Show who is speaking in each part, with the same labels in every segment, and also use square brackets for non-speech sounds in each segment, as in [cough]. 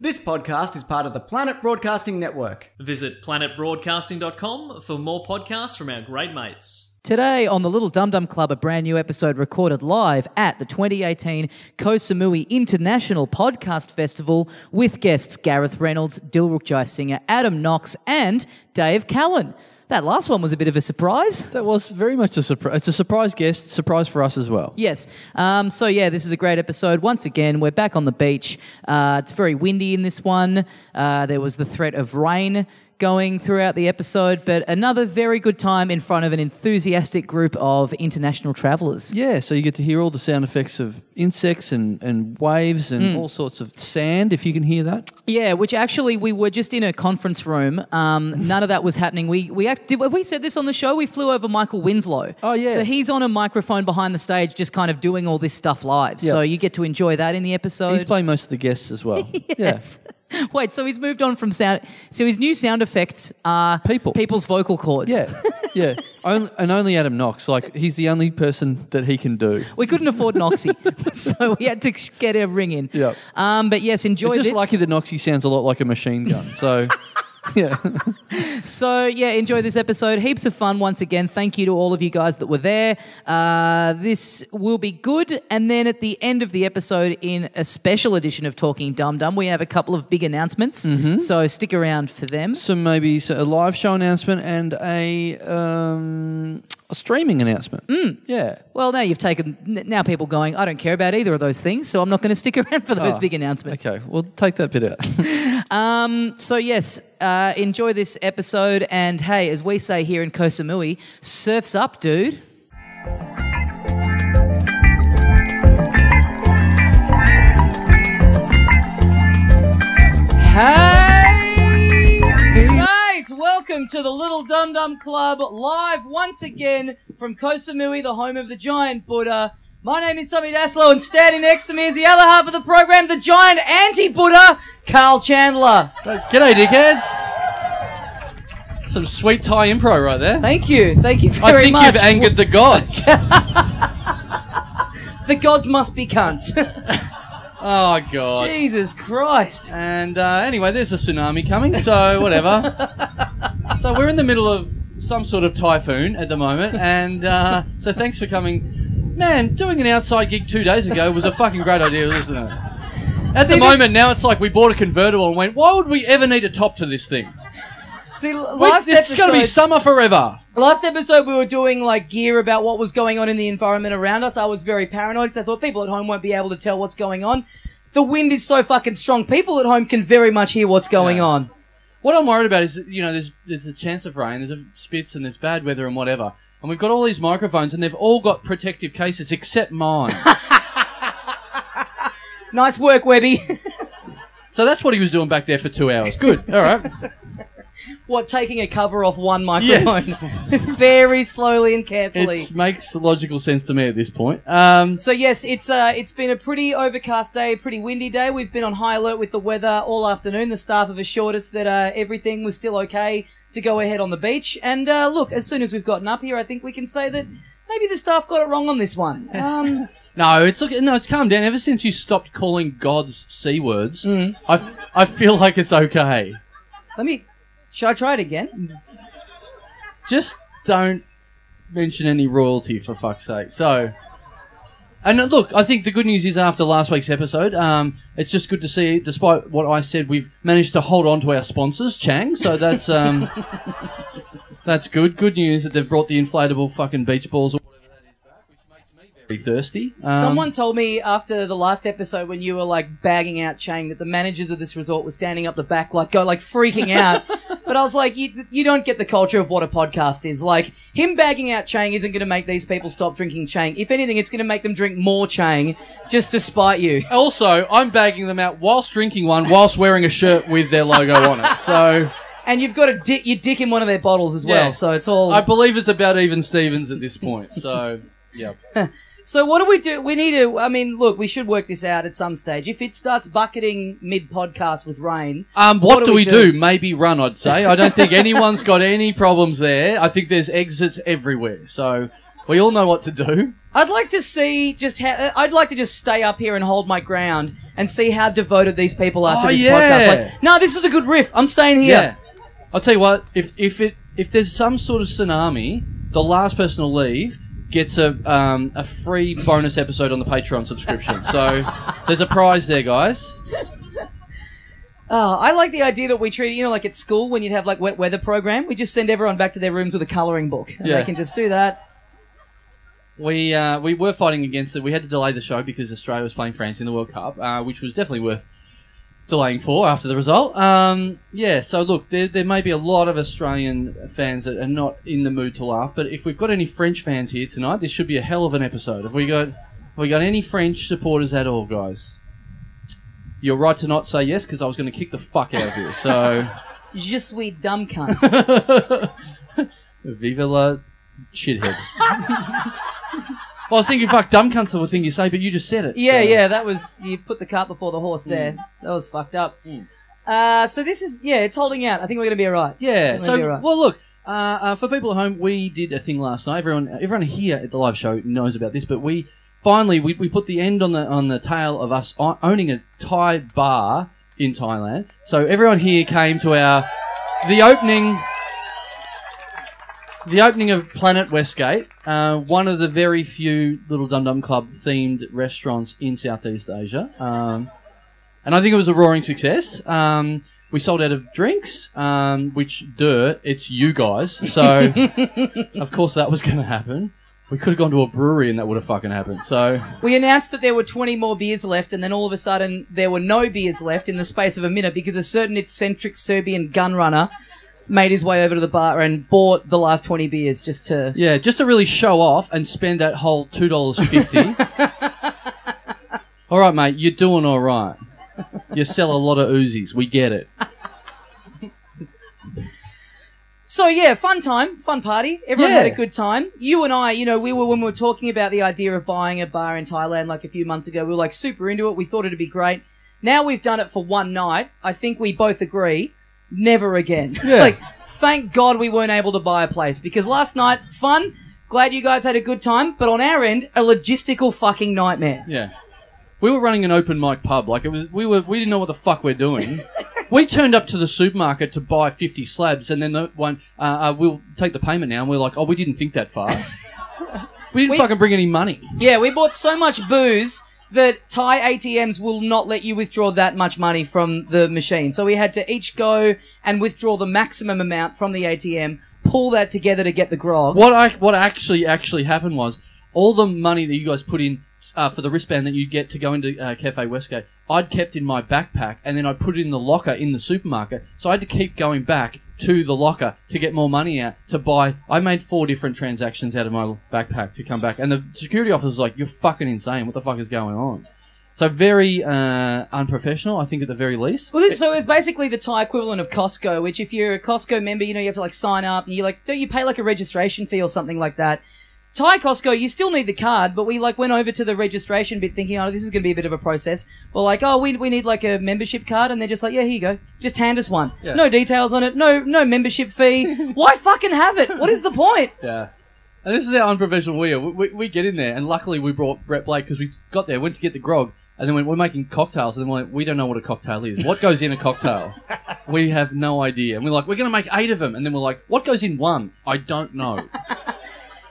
Speaker 1: This podcast is part of the Planet Broadcasting Network.
Speaker 2: Visit planetbroadcasting.com for more podcasts from our great mates.
Speaker 3: Today on the Little Dum Dum Club, a brand new episode recorded live at the 2018 Koh Samui International Podcast Festival with guests Gareth Reynolds, Dilruk Jaisinger, Adam Knox, and Dave Callan. That last one was a bit of a surprise.
Speaker 4: That was very much a surprise. It's a surprise guest, surprise for us as well.
Speaker 3: Yes. Um, so, yeah, this is a great episode. Once again, we're back on the beach. Uh, it's very windy in this one. Uh, there was the threat of rain going throughout the episode, but another very good time in front of an enthusiastic group of international travelers.
Speaker 4: Yeah, so you get to hear all the sound effects of insects and, and waves and
Speaker 3: Mm.
Speaker 4: all sorts of sand, if you can hear that.
Speaker 3: Yeah, which actually we were just in a conference room. Um, none of that was happening. We we act, did, have we said this on the show? We flew over Michael Winslow.
Speaker 4: Oh, yeah.
Speaker 3: So he's on a microphone behind the stage, just kind of doing all this stuff live. So you get to enjoy that in the episode.
Speaker 4: He's playing most of the guests as well.
Speaker 3: Oh, [laughs] yes. Wait, so he's moved on from sound. So his new sound effects are
Speaker 4: People.
Speaker 3: people's vocal cords.
Speaker 4: Yeah. Yeah. yeah. Only, and only Adam Knox. Like, he's the only person that he can do.
Speaker 3: We couldn't afford Noxy, [laughs] so we had to get a ring in.
Speaker 4: Yeah.
Speaker 3: Um, but yes, enjoy
Speaker 4: It's just
Speaker 3: this.
Speaker 4: lucky that Noxy sounds a lot like a machine gun.
Speaker 3: [laughs]
Speaker 4: So, yeah.
Speaker 3: So yeah, enjoy this episode. Heaps of fun once again. Thank you to all of you guys that were there. Uh, this will be good. And then at the end of the episode, in a special edition of Talking Dum Dum, we have a couple of big announcements. So stick around for them.
Speaker 4: Some maybe so a live show announcement and a, um, a streaming announcement.
Speaker 3: Mm.
Speaker 4: Yeah.
Speaker 3: Well, now you've taken n- now people going. I don't care about either of those things, so I'm not going to stick [laughs] around for those
Speaker 4: Ah,
Speaker 3: big announcements.
Speaker 4: Okay. We'll take that bit out.
Speaker 3: So yes, uh, enjoy this episode. And hey, as we say here in Koh Samui, surfs up, dude. Hey, mates! Welcome to the Little Dum Dum Club, live once again from Koh Samui, the home of the giant Buddha. My name is Tommy Daslow, and standing next to me is the other half of the program, the giant anti-Buddha, Carl Chandler.
Speaker 4: G'day, dickheads. Some sweet Thai impro right there.
Speaker 3: Thank you, thank you very
Speaker 4: I think
Speaker 3: much.
Speaker 4: you've angered the
Speaker 3: [laughs]
Speaker 4: gods.
Speaker 3: the gods must be
Speaker 4: [laughs]
Speaker 3: cunts. [laughs]
Speaker 4: oh god.
Speaker 3: Jesus Christ.
Speaker 4: And uh, anyway, there's a tsunami coming, so
Speaker 3: [laughs]
Speaker 4: whatever. so we're in the middle of some sort of typhoon at the moment, and uh, so thanks for coming. Man, doing an outside gig two days ago was a fucking great idea, isn't it? At
Speaker 3: See,
Speaker 4: the
Speaker 3: the-
Speaker 4: moment, now it's like we bought a convertible and went, why would we ever need a top to this thing?
Speaker 3: See, l-
Speaker 4: We,
Speaker 3: last
Speaker 4: it's going to be
Speaker 3: episode,
Speaker 4: summer forever.
Speaker 3: last episode we were doing like gear about what was going on in the environment around us. I was very paranoid because I thought people at home won't be able to tell what's going on. The wind is so fucking strong. People at home can very much hear what's going
Speaker 4: Yeah.
Speaker 3: on.
Speaker 4: What I'm worried about is, you know, there's there's a chance of rain, there's a spits, and there's bad weather and whatever. And we've got all these microphones, and they've all got protective cases except mine.
Speaker 3: Nice work, Webby. [laughs]
Speaker 4: so that's what he was doing back there for two hours. Good. All right.
Speaker 3: what, taking a cover off one
Speaker 4: Yes.
Speaker 3: microphone? [laughs] very slowly and carefully.
Speaker 4: It makes logical sense to me at this point. Um,
Speaker 3: So yes, it's uh, it's been a pretty overcast day, pretty windy day. We've been on high alert with the weather all afternoon. The staff have assured us that uh, everything was still okay to go ahead on the beach. And uh, look, as soon as we've gotten up here, I think we can say that maybe the staff got it wrong on this one. Um,
Speaker 4: no, it's look, no, it's calmed down. Ever since you stopped calling gods c words, I f- I feel like it's okay.
Speaker 3: let me. Should I try it again?
Speaker 4: just don't mention any royalty for fuck's sake. So, and uh, look, I think the good news is after last week's episode, um, it's just good to see. Despite what I said, we've managed to hold on to our sponsors, Chang. So that's um, [laughs] that's good. Good news that they've brought the inflatable fucking beach balls or whatever that is back, which makes me very thirsty. Um,
Speaker 3: Someone told me after the last episode when you were like bagging out Chang that the managers of this resort were standing up the back like go like freaking out.
Speaker 4: [laughs]
Speaker 3: but I was like, you, you don't get the culture of what a podcast is. Like him bagging out Chang isn't going to make these people stop drinking Chang. If anything, it's going to make them drink more Chang just to spite you.
Speaker 4: Also, I'm bagging them out whilst drinking one, whilst wearing a shirt with their logo on it. So
Speaker 3: And you've got to di- your dick in one of their bottles as well.
Speaker 4: Yeah.
Speaker 3: So it's all.
Speaker 4: I believe it's about even Stevens at this point. So, yeah.
Speaker 3: So what do we do? We need to. I mean, look, we should work this out at some stage. If it starts bucketing mid podcast with rain,
Speaker 4: Um, what, do, we do? Maybe run, I'd say. I don't think anyone's got any problems there. I think there's exits everywhere. So we all know what to do.
Speaker 3: uh, I'd like to see just. Ha- I'd like to just stay up here and hold my ground and see how devoted these people are to
Speaker 4: Oh,
Speaker 3: this
Speaker 4: yeah.
Speaker 3: podcast. Like, no, this is a good riff. I'm staying here.
Speaker 4: Yeah. I'll tell you what. If if it if there's some sort of tsunami, the last person to leave gets a um, a free bonus episode on the Patreon subscription. so there's a prize there, guys.
Speaker 3: Oh, I like the idea that we treat it, you know, like at school when you'd have like wet weather program, we just send everyone back to their rooms with a colouring book. And
Speaker 4: Yeah.
Speaker 3: they can just do that.
Speaker 4: We uh, we were fighting against it. We had to delay the show because Australia was playing France in the World Cup, uh, which was definitely worth delaying for after the result. Um, yeah. So look, there, there may be a lot of Australian fans that are not in the mood to laugh, but if we've got any French fans here tonight, this should be a hell of an episode. Have we got have we got any French supporters at all, guys? You're right to not say yes because I was going to kick the fuck out of you. So.
Speaker 3: Je suis dumb cunt.
Speaker 4: [laughs] Viva la
Speaker 3: [laughs]
Speaker 4: shithead. well, I was thinking, fuck, dumb cunt's the thing you say, but you just said it.
Speaker 3: Yeah,
Speaker 4: so-
Speaker 3: yeah, that was you put the cart before the horse there.
Speaker 4: Mm.
Speaker 3: That was fucked up. Uh, so this is yeah, it's holding out. I think we're gonna be alright.
Speaker 4: Yeah.
Speaker 3: Maybe
Speaker 4: So,
Speaker 3: you're right.
Speaker 4: well, look, uh, uh, for people at home, we did a thing last night. Everyone, everyone here at the live show knows about this, but we finally we, we put the end on the on the tale of us o- owning a Thai bar in Thailand. So everyone here came to our the opening. The opening of Planet Westgate, uh, one of the very few Little Dum Dum Club themed restaurants in Southeast Asia. Um, and I think it was a roaring success. Um, we sold out of drinks, um, which, duh, it's you guys. So, of course, that was going to happen. We could have gone to a brewery and that would have fucking happened. So,
Speaker 3: We announced that there were 20 more beers left, and then all of a sudden there were no beers left in the space of a minute because a certain eccentric Serbian gun runner made his way over to the bar and bought the last 20 beers just to.
Speaker 4: yeah, just to really show off and spend that whole $2.50. all right, mate, you're doing all right. You sell a lot of Uzis. We get it.
Speaker 3: So yeah, fun time, fun party. Everyone
Speaker 4: Yeah.
Speaker 3: had a good time. You and I, you know, we were when we were talking about the idea of buying a bar in Thailand like a few months ago. We were like super into it. We thought it'd be great. Now we've done it for one night. I think we both agree, never again. [laughs]
Speaker 4: Yeah.
Speaker 3: like, thank God we weren't able to buy a place because last night fun. Glad you guys had a good time, but on our end, a logistical fucking nightmare.
Speaker 4: Yeah. We were running an open mic pub. Like it was we were we didn't know what the fuck we're doing. we turned up to the supermarket to buy 50 slabs and then the one uh, uh, we'll take the payment now and we're like, "Oh, we didn't think that far." we didn't
Speaker 3: We-
Speaker 4: fucking bring any money.
Speaker 3: Yeah, we bought so much booze that Thai ATMs will not let you withdraw that much money from the machine. So we had to each go and withdraw the maximum amount from the ATM, pull that together to get the grog.
Speaker 4: What I what actually actually happened was all the money that you guys put in uh, for the wristband that you get to go into uh, Cafe Westgate, I'd kept in my backpack and then I put it in the locker in the supermarket. So I had to keep going back to the locker to get more money out to buy. I made four different transactions out of my backpack to come back, and the security officer was like, "You're fucking insane! What the fuck is going on?" So very uh, unprofessional, I think, at the very least.
Speaker 3: Well, this so it's basically the Thai equivalent of Costco, which if you're a Costco member, you know you have to like sign up and you like don't you pay like a registration fee or something like that. Thai Costco, you still need the card, but we like went over to the registration bit thinking, oh, this is going to be a bit of a process. We're like, oh, we, we need like a membership card, and they're just like, yeah, here you go, just hand us one.
Speaker 4: Yeah.
Speaker 3: No details on it, no no membership fee. Why fucking have it? What is the point?
Speaker 4: Yeah. And this is how unprofessional we are. We, we, we get in there, and luckily we brought Brett Blake because we got there, went to get the grog, and then went, we're making cocktails, and then we're like, we don't know what a cocktail is. What goes in
Speaker 3: [laughs]
Speaker 4: a cocktail? we have no idea. And we're like, we're going to make eight of them. And then we're like, what goes in one? I
Speaker 3: [laughs]
Speaker 4: don't know.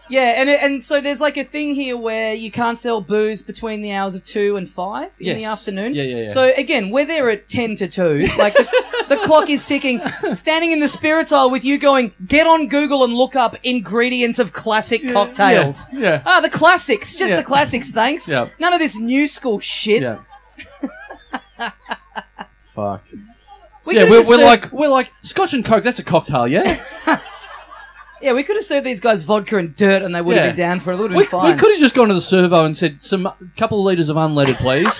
Speaker 3: Yeah, and and so there's like a thing here where you can't sell booze between the hours of two and five in the
Speaker 4: Yes.
Speaker 3: afternoon.
Speaker 4: Yeah, yeah, yeah.
Speaker 3: So again, we're there at ten to two. Like the, the clock is ticking. Standing in the spirits aisle with you, going, get on Google and look up ingredients of classic cocktails.
Speaker 4: Yeah. yeah.
Speaker 3: Ah, the classics, just
Speaker 4: Yeah.
Speaker 3: the classics. Thanks.
Speaker 4: Yeah.
Speaker 3: None of this new school shit. [laughs]
Speaker 4: Yeah. Fuck.
Speaker 3: We
Speaker 4: yeah,
Speaker 3: could've
Speaker 4: we're,
Speaker 3: just
Speaker 4: we're
Speaker 3: served-
Speaker 4: like we're like Scotch and Coke. That's a cocktail, yeah.
Speaker 3: yeah, we could have served these guys vodka and dirt, and they would have
Speaker 4: Yeah.
Speaker 3: been down for a little
Speaker 4: we,
Speaker 3: bit fine.
Speaker 4: we could have just gone to the servo and said some couple of liters of unleaded,
Speaker 3: [laughs]
Speaker 4: please,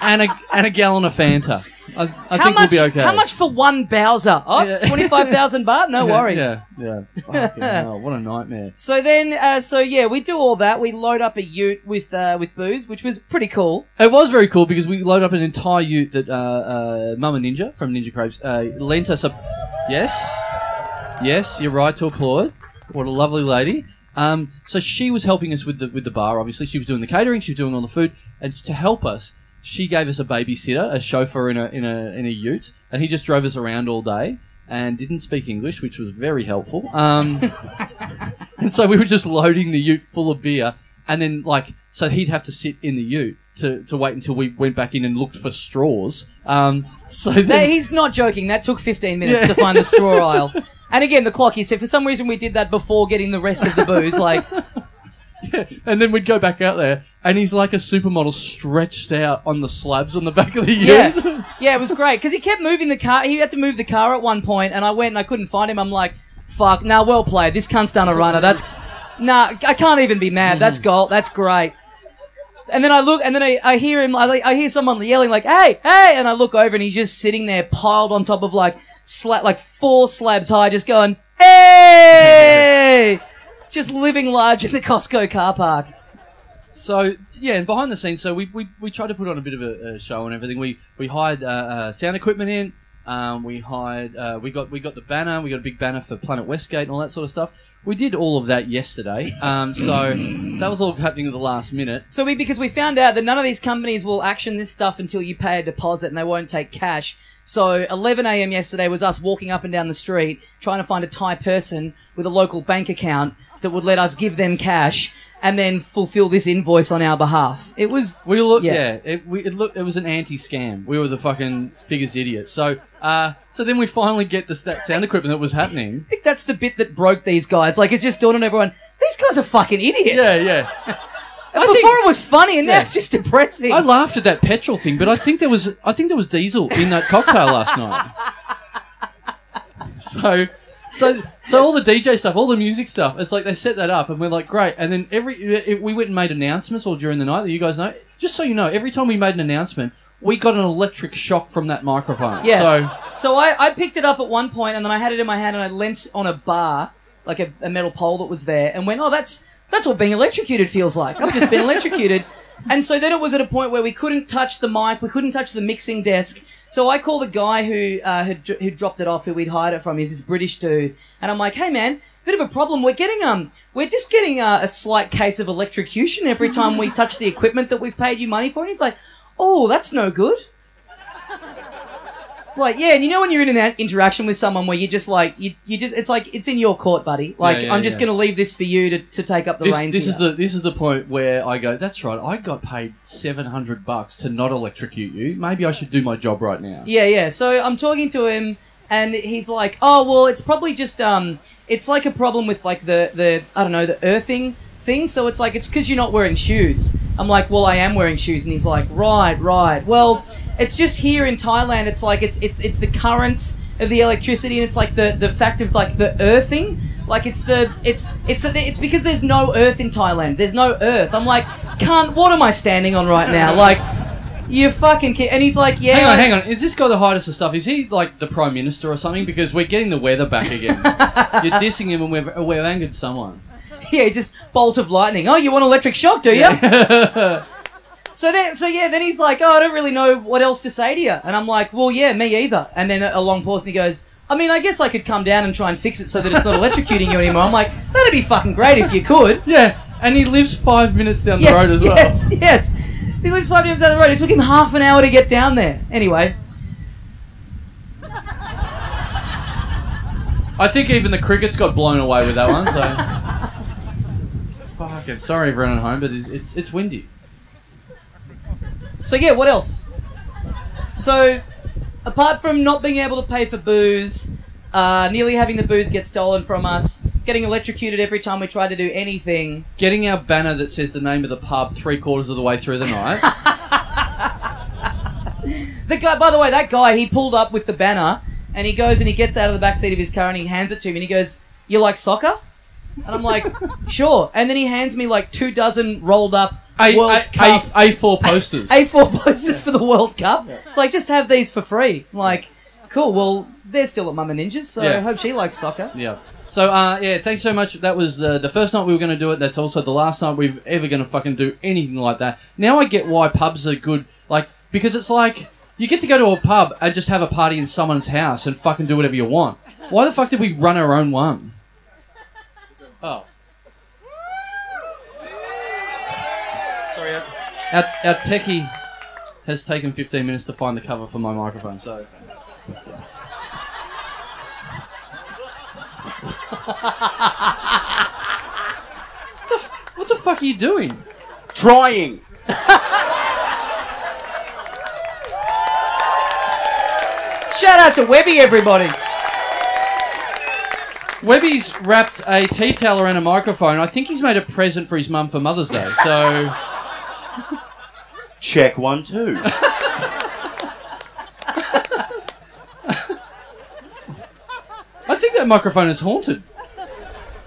Speaker 4: and a and a gallon of Fanta. I, I
Speaker 3: how
Speaker 4: think
Speaker 3: much?
Speaker 4: we'll be okay.
Speaker 3: How much for one Bowser? Oh,
Speaker 4: Yeah.
Speaker 3: twenty-five thousand baht. No
Speaker 4: [laughs] Yeah,
Speaker 3: worries.
Speaker 4: Yeah, yeah.
Speaker 3: [laughs]
Speaker 4: Fucking hell, what a nightmare.
Speaker 3: So then, uh, so yeah, we do all that. We load up a ute with uh, with booze, which was pretty cool.
Speaker 4: It was very cool because we loaded up an entire ute that uh, uh, Mama Ninja from Ninja Crepes uh, lent us a. Yes, yes, you're right to applaud. What a lovely lady. Um, so she was helping us with the with the bar. Obviously, she was doing the catering, she was doing all the food, and to help us, she gave us a babysitter, a chauffeur in a in a in a ute, and he just drove us around all day and didn't speak English, which was very helpful. Um, [laughs] and so we were just loading the ute full of beer, and then like so he'd have to sit in the ute to, to wait until we went back in and looked for straws. Um, so then,
Speaker 3: That- he's not joking. That took 15 minutes
Speaker 4: Yeah.
Speaker 3: to find the
Speaker 4: [laughs]
Speaker 3: straw aisle. And again, the clock. He said for some reason we did that before getting the rest of the booze. Like,
Speaker 4: and then we'd go back out there, and he's like a supermodel stretched out on the slabs on the back of the ute.
Speaker 3: [laughs] yeah, yeah, it was great because he kept moving the car. He had to move the car at one point, and I went and I couldn't find him. I'm like, fuck. Now, well played. This cunt's done a runner. That's nah. I can't even be mad. That's gold. That's great. And then I look, and then I, I hear him. I, like- I hear someone yelling like, "Hey, hey!" And I look over, and he's just sitting there, piled on top of like sla- like four slabs high, just going, "Hey!" just living large in the Costco car park.
Speaker 4: [laughs] So yeah, and behind the scenes, so we, we, we tried to put on a bit of a, a show and everything. We we hired uh, uh, sound equipment in. Um, we hired uh, we got we got the banner. We got a big banner for Planet Westgate and all that sort of stuff. We did all of that yesterday. Um, so that was all happening at the last minute.
Speaker 3: So we because we found out that none of these companies will action this stuff until you pay a deposit and they won't take cash. So 11 a.m. yesterday was us walking up and down the street trying to find a Thai person with a local bank account that would let us give them cash and then fulfill this invoice on our behalf. It was
Speaker 4: We look, yeah.
Speaker 3: Yeah.
Speaker 4: it, we, it look, it was an anti-scam. We were the fucking biggest idiots. So, uh, so then we finally get the sta- sound equipment that was happening.
Speaker 3: I think that's the bit that broke these guys. Like it's just dawned on everyone. These guys are fucking idiots.
Speaker 4: Yeah, yeah.
Speaker 3: And Before it was funny, and now
Speaker 4: Yeah.
Speaker 3: it's just depressing.
Speaker 4: I laughed at that petrol thing, but I think there was I think there was diesel in that cocktail last night. So so so all the DJ stuff, all the music stuff, it's like they set that up and we're like great. And then every it, we went and made announcements all during the night that you guys know. Just so you know, every time we made an announcement, we got an electric shock from that microphone.
Speaker 3: Yeah.
Speaker 4: So
Speaker 3: So I, I picked it up at one point and then I had it in my hand and I leant on a bar, like a, a metal pole that was there, and went, oh, that's that's what being electrocuted feels like. I've just been electrocuted. And so then it was at a point where we couldn't touch the mic, we couldn't touch the mixing desk. So I call the guy who uh, had, dr- who dropped it off, who we'd hired it from, is this British dude, and I'm like, hey man, bit of a problem. We're getting um, we're just getting uh, a slight case of electrocution every time we touch the equipment that we've paid you money for. And he's like, oh, that's no good. Like yeah, and you know when you're in an a- interaction with someone where you just like you, you just it's like it's in your court, buddy. Like
Speaker 4: Yeah, yeah,
Speaker 3: I'm just
Speaker 4: yeah.
Speaker 3: gonna leave this for you to, to take up the
Speaker 4: this,
Speaker 3: reins.
Speaker 4: this
Speaker 3: here.
Speaker 4: is the this is the point where I go, that's right, I got paid seven hundred bucks to not electrocute you. Maybe I should do my job right now.
Speaker 3: Yeah, yeah. So I'm talking to him, and he's like, "Oh, well, it's probably just um, it's like a problem with like the the I don't know the earthing thing. So it's like it's because you're not wearing shoes." I'm like, "Well, I am wearing shoes," and he's like, "Right, right. Well, it's just here in Thailand. It's like it's it's it's the currents of the electricity, and it's like the the fact of like the earthing." Like it's the it's it's it's because there's no earth in Thailand. There's no earth. I'm like, can't. What am I standing on right now? Like, you fucking. Kid-. And he's like, yeah.
Speaker 4: Hang on,
Speaker 3: I-
Speaker 4: hang on. Is this guy the hardest of stuff? Is he like the prime minister or something? Because we're getting the weather back again.
Speaker 3: [laughs]
Speaker 4: You're dissing him, and we've, we've angered someone.
Speaker 3: [laughs] Yeah, just bolt of lightning. Oh, you want electric shock, do you? so then, so yeah, then he's like, oh, I don't really know what else to say to you, and I'm like, well, yeah, me either. And then a long pause, and he goes, I mean, I guess I could come down and try and fix it so that it's not
Speaker 4: [laughs]
Speaker 3: electrocuting you anymore. I'm like, that'd be fucking great if you could.
Speaker 4: [laughs] yeah, and he lives five minutes [laughs] down the
Speaker 3: yes,
Speaker 4: road as well.
Speaker 3: yes, yes. He lives five minutes down the road. It took him half an hour to get down there. Anyway,
Speaker 4: I think even the crickets got blown away with that one.
Speaker 3: [laughs]
Speaker 4: So. Fucking sorry, everyone at home, but it's it's, it's windy.
Speaker 3: So yeah, what else? So apart from not being able to pay for booze, uh, nearly having the booze get stolen from us, getting electrocuted every time we try to do anything.
Speaker 4: Getting our banner that says the name of the pub three quarters of the way through the night.
Speaker 3: [laughs] The guy, by the way, that guy, he pulled up with the banner and he goes and he gets out of the back seat of his car and he hands it to me and he goes, "You like soccer?" And I'm like, [laughs] "Sure." And then he hands me like two dozen rolled up
Speaker 4: A,
Speaker 3: World
Speaker 4: a,
Speaker 3: Cup
Speaker 4: a, A4 posters.
Speaker 3: [laughs] A4 posters for the World Cup. It's like, just have these for free. I'm like, cool. Well, they're still at Mum and Ninjas, so
Speaker 4: Yeah.
Speaker 3: I hope she likes soccer.
Speaker 4: Yeah. So uh, yeah, thanks so much. That was the, the first night we were going to do it. That's also the last night we're ever going to fucking do anything like that. Now I get why pubs are good, like because it's like you get to go to a pub and just have a party in someone's house and fucking do whatever you want. Why the fuck did we run our own one? Oh. Sorry, our, our techie has taken 15 minutes to find the cover for my microphone. So What the f- what the fuck are you doing?
Speaker 5: Trying.
Speaker 3: Shout out to Webby, everybody.
Speaker 4: Webby's wrapped a tea towel around a microphone. I think he's made a present for his mum for Mother's Day. So
Speaker 5: Check
Speaker 3: [laughs]
Speaker 5: one, two.
Speaker 4: I think that microphone is haunted.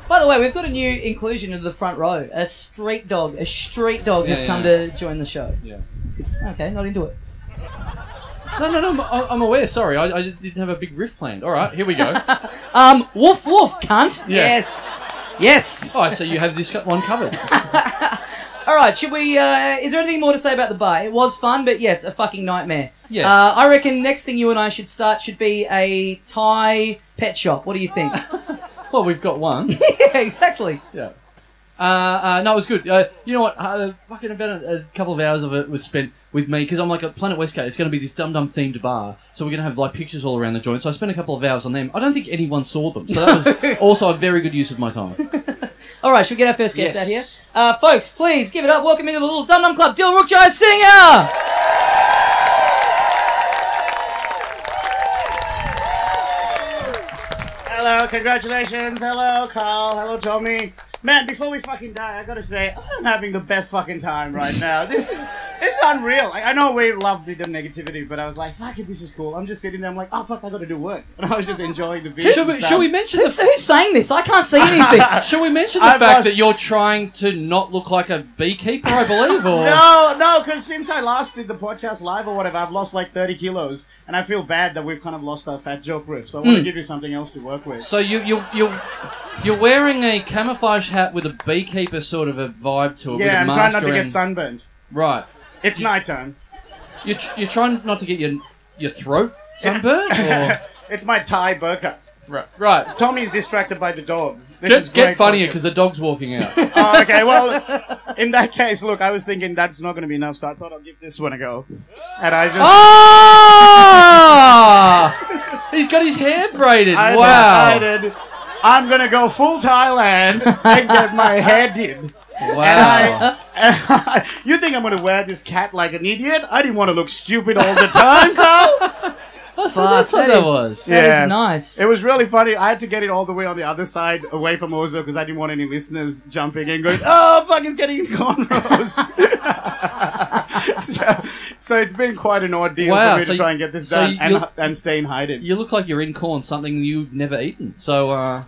Speaker 3: By the way, we've got a new inclusion into the front row. A street dog. A street dog
Speaker 4: Yeah,
Speaker 3: has come
Speaker 4: yeah.
Speaker 3: to join the show.
Speaker 4: Yeah.
Speaker 3: It's good. Okay, not into it.
Speaker 4: No, no, no. I'm, I'm aware. Sorry, I, I didn't have a big riff planned. All right, here we
Speaker 3: [laughs]
Speaker 4: go.
Speaker 3: Um, woof woof, cunt.
Speaker 4: Yeah.
Speaker 3: Yes. Yes.
Speaker 4: All right, so you have this co- one covered.
Speaker 3: All right. Should we? Uh, is there anything more to say about the bar? It was fun, but yes, a fucking nightmare.
Speaker 4: Yeah.
Speaker 3: Uh, I reckon next thing you and I should start should be a Thai pet shop. What do you
Speaker 4: [laughs]
Speaker 3: think?
Speaker 4: Well, we've got one.
Speaker 3: yeah, exactly.
Speaker 4: Yeah. Uh, uh, no, it was good. Uh, you know what? Uh, fucking about a, a couple of hours of it was spent with me because I'm like at Planet Westgate. It's going to be this dum dum themed bar, so we're going to have like pictures all around the joint. So I spent a couple of hours on them. I don't think anyone saw them, so that
Speaker 6: [laughs]
Speaker 4: was also a very good use of my time.
Speaker 3: All right. Should we get our first guest
Speaker 4: Yes.
Speaker 3: out here? Uh, folks, please give it up. Welcome into the little Dum Dum Club, Dil Rookjai Singer.
Speaker 6: Hello, congratulations. Hello, Carl. Hello, Tommy. Man, before we fucking die, I gotta say I'm having the best fucking time right now. This is this is unreal. I, I know we love the negativity, but I was like, fuck it, this is cool. I'm just sitting there. I'm like, oh fuck, I gotta do work, [laughs] and I was just enjoying the beat.
Speaker 4: Shall
Speaker 6: and
Speaker 4: we,
Speaker 6: stuff.
Speaker 4: shall we mention
Speaker 3: Who's,
Speaker 4: the?
Speaker 3: who's saying this? I can't see
Speaker 4: [laughs]
Speaker 3: anything.
Speaker 4: Shall we mention the
Speaker 6: I've
Speaker 4: fact
Speaker 6: lost-
Speaker 4: that you're trying to not look like a beekeeper? I believe, or
Speaker 6: [laughs] No, no, because since I last did the podcast live or whatever, I've lost like 30 kilos, and I feel bad that we've kind of lost our fat joke riff. So I want to give you something else to work with.
Speaker 4: Hmm. So you you you you're wearing a camouflage hat with a beekeeper sort of a vibe to it. with a
Speaker 6: yeah, I'm
Speaker 4: mask
Speaker 6: trying not to
Speaker 4: around-
Speaker 6: get sunburned.
Speaker 4: Right.
Speaker 6: It's nighttime.
Speaker 4: You're, tr- you're trying not to get your your throat sunburned, or
Speaker 6: [laughs] It's my Thai burqa.
Speaker 4: right? Right.
Speaker 6: Tommy's distracted by the dog. This is
Speaker 4: Get,
Speaker 6: great
Speaker 4: get funnier
Speaker 6: podcast.
Speaker 4: because the dog's walking out.
Speaker 6: [laughs]
Speaker 4: [laughs]
Speaker 6: Oh, okay, well, in that case, look, I was thinking that's not going to be enough, so I thought I'll give this one a go. And I just.
Speaker 4: Oh, Ah! He's got his hair braided.
Speaker 6: I
Speaker 4: wow.
Speaker 6: decided I'm going to go full Thailand and get my hair did.
Speaker 4: Wow.
Speaker 6: And I, [laughs] you think I'm going to wear this cat like an idiot? I didn't want to look stupid
Speaker 4: [laughs]
Speaker 6: all the time, Carl.
Speaker 4: That's, Oh, that's what
Speaker 3: Fuck,
Speaker 4: that
Speaker 3: is-
Speaker 4: was.
Speaker 3: That is
Speaker 6: Yeah.
Speaker 3: nice.
Speaker 6: It was really funny. I had to get it all the way on the other side, away from Ozo, because I didn't want any listeners jumping and going, "Oh fuck, he's getting cornrows." [laughs] so, so it's been quite an ordeal
Speaker 4: Wow,
Speaker 6: for me
Speaker 4: so
Speaker 6: to
Speaker 4: you-
Speaker 6: try and get this
Speaker 4: so
Speaker 6: done and,
Speaker 4: you'll-
Speaker 6: and stay in hiding.
Speaker 4: You look like you're in corn, something you've never eaten. So, uh,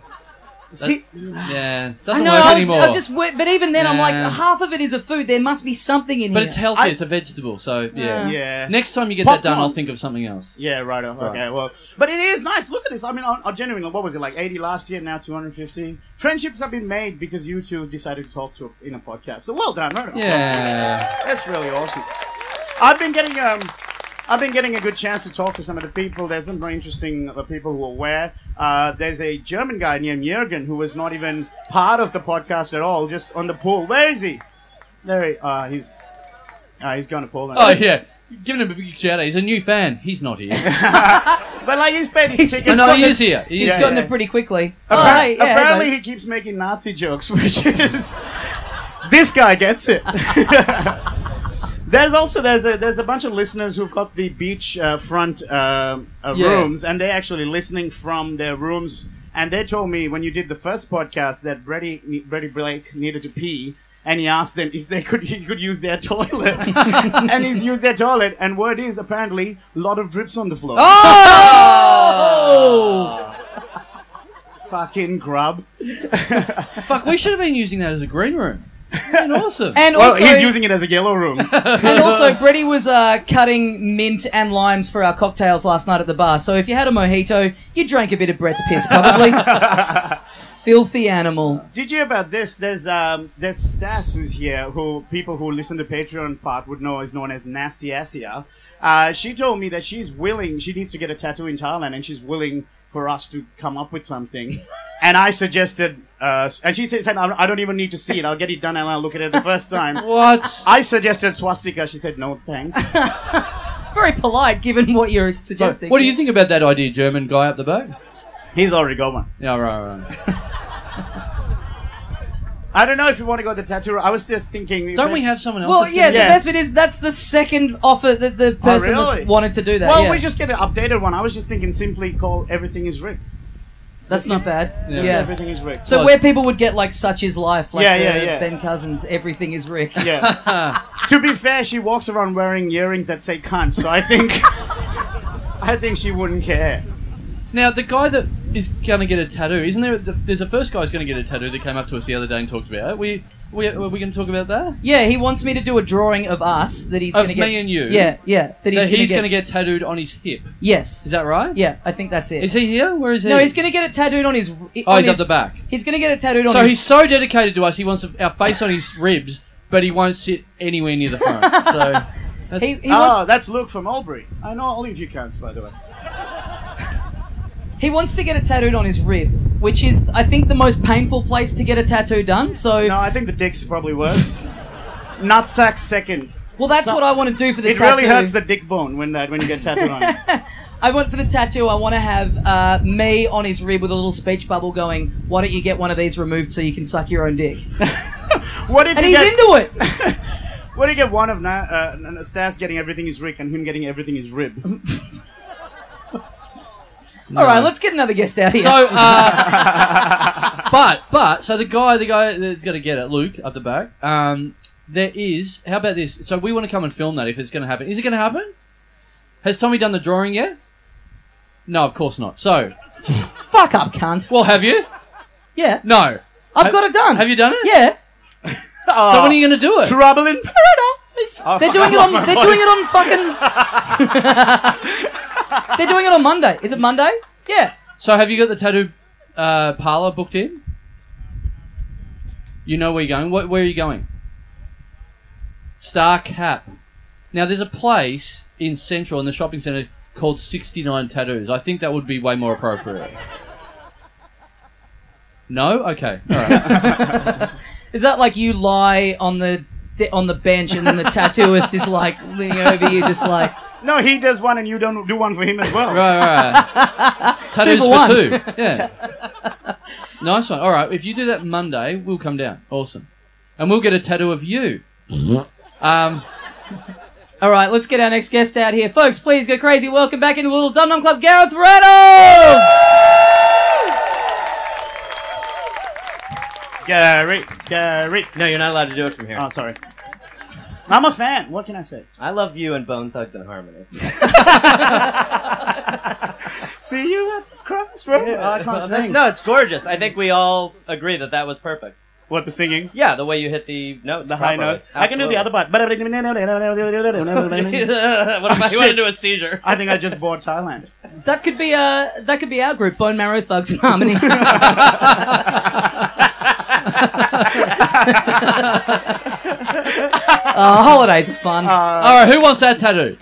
Speaker 6: See,
Speaker 4: yeah,
Speaker 3: I
Speaker 4: doesn't
Speaker 3: know.
Speaker 4: work
Speaker 3: I was,
Speaker 4: anymore.
Speaker 3: I just, went- but even then, I'm like,
Speaker 4: Yeah.
Speaker 3: half of it is a food. There must be something in
Speaker 4: but
Speaker 3: here.
Speaker 4: it's healthy.
Speaker 6: I-
Speaker 4: it's a vegetable. So yeah.
Speaker 3: Yeah.
Speaker 6: yeah.
Speaker 4: Next time you get that done,
Speaker 6: Popcorn.
Speaker 4: I'll think of something else.
Speaker 6: Yeah, right. oh,
Speaker 4: Right.
Speaker 6: Okay, well, but it is nice. Look at this. I mean, I, I genuinely, what was it like? Eighty last year, now two hundred fifty. Friendships have been made because you two decided to talk to in a podcast. So well done. Right?
Speaker 4: Yeah.
Speaker 6: That's really awesome. I've been getting um, I've been getting a good chance to talk to some of the people. There's some very interesting uh, people who are aware. Uh, there's a German guy named Jürgen who was not even part of the podcast at all, just on the pool. Where is he? There he. Uh, he's. Uh, he's going to pool now.
Speaker 4: Oh yeah. Giving him a big shout out. He's a new fan. He's not
Speaker 6: [laughs]
Speaker 4: here.
Speaker 6: But like he's paid his
Speaker 3: He's-
Speaker 6: tickets.
Speaker 4: Oh, no,
Speaker 3: got
Speaker 4: he
Speaker 3: the-
Speaker 4: is here. He
Speaker 3: He's
Speaker 4: is
Speaker 6: Yeah,
Speaker 4: here.
Speaker 3: gotten
Speaker 6: yeah.
Speaker 3: it pretty quickly.
Speaker 6: Appar-
Speaker 3: oh, hey, yeah,
Speaker 6: apparently,
Speaker 3: mate.
Speaker 6: he keeps making Nazi jokes, [laughs] which is this guy gets it. there's also there's a there's a bunch of listeners who've got the beach uh, front um uh,
Speaker 4: Yeah.
Speaker 6: rooms, and they're actually listening from their rooms. And they told me when you did the first podcast that Brady Brady Blake needed to pee. And he asked them if they could [laughs] he could use their toilet,
Speaker 4: [laughs]
Speaker 6: and he's used their toilet. And word is apparently a lot of drips on the floor.
Speaker 4: Oh!
Speaker 6: Fucking grub.
Speaker 4: Fuck, we should have been using that as a green room.
Speaker 3: [laughs]
Speaker 4: Man, awesome.
Speaker 3: And
Speaker 6: Well,
Speaker 3: also,
Speaker 6: he's using it as a yellow room.
Speaker 3: and also,
Speaker 4: [laughs]
Speaker 3: Brady was uh, cutting mint and limes for our
Speaker 4: [laughs]
Speaker 3: cocktails last night at the bar. So if you had a mojito, you drank a bit of Brett's piss, probably. filthy animal.
Speaker 6: Did you hear about this? There's um, there's Stas who's here, who people who listen to Patreon part would know is known as Nasty Assia. Uh, she told me that she's willing. She needs to get a tattoo in Thailand, and she's willing for us to come up with something. And I suggested, uh, and she said, "I I don't even need to see it. I'll get it done, and I'll look at it the first time."
Speaker 4: What?
Speaker 6: I suggested swastika. She said, "No, thanks."
Speaker 3: Very polite, given what you're suggesting.
Speaker 4: What do you think about that idea, German guy up the back?
Speaker 6: He's already got one.
Speaker 4: Yeah,
Speaker 3: [laughs]
Speaker 4: right, right.
Speaker 6: I don't know if you want to go the tattoo. I was just thinking. if
Speaker 4: Don't
Speaker 6: it-
Speaker 4: we have someone else?
Speaker 3: Well,
Speaker 4: that's
Speaker 3: yeah,
Speaker 4: gonna-
Speaker 3: the
Speaker 6: Yeah.
Speaker 3: best bit is that's the second offer that the person
Speaker 6: Oh, really?
Speaker 3: that's wanted to do that.
Speaker 6: Well,
Speaker 3: yeah.
Speaker 6: we just get an updated one. I was just thinking simply call everything is rigged.
Speaker 3: that's not bad.
Speaker 4: Yeah.
Speaker 3: Yeah.
Speaker 6: Everything is rigged.
Speaker 3: So
Speaker 4: Well-
Speaker 3: where people would get like such is life, like
Speaker 6: Yeah,
Speaker 3: the
Speaker 6: yeah, yeah.
Speaker 3: Ben Cousins, everything is Rick.
Speaker 6: Yeah. [laughs] to be fair, she walks around wearing earrings that say cunt, so I think [laughs] I think she wouldn't care.
Speaker 4: Now the guy that is going to get a tattoo, isn't there? The, there's a first guy who's going to get a tattoo that came up to us the other day and talked about it. We we are we going to talk about that?
Speaker 3: [laughs] Yeah, he wants me to do a drawing of us that he's
Speaker 4: Of
Speaker 3: going to get.
Speaker 4: me and you?
Speaker 3: Yeah, yeah. That he's,
Speaker 4: that
Speaker 3: gonna,
Speaker 4: he's
Speaker 3: get,
Speaker 4: going to get tattooed on his hip.
Speaker 3: Yes.
Speaker 4: Is that right?
Speaker 3: Yeah, I think that's it.
Speaker 4: Is he here? Where is he?
Speaker 3: no, he's going to get it tattooed on his. Oh,
Speaker 4: Oh, he's up the back.
Speaker 3: He's going to get it tattooed on
Speaker 4: So
Speaker 3: his.
Speaker 4: he's so dedicated to us, he wants our face on his ribs, but he won't sit anywhere near the front.
Speaker 3: [laughs]
Speaker 4: So that's,
Speaker 3: he, he
Speaker 6: oh,
Speaker 3: wants,
Speaker 6: that's Luke from Albury. I know all of you cunts, by the way.
Speaker 3: he wants to get it tattooed on his rib, which is, I think, the most painful place to get a tattoo done. So,
Speaker 6: No, I think the dick's probably worse. Nutsack second.
Speaker 3: well, that's
Speaker 6: so-
Speaker 3: what I want to do for the
Speaker 6: It
Speaker 3: tattoo.
Speaker 6: really hurts the dick bone when that when you get tattooed
Speaker 3: [laughs]
Speaker 6: on it.
Speaker 3: I want for the tattoo. I want to have uh, me on his rib with a little speech bubble going. Why don't you get one of these removed so you can suck your own dick?
Speaker 6: What if
Speaker 3: And
Speaker 6: you
Speaker 3: he's
Speaker 6: get,
Speaker 3: into
Speaker 6: [laughs]
Speaker 3: it.
Speaker 6: What if you get one of Na- uh, N- N- Stas getting everything is Rick and him getting everything is rib?
Speaker 3: All right, let's get another guest out here.
Speaker 4: So, uh, [laughs] but but so the guy, the guy that's going to get it, Luke, up the back. Um, there is. How about this? So we want to come and film that if it's going to happen. Is it going to happen? Has Tommy done the drawing yet? No, of course not. So,
Speaker 3: fuck up, cunt.
Speaker 4: well, have you?
Speaker 3: Yeah,
Speaker 4: No.
Speaker 3: I've
Speaker 4: Have-
Speaker 3: got it done.
Speaker 4: Have you done it?
Speaker 3: Yeah,
Speaker 4: So when are you going to do it?
Speaker 6: Trouble in paradise. Oh,
Speaker 3: Ah. they're
Speaker 6: fuck,
Speaker 3: doing
Speaker 6: I
Speaker 3: it
Speaker 6: lost
Speaker 3: on.
Speaker 6: my
Speaker 3: They're
Speaker 6: voice.
Speaker 3: doing it on fucking.
Speaker 6: [laughs]
Speaker 3: they're doing it on Monday. Is it Monday? Yeah.
Speaker 4: So have you got the tattoo uh, parlor booked in? You know where you're going. Where, where are you going? Star Cap. Now there's a place in Central in the shopping centre called 69 Tattoos. I think that would be way more appropriate. No? Okay. All right.
Speaker 3: Is that like you lie on the on the bench and then the tattooist is like leaning over you, just like
Speaker 6: No, he does one and you don't do one for him as well.
Speaker 4: Right, right,
Speaker 3: [laughs]
Speaker 4: right. Tattoos
Speaker 3: for
Speaker 4: for,
Speaker 3: one.
Speaker 4: two. Yeah. nice one. All right. If you do that Monday, we'll come down. Awesome. And we'll get a tattoo of you. Um,
Speaker 3: All right, let's get our next guest out here. Folks, please go crazy. Welcome back into the Little Dum Dum Club, Gareth Reynolds!
Speaker 6: Gary, Gary.
Speaker 7: No, you're not allowed to do it from here.
Speaker 6: Oh, sorry. I'm a fan. What can I say?
Speaker 7: I love you and Bone Thugs and Harmony.
Speaker 6: See you at Crossroads. Oh, I [laughs] can't sing.
Speaker 7: no, it's gorgeous. I think we all agree that that was perfect.
Speaker 6: What the singing?
Speaker 7: Yeah, the way you hit the notes.
Speaker 6: The high note. I can do the other part. I
Speaker 7: [laughs] what if I
Speaker 6: shit.
Speaker 7: want to do a seizure?
Speaker 6: think [laughs] I just bought Thailand.
Speaker 3: That could be uh that could be our group, Bone Marrow Thugs and Harmony. uh, holidays are fun.
Speaker 4: all right. Who wants that tattoo?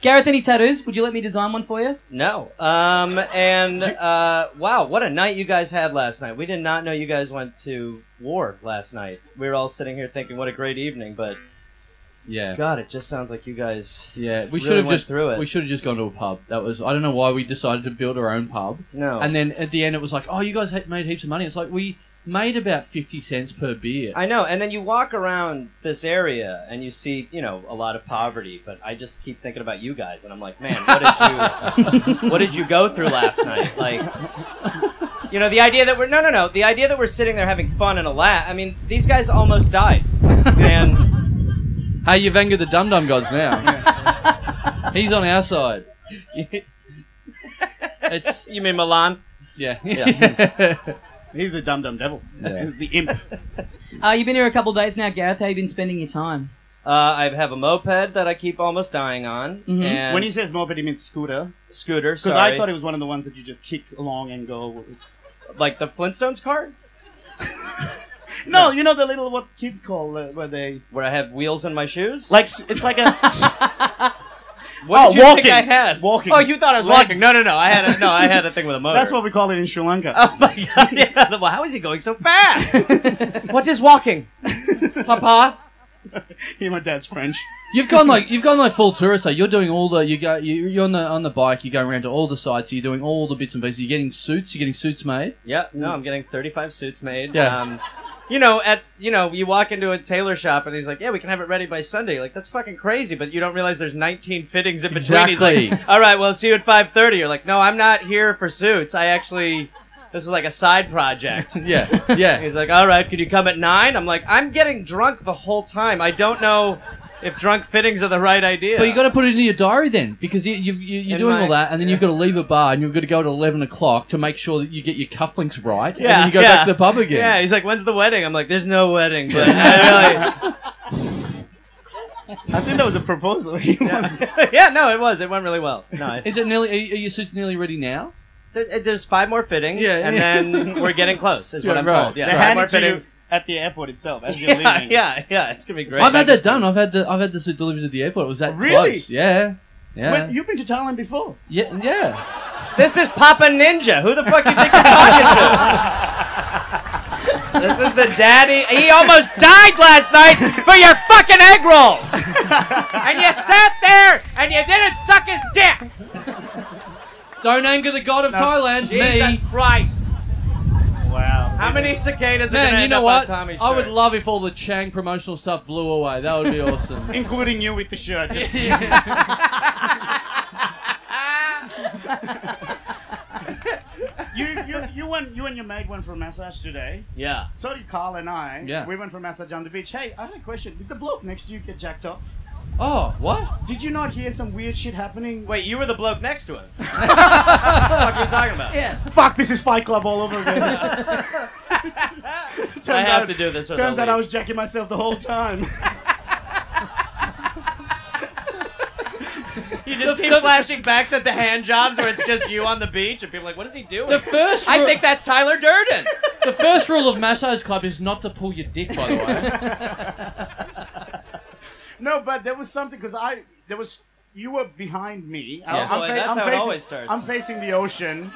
Speaker 3: Gareth, any tattoos? Would you let me design one for you?
Speaker 7: No. Um. And uh, wow, what a night you guys had last night. We did not know you guys went to war last night. We were all sitting here thinking, what a great evening. But
Speaker 4: Yeah.
Speaker 7: God, it just sounds like you guys.
Speaker 4: Yeah, we
Speaker 7: Really
Speaker 4: should have
Speaker 7: went
Speaker 4: just
Speaker 7: through it.
Speaker 4: we should have just gone to a pub. That was I don't know why we decided to build our own pub.
Speaker 7: No.
Speaker 4: And then at the end it was like, "Oh, you guys ha- made heaps of money." It's like we made about 50 cents per beer.
Speaker 7: I know, and then you walk around this area and you see, you know, a lot of poverty. But I just keep thinking about you guys, and I'm like, man, what did you, what did you go through last night? Like, you know, the idea that we're no, no, no, the idea that we're sitting there having fun and a laugh. I mean, these guys almost died, and
Speaker 4: hey, you've angered the Dum Dum Gods [laughs] now. He's on our side. It's
Speaker 7: you mean Milan?
Speaker 4: yeah.
Speaker 6: He's the dum dum devil.
Speaker 4: Yeah.
Speaker 6: He's the imp. [laughs]
Speaker 3: Uh, you've been here a couple days now, Gareth. How you been spending your time?
Speaker 7: Uh, I have a moped that I keep almost dying on,
Speaker 3: Mhm.
Speaker 7: and
Speaker 6: When he says moped, he means scooter.
Speaker 7: scooter.
Speaker 6: Because
Speaker 7: sorry.
Speaker 6: I thought it was one of the ones that you just kick along and go.
Speaker 7: Like the Flintstones card,
Speaker 6: No, you know the little what kids call uh, where they
Speaker 7: where I have wheels on my shoes.
Speaker 6: like s- it's like [laughs] a oh,
Speaker 7: what did you
Speaker 6: walking.
Speaker 7: think I had?
Speaker 6: Walking.
Speaker 7: Oh, you thought I was
Speaker 6: Legs.
Speaker 7: walking? No, no, no. I had a, no. I had a thing with a motor.
Speaker 6: that's what we call it in Sri Lanka.
Speaker 7: [laughs]
Speaker 6: [laughs]
Speaker 7: Oh my god! Yeah. Well, how is he going so fast? what is walking, Papa?
Speaker 6: Hear my dad's French.
Speaker 4: [laughs] You've gone like you've gone like full tourist. Though. You're doing all the you go you, you're on the on the bike. You go around to all the sites. You're doing all the bits and pieces. You're getting suits. You're getting suits made.
Speaker 7: Yeah, no, I'm getting 35 suits made.
Speaker 4: Yeah.
Speaker 7: Um, you know, at you know, you walk into a tailor shop and he's like, "Yeah, we can have it ready by Sunday." Like that's fucking crazy, but you don't realize there's 19 fittings in between. He's
Speaker 4: Exactly.
Speaker 7: like, "All right, well, see you at 5:30." You're like, "No, I'm not here for suits. I actually, this is like a side project."
Speaker 4: Yeah, [laughs] yeah.
Speaker 7: He's like, "All right, could you come at 9? I'm like, "I'm getting drunk the whole time. I don't know if drunk fittings are the right idea."
Speaker 4: But you got to put it into your diary then, because you, you, you, you're
Speaker 7: In
Speaker 4: doing
Speaker 7: my-
Speaker 4: all that, and then
Speaker 7: yeah.
Speaker 4: you've got to leave a bar, and you've got to go at eleven o'clock to make sure that you get your cufflinks right, and
Speaker 7: Yeah,
Speaker 4: then you go
Speaker 7: yeah.
Speaker 4: back to the pub again.
Speaker 7: Yeah, he's like, "When's the wedding?" I'm like, "There's no wedding." But I
Speaker 4: [laughs]
Speaker 7: really,
Speaker 6: I think that was a proposal. [laughs] He was-
Speaker 7: yeah. [laughs] yeah, no, it was. It went really well. No, I-
Speaker 4: Is it nearly? Are, are your suits nearly ready now?
Speaker 7: there- there's five more fittings,
Speaker 4: Yeah,
Speaker 7: and
Speaker 4: yeah.
Speaker 7: then we're getting close. Is what
Speaker 4: Yeah,
Speaker 7: I'm
Speaker 4: right.
Speaker 7: told. Yeah,
Speaker 6: They
Speaker 7: five
Speaker 6: hand
Speaker 7: more
Speaker 6: it to you
Speaker 7: fittings. [laughs]
Speaker 6: at the airport itself as [laughs] you're
Speaker 7: Yeah,
Speaker 6: leaving.
Speaker 7: yeah, yeah. It's gonna be great.
Speaker 4: I've had that done. I've had the I've had the suit delivered to the airport. It was that
Speaker 6: Really?
Speaker 4: close? Yeah, yeah,
Speaker 6: Wait, you've been to Thailand before.
Speaker 4: yeah, yeah.
Speaker 7: This is Papa Ninja. Who the fuck you think you're talking to? this is the daddy. He almost died last night for your fucking egg rolls,
Speaker 6: [laughs]
Speaker 7: and you sat there and you didn't suck his dick.
Speaker 4: Don't anger the god of Thailand,
Speaker 7: Jesus
Speaker 4: me.
Speaker 7: Christ!
Speaker 6: Wow.
Speaker 7: How many cicadas are gonna
Speaker 4: Man, you
Speaker 7: end
Speaker 4: know
Speaker 7: up
Speaker 4: what?
Speaker 7: on Tommy's
Speaker 4: I would
Speaker 7: shirt?
Speaker 4: love if all the Chang promotional stuff blew away. That would be
Speaker 7: [laughs]
Speaker 4: awesome.
Speaker 6: Including you with the shirt. Just- you, you, you, went, you and your mate went for a massage today.
Speaker 7: yeah.
Speaker 6: So did Carl and I.
Speaker 4: Yeah.
Speaker 6: We went for a massage on the beach. Hey, I had a question. Did the bloke next to you get jacked off?
Speaker 4: oh, what?
Speaker 6: Did you not hear some weird shit happening?
Speaker 7: Wait, you were the bloke
Speaker 4: [laughs]
Speaker 7: next to him. what the fuck are you talking about?
Speaker 6: Fuck, this is Fight Club all over
Speaker 7: [laughs]
Speaker 6: again. [laughs] Turns
Speaker 7: I have
Speaker 6: out-
Speaker 7: to do this. With
Speaker 6: Turns out
Speaker 7: Ali.
Speaker 6: I was jacking myself the whole time.
Speaker 7: You just keep flashing back to the hand jobs where it's just you on the beach, and people are like, "What is he doing?"
Speaker 4: The first,
Speaker 7: I
Speaker 4: ru-
Speaker 7: think that's Tyler
Speaker 4: [laughs]
Speaker 7: Durden.
Speaker 4: the first rule of massage club is not to pull your dick. By the way.
Speaker 6: No, but there was something because I there was you were behind me. I-
Speaker 4: Yeah.
Speaker 7: Oh, that's how it
Speaker 6: facing,
Speaker 7: always starts.
Speaker 6: I'm facing the ocean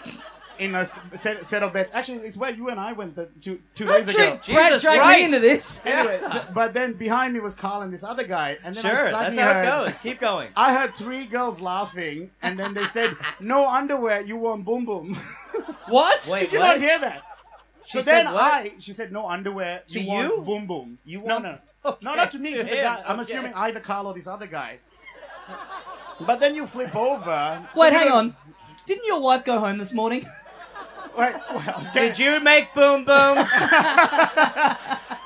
Speaker 6: in a s- set, set of beds. Actually, it's where you and I went the, two two days
Speaker 3: [laughs]
Speaker 6: ago.
Speaker 7: Jesus
Speaker 3: Brad dragged me
Speaker 7: Christ.
Speaker 3: into this.
Speaker 6: Anyway, j- but then behind me was Carl and this other guy, and then I
Speaker 7: Sure, that's
Speaker 6: suddenly
Speaker 7: how
Speaker 6: heard,
Speaker 7: it goes. Keep going.
Speaker 6: I heard three girls laughing, and then they said, "No underwear, you want boom [laughs] boom."
Speaker 4: What?
Speaker 7: Wait,
Speaker 6: Did you
Speaker 7: what?
Speaker 6: not hear that?
Speaker 7: She
Speaker 6: so then
Speaker 7: said what?
Speaker 6: I, she said, "No underwear,
Speaker 7: To
Speaker 6: you want
Speaker 7: you?
Speaker 6: boom boom."
Speaker 7: You
Speaker 6: no,
Speaker 7: want-
Speaker 6: no, no,
Speaker 7: [laughs] Okay,
Speaker 6: not to me.
Speaker 7: to
Speaker 6: to the
Speaker 7: him,
Speaker 6: guy. I'm
Speaker 7: okay.
Speaker 6: assuming either Carl or this other guy. But then you flip over.
Speaker 3: [laughs]
Speaker 6: so
Speaker 3: Wait,
Speaker 6: you
Speaker 3: hang
Speaker 6: don't-
Speaker 3: on. Didn't your wife go home this morning?
Speaker 6: Wait, wait, I was getting-
Speaker 7: Did you make boom [laughs] boom?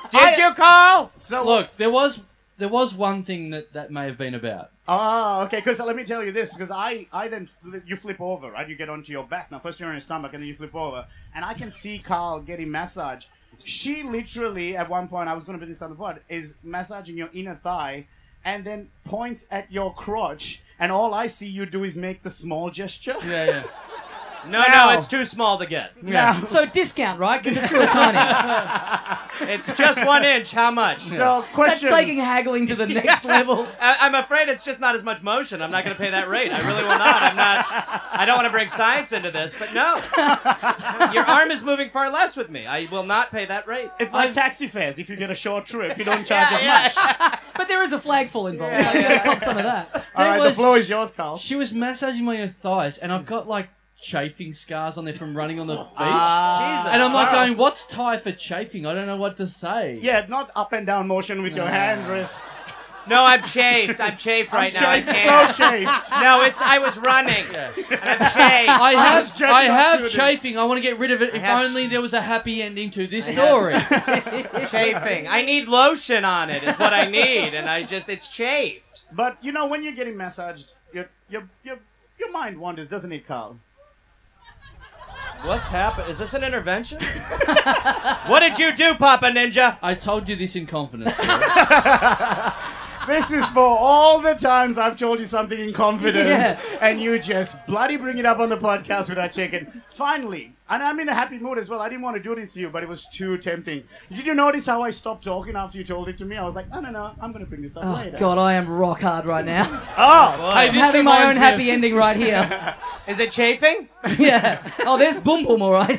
Speaker 7: Did you, Carl?
Speaker 6: So
Speaker 4: Look, there was there was one thing that that may have been about.
Speaker 6: Ah, okay. Because let me tell you this. Because I, I then fl- you flip over, right? You get onto your back. Now, first you're on your stomach, and then you flip over, and I can see Carl getting massage. She literally, at one point, I was going to put this on the pod, is massaging your inner thigh, and then points at your crotch, and all I see you do is make the small gesture.
Speaker 4: Yeah, yeah.
Speaker 7: No, no,
Speaker 6: Now.
Speaker 7: it's too small to get.
Speaker 4: Yeah.
Speaker 3: So discount, right? Because it's real tiny.
Speaker 7: It's
Speaker 6: [laughs]
Speaker 7: just one inch. How much?
Speaker 6: So,
Speaker 3: That's
Speaker 6: question.
Speaker 3: taking haggling
Speaker 4: [laughs]
Speaker 3: to the next level.
Speaker 7: I- I'm afraid it's just not as much motion. I'm not going to pay that rate. I really will not. I'm not. I don't want to bring science into this,
Speaker 6: [laughs]
Speaker 7: but no, your arm is moving far less with me. I will not pay that rate.
Speaker 6: It's like
Speaker 4: I've-
Speaker 6: taxi fares. If you get a short trip, you don't charge as much.
Speaker 3: But there is a flag fall involved. so you gotta cop some of that.
Speaker 6: All right, the
Speaker 4: was-
Speaker 6: floor is yours, Carl.
Speaker 4: She was massaging my inner thighs, and I've got like chafing scars on there from running on the beach.
Speaker 6: Ah.
Speaker 7: Jesus.
Speaker 4: and I'm like
Speaker 6: wow.
Speaker 4: going, "What's Thai for chafing? I don't know what to say."
Speaker 6: Yeah, not up and down motion with your hand, wrist.
Speaker 7: No, I'm chafed. I'm chafed right now. I
Speaker 6: Chafed,
Speaker 7: can't.
Speaker 6: so chafed.
Speaker 7: No, it's I was
Speaker 6: [laughs]
Speaker 7: running.
Speaker 4: Yeah.
Speaker 7: And I'm chafed.
Speaker 4: [laughs] I
Speaker 6: was
Speaker 4: have,
Speaker 6: joking
Speaker 4: I
Speaker 6: about
Speaker 4: have
Speaker 6: doing this.
Speaker 4: chafing. I want to get rid of it. If
Speaker 7: have
Speaker 4: only there was a happy ending to this
Speaker 7: have-
Speaker 4: story. [laughs]
Speaker 7: chafing. I need lotion on it. Is what I need, and I just it's chafed.
Speaker 6: But you know, when you're getting massaged, your your your, your mind wanders, doesn't it, Carl?
Speaker 7: What's happened? Is this an intervention? what did you do, Papa Ninja?
Speaker 4: I told you this in confidence.
Speaker 6: This is for all the times I've told you something in confidence,
Speaker 3: Yeah.
Speaker 6: and you just bloody bring it up on the podcast without checking. Finally, and I'm in a happy mood as well. I didn't want to do this to you, but it was too tempting. Did you notice how I stopped talking after you told it to me? I was like, no, no, no, I'm going to bring this up
Speaker 3: Oh
Speaker 6: later.
Speaker 3: god, I am rock hard right now.
Speaker 6: Oh,
Speaker 3: I'm having my own happy ending right here.
Speaker 4: [laughs]
Speaker 3: [laughs]
Speaker 7: Is it chafing?
Speaker 3: Yeah. Oh, there's Boom Boom, all
Speaker 4: [laughs]
Speaker 3: right.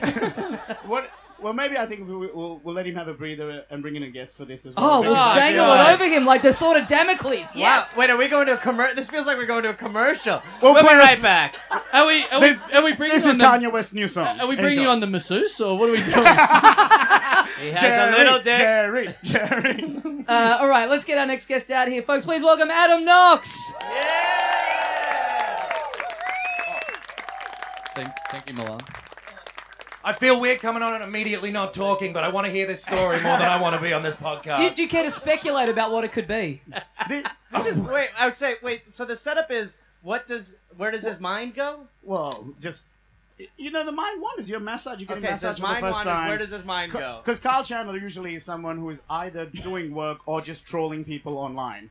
Speaker 6: what? Well, maybe I think we, we'll, we'll let him have a breather and bring in a guest for this as well.
Speaker 3: Oh, we'll
Speaker 6: Because-
Speaker 4: my
Speaker 3: dangle
Speaker 4: Ah, God.
Speaker 3: it over him like the sword of Damocles.
Speaker 7: Wow.
Speaker 3: Yes.
Speaker 7: Wait, are we going to a commercial? This feels like we're going to a commercial.
Speaker 6: We'll
Speaker 7: We'll, be
Speaker 6: play this-
Speaker 7: right back.
Speaker 4: Are we? Are we? Are we bringing
Speaker 6: This is
Speaker 4: on the? Uh,
Speaker 6: Kanye West's new song.
Speaker 4: Are we bringing
Speaker 6: Enjoy.
Speaker 4: on the masseuse or what
Speaker 6: [laughs]
Speaker 4: are we doing?
Speaker 7: He has
Speaker 6: Jerry,
Speaker 7: a little dick.
Speaker 6: Jerry, Jerry.
Speaker 3: Uh, all right, let's get our next guest out here, folks. Please welcome Adam Knox.
Speaker 4: thank, thank you, Milan.
Speaker 8: I feel weird coming on and immediately not talking, but I want to hear this story more than I want to be on this
Speaker 4: Uh,
Speaker 8: podcast.
Speaker 3: Did you care to speculate about what it could be?
Speaker 6: Thi- this is
Speaker 7: Wait, I would say, wait. So the setup is, what does, where does his mind go?
Speaker 6: well, just you know, the mind wanders. You're a massage. You're getting
Speaker 7: Okay,
Speaker 6: massage
Speaker 7: so his
Speaker 6: for the
Speaker 7: mind
Speaker 6: first
Speaker 7: wanders.
Speaker 6: time.
Speaker 7: Where does his mind go?
Speaker 6: because Kyle Chandler usually is someone who is either doing work or just trolling people online.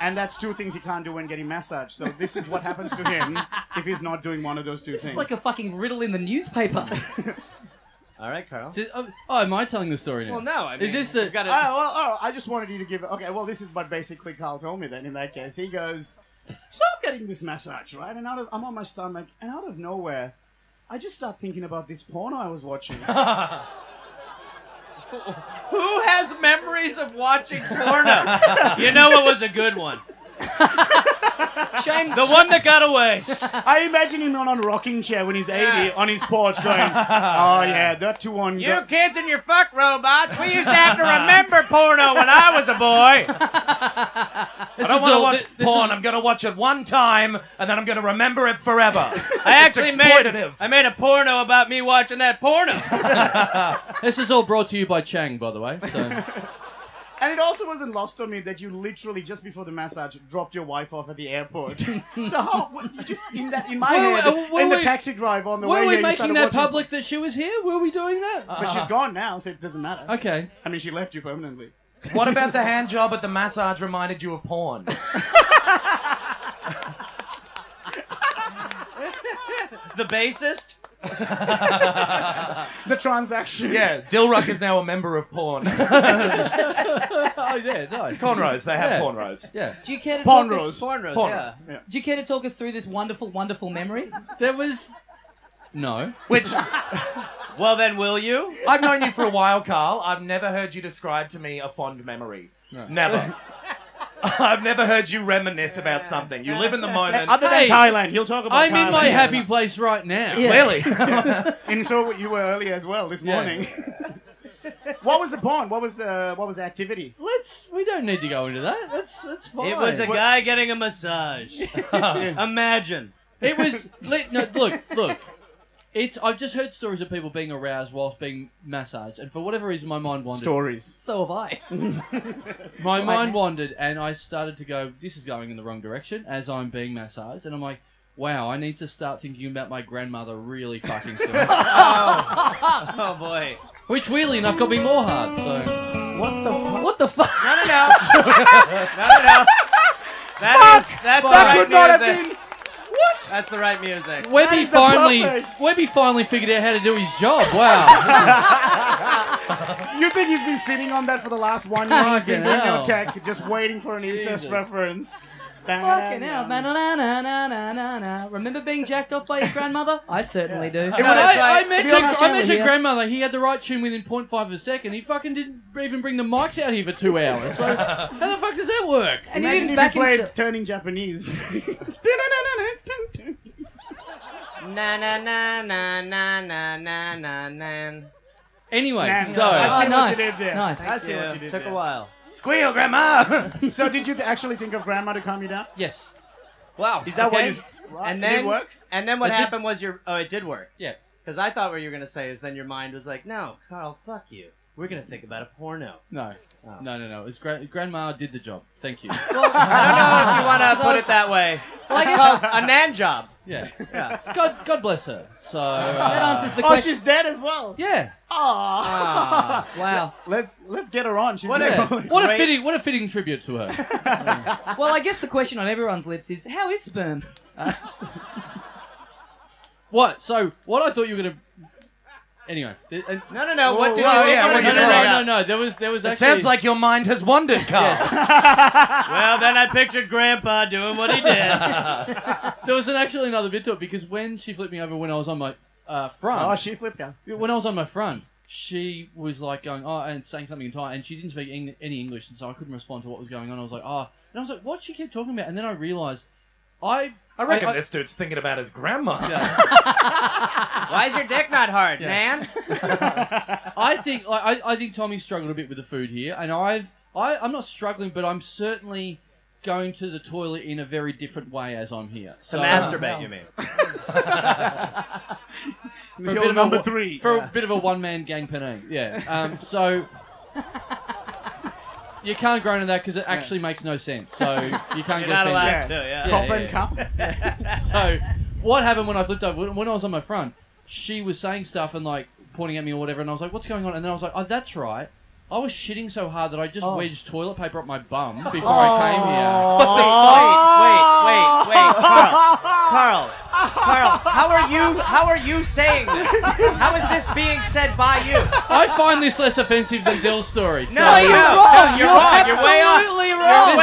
Speaker 6: And that's two things he can't do when getting massage. So this is what happens to him if he's not doing one of those two
Speaker 3: This
Speaker 6: things.
Speaker 3: is like a fucking riddle in the newspaper. [laughs]
Speaker 7: All right, Carl.
Speaker 4: Is it- oh, oh, am I telling the story now?
Speaker 7: Well, no. I mean,
Speaker 4: Is this the-
Speaker 7: we've got
Speaker 6: Oh,
Speaker 7: a,
Speaker 6: well, oh, I just wanted you to give. Okay, well, this is what basically Carl told me then. In that case, he goes, "So I'm getting this massage, right? And out of, I'm on my stomach, and out of nowhere, I just start thinking about this porno I
Speaker 4: [laughs]
Speaker 6: was watching.
Speaker 7: who has memories of [laughs] watching porno? you know, it was a good one.
Speaker 3: Shame.
Speaker 7: The one that got away.
Speaker 6: I imagine him on a rocking chair when he's 80
Speaker 7: Yeah.
Speaker 6: on his porch,
Speaker 4: [laughs]
Speaker 6: going, "Oh yeah, that two one."
Speaker 7: You kids and your fuck robots. We used to have to remember porno when I was a [laughs] boy.
Speaker 8: I don't want
Speaker 4: all-
Speaker 8: to watch
Speaker 4: thi- this
Speaker 8: porn.
Speaker 4: is-
Speaker 8: I'm going to watch it one time, and then I'm going to remember it forever.
Speaker 7: I actually made
Speaker 8: exploitative.
Speaker 7: I made a porno about me watching that porno.
Speaker 4: This is all brought to you by Chang, by the
Speaker 6: [laughs]
Speaker 4: way. So.
Speaker 6: And it also wasn't lost on me that you literally just before the massage dropped your wife off at the
Speaker 4: [laughs]
Speaker 6: airport. so how what- you just in that in my
Speaker 4: Were we-
Speaker 6: head
Speaker 4: uh, were
Speaker 6: in the
Speaker 4: we-
Speaker 6: taxi drive on the way
Speaker 4: Were we
Speaker 6: here, you
Speaker 4: making
Speaker 6: started
Speaker 4: that
Speaker 6: watching- Uh,
Speaker 4: public Uh-huh. that she was here? Were we doing that?
Speaker 6: But she's gone now, so it doesn't matter.
Speaker 4: okay.
Speaker 6: I mean, she left you permanently.
Speaker 8: what about
Speaker 7: [laughs]
Speaker 8: the hand job at the massage reminded you of porn?
Speaker 7: the bassist.
Speaker 6: The transaction. [laughs]
Speaker 8: Yeah, Dilruck is now a member of porn.
Speaker 4: oh yeah, nice.
Speaker 8: Cornrows, they have
Speaker 4: Yeah.
Speaker 8: cornrows.
Speaker 4: Yeah.
Speaker 3: Do you care to talk
Speaker 6: Ponros.
Speaker 3: us?
Speaker 7: Cornrows,
Speaker 8: Porn.
Speaker 7: yeah.
Speaker 3: Do you care to talk us through this wonderful, wonderful memory?
Speaker 4: There was no.
Speaker 8: Which
Speaker 7: Well, then, will you?
Speaker 8: I've known you for a while, Carl. I've never heard you describe to me a fond memory.
Speaker 7: [laughs]
Speaker 8: Never. I've never heard you reminisce about something. You live in the
Speaker 7: [laughs]
Speaker 8: moment.
Speaker 6: Other
Speaker 4: Hey,
Speaker 6: than Thailand, he'll talk about.
Speaker 4: I'm in my
Speaker 6: Thailand.
Speaker 4: happy place right now.
Speaker 3: Yeah.
Speaker 8: Clearly.
Speaker 6: And so what you were earlier as well this
Speaker 4: Yeah. [laughs]
Speaker 6: morning. what was the porn? What was the what was the activity?
Speaker 4: Let's. We don't need to go into that. That's that's fine.
Speaker 7: [laughs] It was a
Speaker 6: What-
Speaker 7: guy getting a
Speaker 8: [laughs]
Speaker 7: massage. Imagine.
Speaker 4: It was. li- no, look, look. It's. I've just heard stories of people being aroused whilst being massaged, and for whatever reason, my mind wandered.
Speaker 6: Stories.
Speaker 3: So have I.
Speaker 4: My mind wandered, and I started to go, this is going in the wrong direction as I'm being massaged. And I'm like, wow, I need to start thinking about my grandmother really fucking soon.
Speaker 6: [laughs]
Speaker 7: Oh boy.
Speaker 4: Which, weirdly enough, got me more hard. So,
Speaker 6: What the fuck?
Speaker 3: What the fuck?
Speaker 7: No, [laughs] no, no. no, no, no. That is- that's the right
Speaker 6: could not have
Speaker 7: music.
Speaker 6: been.
Speaker 7: That's the right music.
Speaker 4: Webby
Speaker 6: is the
Speaker 4: finally,
Speaker 6: perfect.
Speaker 4: Webby finally figured out how to do his job. Wow.
Speaker 6: You think he's been sitting on that for the last one year? he's been
Speaker 4: Fucking
Speaker 6: doing
Speaker 4: hell.
Speaker 6: no tech, just waiting for an incest
Speaker 4: Jesus.
Speaker 6: reference.
Speaker 3: [laughs] Fucking hell, man. Na, na, na, na, na, na. Remember being jacked off by your grandmother? I certainly do.
Speaker 4: When
Speaker 7: that's
Speaker 4: I, I
Speaker 7: right.
Speaker 4: met
Speaker 3: You're
Speaker 4: your,
Speaker 3: not
Speaker 4: I met
Speaker 3: telling
Speaker 4: your
Speaker 3: me.
Speaker 4: grandmother. He had the right tune within 0.5 of a second. He fucking didn't even bring the mics out here for two hours. So, how the fuck does that work?
Speaker 3: And you didn't
Speaker 6: Imagine if you
Speaker 3: back
Speaker 6: played [laughs]
Speaker 3: yourself.
Speaker 6: Turning Japanese.
Speaker 7: Na na na na na na na na na.
Speaker 4: Anyway,
Speaker 6: Man,
Speaker 4: so
Speaker 6: I see what
Speaker 3: Oh, nice,
Speaker 6: you did there.
Speaker 3: nice.
Speaker 6: I see
Speaker 7: Yeah,
Speaker 6: what you did
Speaker 7: took
Speaker 6: there.
Speaker 7: a while.
Speaker 8: Squeal, Grandma!
Speaker 6: So did you th- actually think of grandma to calm you down?
Speaker 4: yes,
Speaker 7: [laughs] Wow.
Speaker 6: Is that
Speaker 7: okay.
Speaker 6: what is? Right,
Speaker 7: And
Speaker 6: it did
Speaker 7: then,
Speaker 6: work?
Speaker 7: and then what
Speaker 4: It did-
Speaker 7: happened was your. Oh, it did work.
Speaker 4: yeah.
Speaker 7: Because I thought what you were gonna say is then your mind was like, no, Carl, fuck you. We're gonna think about a
Speaker 6: [laughs]
Speaker 7: porno.
Speaker 4: No. No, no, no. It's gra- grandma did the job. Thank you.
Speaker 7: I don't know if you
Speaker 3: Because
Speaker 7: wanna
Speaker 3: I
Speaker 7: put
Speaker 3: was-
Speaker 6: [laughs]
Speaker 7: it that way.
Speaker 3: [laughs] Well, I
Speaker 7: It's
Speaker 3: guess-
Speaker 7: called a nan job.
Speaker 4: Yeah, yeah. God, God bless her. So
Speaker 3: That
Speaker 4: uh,
Speaker 3: answers the
Speaker 6: Oh,
Speaker 3: question.
Speaker 6: she's dead as well.
Speaker 4: yeah,
Speaker 6: Aw.
Speaker 3: Wow.
Speaker 6: let's let's get her on. She's
Speaker 7: What
Speaker 4: yeah.
Speaker 6: dead.
Speaker 4: What a fitting, what a fitting tribute to her.
Speaker 3: Well, I guess the question on everyone's lips is, how is
Speaker 6: [laughs]
Speaker 3: sperm?
Speaker 4: What? So what I thought you were gonna. Anyway, th- uh,
Speaker 7: No, no, no. what
Speaker 6: Whoa,
Speaker 7: did
Speaker 6: whoa,
Speaker 7: you?
Speaker 8: yeah,
Speaker 7: what
Speaker 4: no,
Speaker 8: what
Speaker 7: did
Speaker 4: no,
Speaker 7: you
Speaker 4: no,
Speaker 7: bring
Speaker 4: no,
Speaker 7: up?
Speaker 4: no, no. There was, there was
Speaker 8: It
Speaker 4: actually.
Speaker 8: sounds like your mind has wandered, Carl.
Speaker 7: Well, then I pictured Grandpa doing what he did.
Speaker 4: There was an, actually another bit to it because when she flipped me over when I was on my uh, front,
Speaker 6: Oh, she flipped out.
Speaker 4: when I was on my front, she was like going, oh, and saying something in Thai, and she didn't speak Eng- any English, and so I couldn't respond to what was going on. I was like, oh, and I was like, what she kept talking about, and then I realised, I,
Speaker 8: I reckon
Speaker 4: I-
Speaker 8: this dude's thinking about his grandma.
Speaker 7: [laughs]
Speaker 8: [laughs]
Speaker 7: Why is your dick not hard, man?
Speaker 4: I think like, I, I think Tommy struggled a bit with the food here, and I've I, I'm not struggling, but I'm certainly going to the toilet in a very different way as I'm here.
Speaker 7: To
Speaker 4: So, uh,
Speaker 7: masturbate, you mean?
Speaker 4: for a
Speaker 6: You're
Speaker 4: bit of a
Speaker 6: number
Speaker 4: wa-
Speaker 6: three.
Speaker 4: for a bit of a one man gang panang. Yeah. Um, so you can't groan at that because it actually makes no sense. So you can't get
Speaker 7: You're not
Speaker 4: offended.
Speaker 7: allowed
Speaker 6: Yeah.
Speaker 7: to. Yeah.
Speaker 4: Yeah,
Speaker 6: Copper
Speaker 4: yeah.
Speaker 6: and cup.
Speaker 4: [laughs] So what happened when I flipped over? When- When I was on my front, she was saying stuff and like pointing at me or whatever, and I was like, "What's going on?" And then I was like, "Oh, that's right." I was shitting so hard that I
Speaker 7: Oh.
Speaker 4: just wedged toilet paper up my bum before I came here.
Speaker 7: Wait, wait, wait, wait, Carl, Carl, Carl. How are you? How are you saying this? How is this being said by you?
Speaker 4: I find this less offensive than Dill's story. So
Speaker 7: No,
Speaker 4: this
Speaker 7: you're wrong. You're wrong. You're way off.
Speaker 3: Absolutely wrong.
Speaker 4: is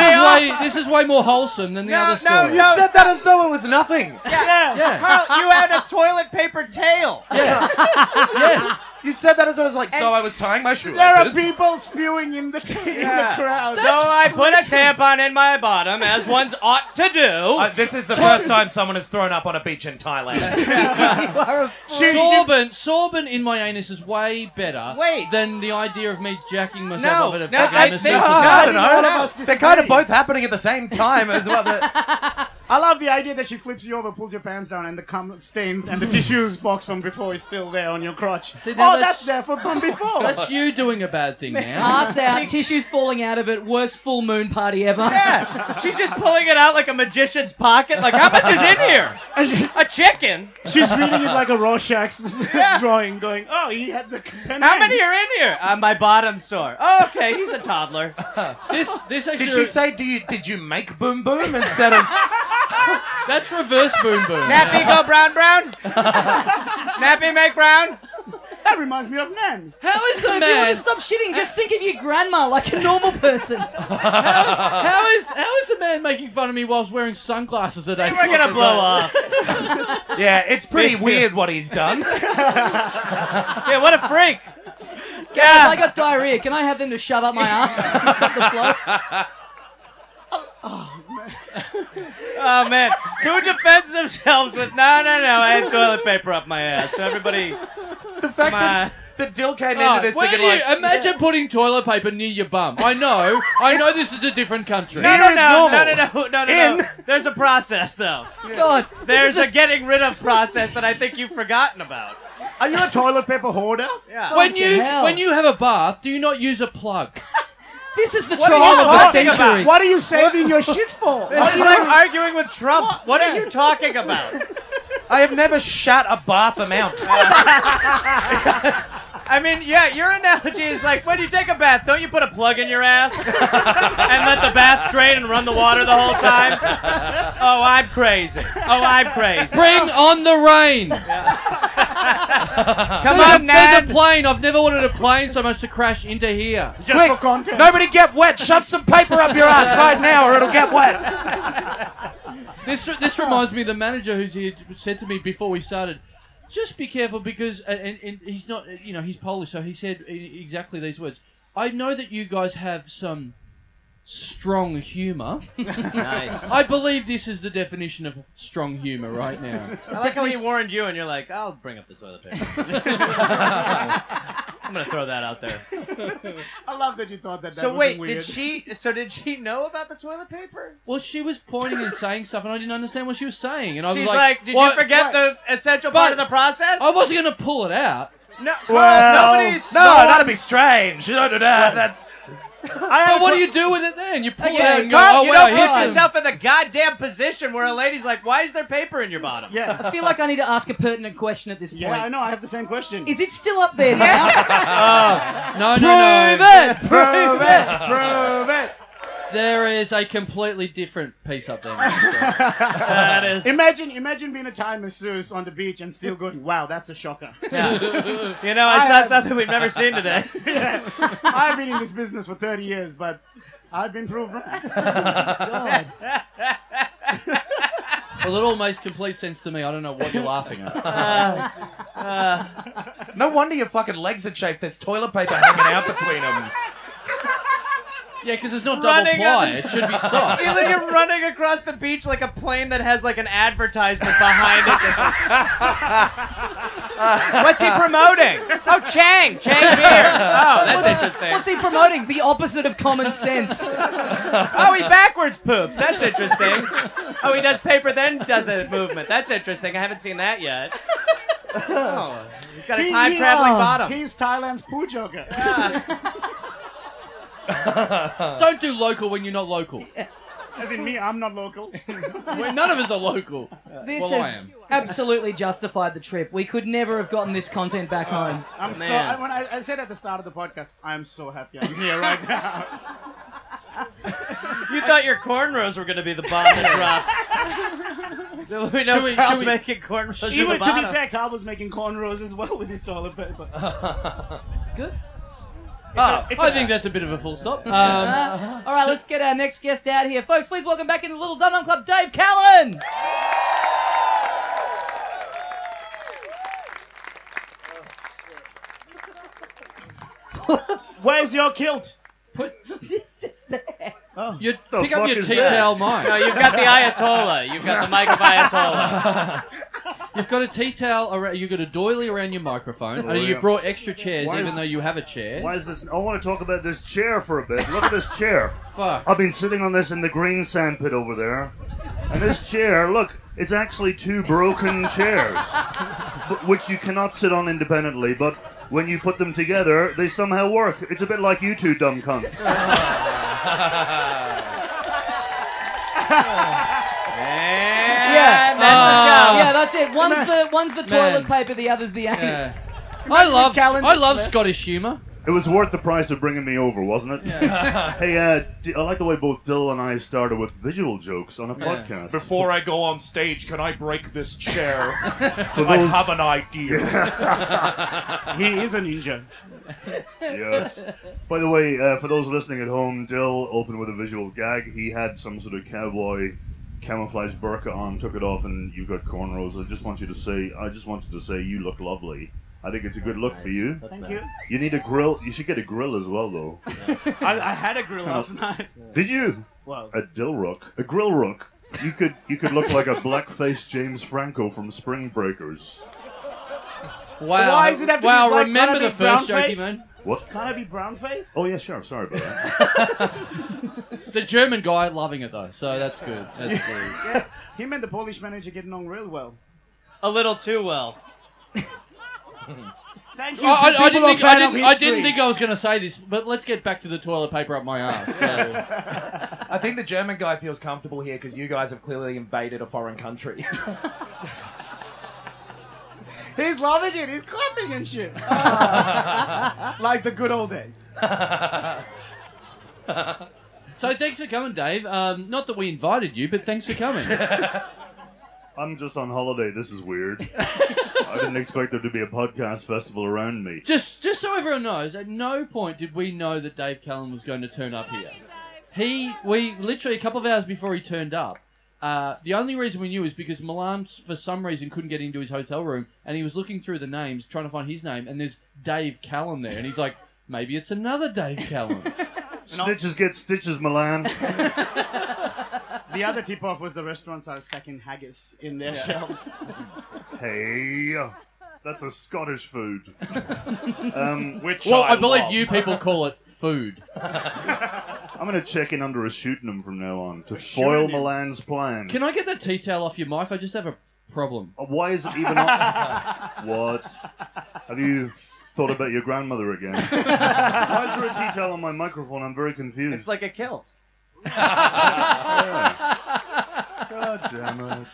Speaker 4: way this is way more wholesome than the
Speaker 7: No,
Speaker 4: other
Speaker 7: no,
Speaker 4: story.
Speaker 7: no.
Speaker 8: said that as though it was nothing.
Speaker 7: Yeah.
Speaker 4: Yeah.
Speaker 7: Carl, you had a toilet paper tail.
Speaker 4: Yeah. yes.
Speaker 8: You said that as though it was like, so I was tying my shoelaces.
Speaker 6: There are people spewing in the, [laughs] in
Speaker 7: Yeah.
Speaker 6: the crowd.
Speaker 7: So I put a tampon in my bottom, as one's ought to do.
Speaker 8: Uh, this is the first time someone has thrown up on a beach in Thailand.
Speaker 3: You are a fool.
Speaker 6: She- she-
Speaker 4: Sorbent, sorbent in my anus is way better
Speaker 7: Wait.
Speaker 4: than the idea of me jacking myself
Speaker 7: No,
Speaker 4: up at a
Speaker 7: no,
Speaker 4: fucking
Speaker 7: I
Speaker 4: masseuse.
Speaker 7: think-
Speaker 8: No,
Speaker 7: I
Speaker 8: I
Speaker 6: think
Speaker 8: don't
Speaker 6: all
Speaker 8: know.
Speaker 6: of
Speaker 8: no.
Speaker 6: us
Speaker 8: They're kind of
Speaker 6: disagree.
Speaker 8: both happening at the same time as well. The-
Speaker 6: I love the idea that she flips you over, pulls your pants down, and the cum stains and the tissues box from before is still there on your crotch.
Speaker 4: now
Speaker 6: oh,
Speaker 4: that's-
Speaker 6: that's, there for from before.
Speaker 4: That's you doing a bad thing now.
Speaker 3: Ass out, tissues falling out of it. Worst full moon party ever. [laughs]
Speaker 7: [laughs] Yeah, she's just pulling it out like a magician's pocket. Like, how much is in here?
Speaker 6: And she-
Speaker 7: A chicken?
Speaker 6: she's reading it like a [laughs] Rorschach
Speaker 7: Yeah.
Speaker 6: drawing, going, "Oh, he had the pen
Speaker 7: How
Speaker 6: in."
Speaker 7: many are in here? Uh, my bottom's sore. Oh, okay, he's a toddler.
Speaker 4: This, this actually,
Speaker 8: did you say? Do you? Did you make boom boom instead of?
Speaker 4: [laughs] that's reverse boom boom.
Speaker 7: Nappy go
Speaker 8: [laughs]
Speaker 7: brown brown. Nappy make brown.
Speaker 6: That reminds me of Nan.
Speaker 4: How is the
Speaker 3: If you want
Speaker 4: man?
Speaker 3: to stop shitting, just think of your grandma like a normal
Speaker 6: [laughs]
Speaker 3: person.
Speaker 4: How is how is the man making fun of me whilst wearing sunglasses at eight? [laughs]
Speaker 7: We're gonna blow off.
Speaker 8: Yeah, it's pretty weird what he's done.
Speaker 7: [laughs] Yeah, what a freak.
Speaker 3: If I
Speaker 7: Yeah.
Speaker 3: got diarrhea. Can I have them to shove up my
Speaker 6: [laughs]
Speaker 3: ass to stop the flow?
Speaker 7: Oh man, who defends themselves with no, no, no? I had toilet paper up my ass. So everybody,
Speaker 8: The fact
Speaker 7: my.
Speaker 8: that the Dill came
Speaker 4: Oh,
Speaker 8: into this
Speaker 4: where do
Speaker 8: thinking
Speaker 4: you,
Speaker 8: like,
Speaker 4: imagine putting toilet paper near your bum. I know,
Speaker 3: [laughs]
Speaker 4: I know this is a different country.
Speaker 7: No,
Speaker 8: Here
Speaker 7: no,
Speaker 8: is
Speaker 7: no, no,
Speaker 8: normal.
Speaker 7: no, no, no, no, no.
Speaker 8: In.
Speaker 7: There's a process though.
Speaker 3: God,
Speaker 7: There's a getting rid of process that I think you've forgotten about.
Speaker 6: Are you a toilet paper hoarder?
Speaker 7: Yeah.
Speaker 4: When
Speaker 3: Fucking
Speaker 4: you
Speaker 3: hell.
Speaker 4: when you have a bath, do you not use
Speaker 3: [laughs]
Speaker 4: a plug?
Speaker 3: this is the
Speaker 7: What are
Speaker 3: trauma of
Speaker 7: you
Speaker 3: the
Speaker 7: talking about?
Speaker 3: century.
Speaker 6: What are you saving your shit [laughs] for?
Speaker 7: This is like arguing with Trump. What, are you talking about?
Speaker 8: [laughs] I have never shat a bath amount.
Speaker 7: [laughs] I mean, yeah, your analogy is like when you take a bath, don't you put a plug in
Speaker 8: [laughs]
Speaker 7: your ass and let the bath drain and run the water the whole time? Oh, I'm crazy. Oh, I'm crazy.
Speaker 4: Bring on the
Speaker 3: [laughs]
Speaker 4: rain.
Speaker 7: Come
Speaker 4: There's,
Speaker 7: on,
Speaker 4: a, there's a
Speaker 7: Nan.
Speaker 4: plane. I've never wanted a plane so much to crash into here.
Speaker 6: Just for content.
Speaker 8: Nobody get wet. Shove some paper up your ass right now, or it'll get wet.
Speaker 4: This this reminds me. of The manager who's here said to me before we started, "Just be careful because uh, and, and he's not. You know, he's Polish, so he said i- exactly these words. I know that you guys have some strong humour.
Speaker 7: Nice.
Speaker 4: I believe this is the definition of strong humour right
Speaker 7: [laughs]
Speaker 4: now.
Speaker 7: I like how he warned you, and you're like, I'll bring up the toilet
Speaker 8: [laughs]
Speaker 7: paper. I'm gonna throw that out there.
Speaker 6: I love that you thought that. that
Speaker 7: So
Speaker 6: was
Speaker 7: wait,
Speaker 6: weird.
Speaker 7: did she? So did she know about the toilet paper?
Speaker 4: Well, she was pointing and saying stuff, and I didn't understand what she was saying. And I was
Speaker 7: She's
Speaker 4: like,
Speaker 7: like, did
Speaker 4: "What?"
Speaker 7: you forget the essential part of
Speaker 4: But-
Speaker 7: the process?
Speaker 4: I wasn't going to pull it out.
Speaker 7: no,
Speaker 6: Well,
Speaker 7: nobody's.
Speaker 8: No, that'd be strange. You don't do that. That's
Speaker 6: I
Speaker 4: But what do you do with it then? You pull it out and go,
Speaker 7: Carl,
Speaker 4: oh,
Speaker 7: you
Speaker 4: wow,
Speaker 7: don't
Speaker 4: here's
Speaker 7: put
Speaker 4: some-
Speaker 7: yourself in the goddamn position where a lady's like, "Why is there paper in your bottom?"
Speaker 6: Yeah,
Speaker 3: I feel like I need to ask a pertinent question at this point.
Speaker 6: yeah, I know. I have the same question.
Speaker 3: Is it still up there now?
Speaker 4: No, no, no.
Speaker 6: prove [laughs] it? Prove it.
Speaker 4: There is a completely different piece up there. mate.
Speaker 7: [laughs] That is.
Speaker 6: Imagine, imagine being a Thai masseuse on the beach and still going, "Wow, that's a shocker." [laughs]
Speaker 7: yeah. [laughs] You know,
Speaker 6: I
Speaker 7: I saw
Speaker 6: have-
Speaker 7: something we've never seen today.
Speaker 6: I've been in this business for 30 years, but I've been proved wrong. [laughs] God.
Speaker 4: well, it all makes complete sense to me. I don't know what you're laughing at.
Speaker 8: [laughs]
Speaker 7: [laughs]
Speaker 8: No wonder your fucking legs are chafed. There's toilet paper hanging out between them.
Speaker 4: Yeah, because it's not double
Speaker 7: Running
Speaker 4: ply.
Speaker 7: on-
Speaker 4: It should be
Speaker 7: [laughs] Feel
Speaker 4: soft.
Speaker 7: like you're running across the beach like a plane that has like an advertisement behind it. What's he promoting? Oh, Chang, Chang beer. Oh, that's interesting.
Speaker 3: What's he promoting? The opposite of common sense.
Speaker 7: Oh, he backwards poops. That's interesting. Oh, he does paper then does a movement. That's interesting. I haven't seen that yet. Oh, he's got a
Speaker 6: He-
Speaker 7: time
Speaker 6: he-
Speaker 7: traveling
Speaker 3: oh,
Speaker 7: bottom.
Speaker 6: He's Thailand's poo joker.
Speaker 4: don't do local when you're not local.
Speaker 6: As in me, I'm not [laughs] local.
Speaker 4: When none of us are local.
Speaker 3: This
Speaker 4: Well, I
Speaker 3: has
Speaker 4: am.
Speaker 3: absolutely justified the trip. We could never have gotten this content back home.
Speaker 6: I'm so.
Speaker 7: Man.
Speaker 6: I, when I, I said at the start of the podcast, I'm so happy I'm here [laughs] right now.
Speaker 7: You thought your cornrows were going to be the bomb
Speaker 6: [laughs]
Speaker 7: that dropped. [laughs] we know
Speaker 4: Should we-
Speaker 7: Carl's
Speaker 4: should we-
Speaker 7: making cornrows at the
Speaker 6: Even to be
Speaker 7: bottom.
Speaker 6: fair, Carl was making cornrows as well with his toilet paper.
Speaker 3: Good.
Speaker 7: oh,
Speaker 4: I think that's a bit of a full
Speaker 7: [laughs]
Speaker 4: stop. Um,
Speaker 3: Uh, all right, let's get our next guest out here, folks. Please welcome back into the Little Dum Dum Club, Dave Callan.
Speaker 6: Where's your kilt?
Speaker 4: put,
Speaker 3: Just- just there.
Speaker 4: you
Speaker 5: The
Speaker 4: pick up
Speaker 5: fuck
Speaker 4: your
Speaker 5: is
Speaker 4: tea
Speaker 5: this?
Speaker 4: towel mine.
Speaker 7: no, you've got the Ayatollah. You've got the mic of Ayatollah.
Speaker 4: You've got a tea towel around. You've got a doily around your microphone, and you
Speaker 9: yeah.
Speaker 4: brought extra chairs,
Speaker 9: Why
Speaker 4: even
Speaker 9: is-
Speaker 4: though you have a chair.
Speaker 9: Why is this? I want to talk about this chair for a bit. Look at this chair.
Speaker 4: Fuck.
Speaker 9: I've been sitting on this in the green sand pit over there. And this chair, look, it's actually two broken chairs, bu- which you cannot sit on independently, but when you put them together, they somehow work. It's a bit like you two dumb cunts.
Speaker 4: uh,
Speaker 7: And that's the show.
Speaker 3: yeah, that's it. One's the one's the toilet
Speaker 4: Man.
Speaker 3: paper, the other's the anus.
Speaker 4: I love
Speaker 6: calendar
Speaker 4: I love
Speaker 6: slip.
Speaker 4: Scottish humour.
Speaker 9: It was worth the price of bringing me over, wasn't it? hey, uh, d- I like the way both Dill and I started with visual jokes on a podcast.
Speaker 8: Before I go on stage, can I break this chair?
Speaker 9: For
Speaker 8: I
Speaker 9: those-
Speaker 8: have an idea.
Speaker 6: He is a ninja.
Speaker 9: yes. By the way, uh, for those listening at home, Dill opened with a visual gag. He had some sort of cowboy camouflage burqa on, took it off, and you've got cornrows. I just want you to say, I just wanted to say, you look lovely. I think it's a good look for you.
Speaker 6: Thank you.
Speaker 9: You need a grill. You should get a grill as well, though.
Speaker 6: I, I had a grill last night.
Speaker 9: Did you?
Speaker 6: Well,
Speaker 9: A dill rook, a grill rook. You could you could look like a black-faced James Franco from Spring Breakers.
Speaker 4: Wow.
Speaker 6: Why does it have to be
Speaker 4: wow,
Speaker 6: black?
Speaker 4: remember
Speaker 6: Can't it
Speaker 4: the
Speaker 6: be
Speaker 4: first
Speaker 6: brown
Speaker 4: joke you
Speaker 6: face?
Speaker 4: made?
Speaker 9: What?
Speaker 6: can I be brown face?
Speaker 9: Oh yeah, sure. Sorry about that.
Speaker 4: The German guy loving it though, so that's good. That's
Speaker 6: [laughs]
Speaker 4: good.
Speaker 6: Him and the Polish manager getting on real well.
Speaker 7: A little too well.
Speaker 6: Thank you.
Speaker 4: I, I, I
Speaker 6: People
Speaker 4: didn't
Speaker 6: are
Speaker 4: think
Speaker 6: fan
Speaker 4: I
Speaker 6: of
Speaker 4: didn't, I
Speaker 6: history.
Speaker 4: didn't think I was going to say this, but let's get back to the toilet paper up my ass. So.
Speaker 6: [laughs]
Speaker 8: I think the German guy feels comfortable here because you guys have clearly invaded a foreign country.
Speaker 6: He's loving it. He's clapping and shit. [laughs] like the good old days.
Speaker 4: so thanks for coming, Dave. Um, not that we invited you, but thanks for coming.
Speaker 9: I'm just on holiday. This
Speaker 4: [laughs]
Speaker 9: is weird. I didn't expect there to be a podcast festival around me.
Speaker 4: just just so everyone knows, at no point did we know that Dave Callan was going to turn up here. He we literally a couple of hours before he turned up. Uh, the only reason we knew is because Milan, for some reason, couldn't get into his hotel room, and he was looking through the names, trying to find his name, and there's Dave Callan there, and he's like, maybe it's another Dave
Speaker 9: [laughs]
Speaker 4: Callan.
Speaker 9: Snitches get stitches, Milan.
Speaker 6: The other tip off was the restaurants are stacking haggis in their shelves.
Speaker 9: hey, that's a
Speaker 4: [laughs]
Speaker 9: Scottish food. Um,
Speaker 8: Which
Speaker 4: well, I
Speaker 8: love.
Speaker 4: believe you people call it food.
Speaker 9: I'm gonna check in under a shooting him from now on to foil Milan's plans.
Speaker 4: Can I get the tea towel off your mic? I just have a problem. [laughs]
Speaker 9: Uh, Why is it even on? what? Have you? thought about your
Speaker 4: [laughs]
Speaker 9: grandmother again. Why is there a tea towel on my microphone? I'm very confused.
Speaker 7: [laughs] It's like a kilt.
Speaker 9: God damn it.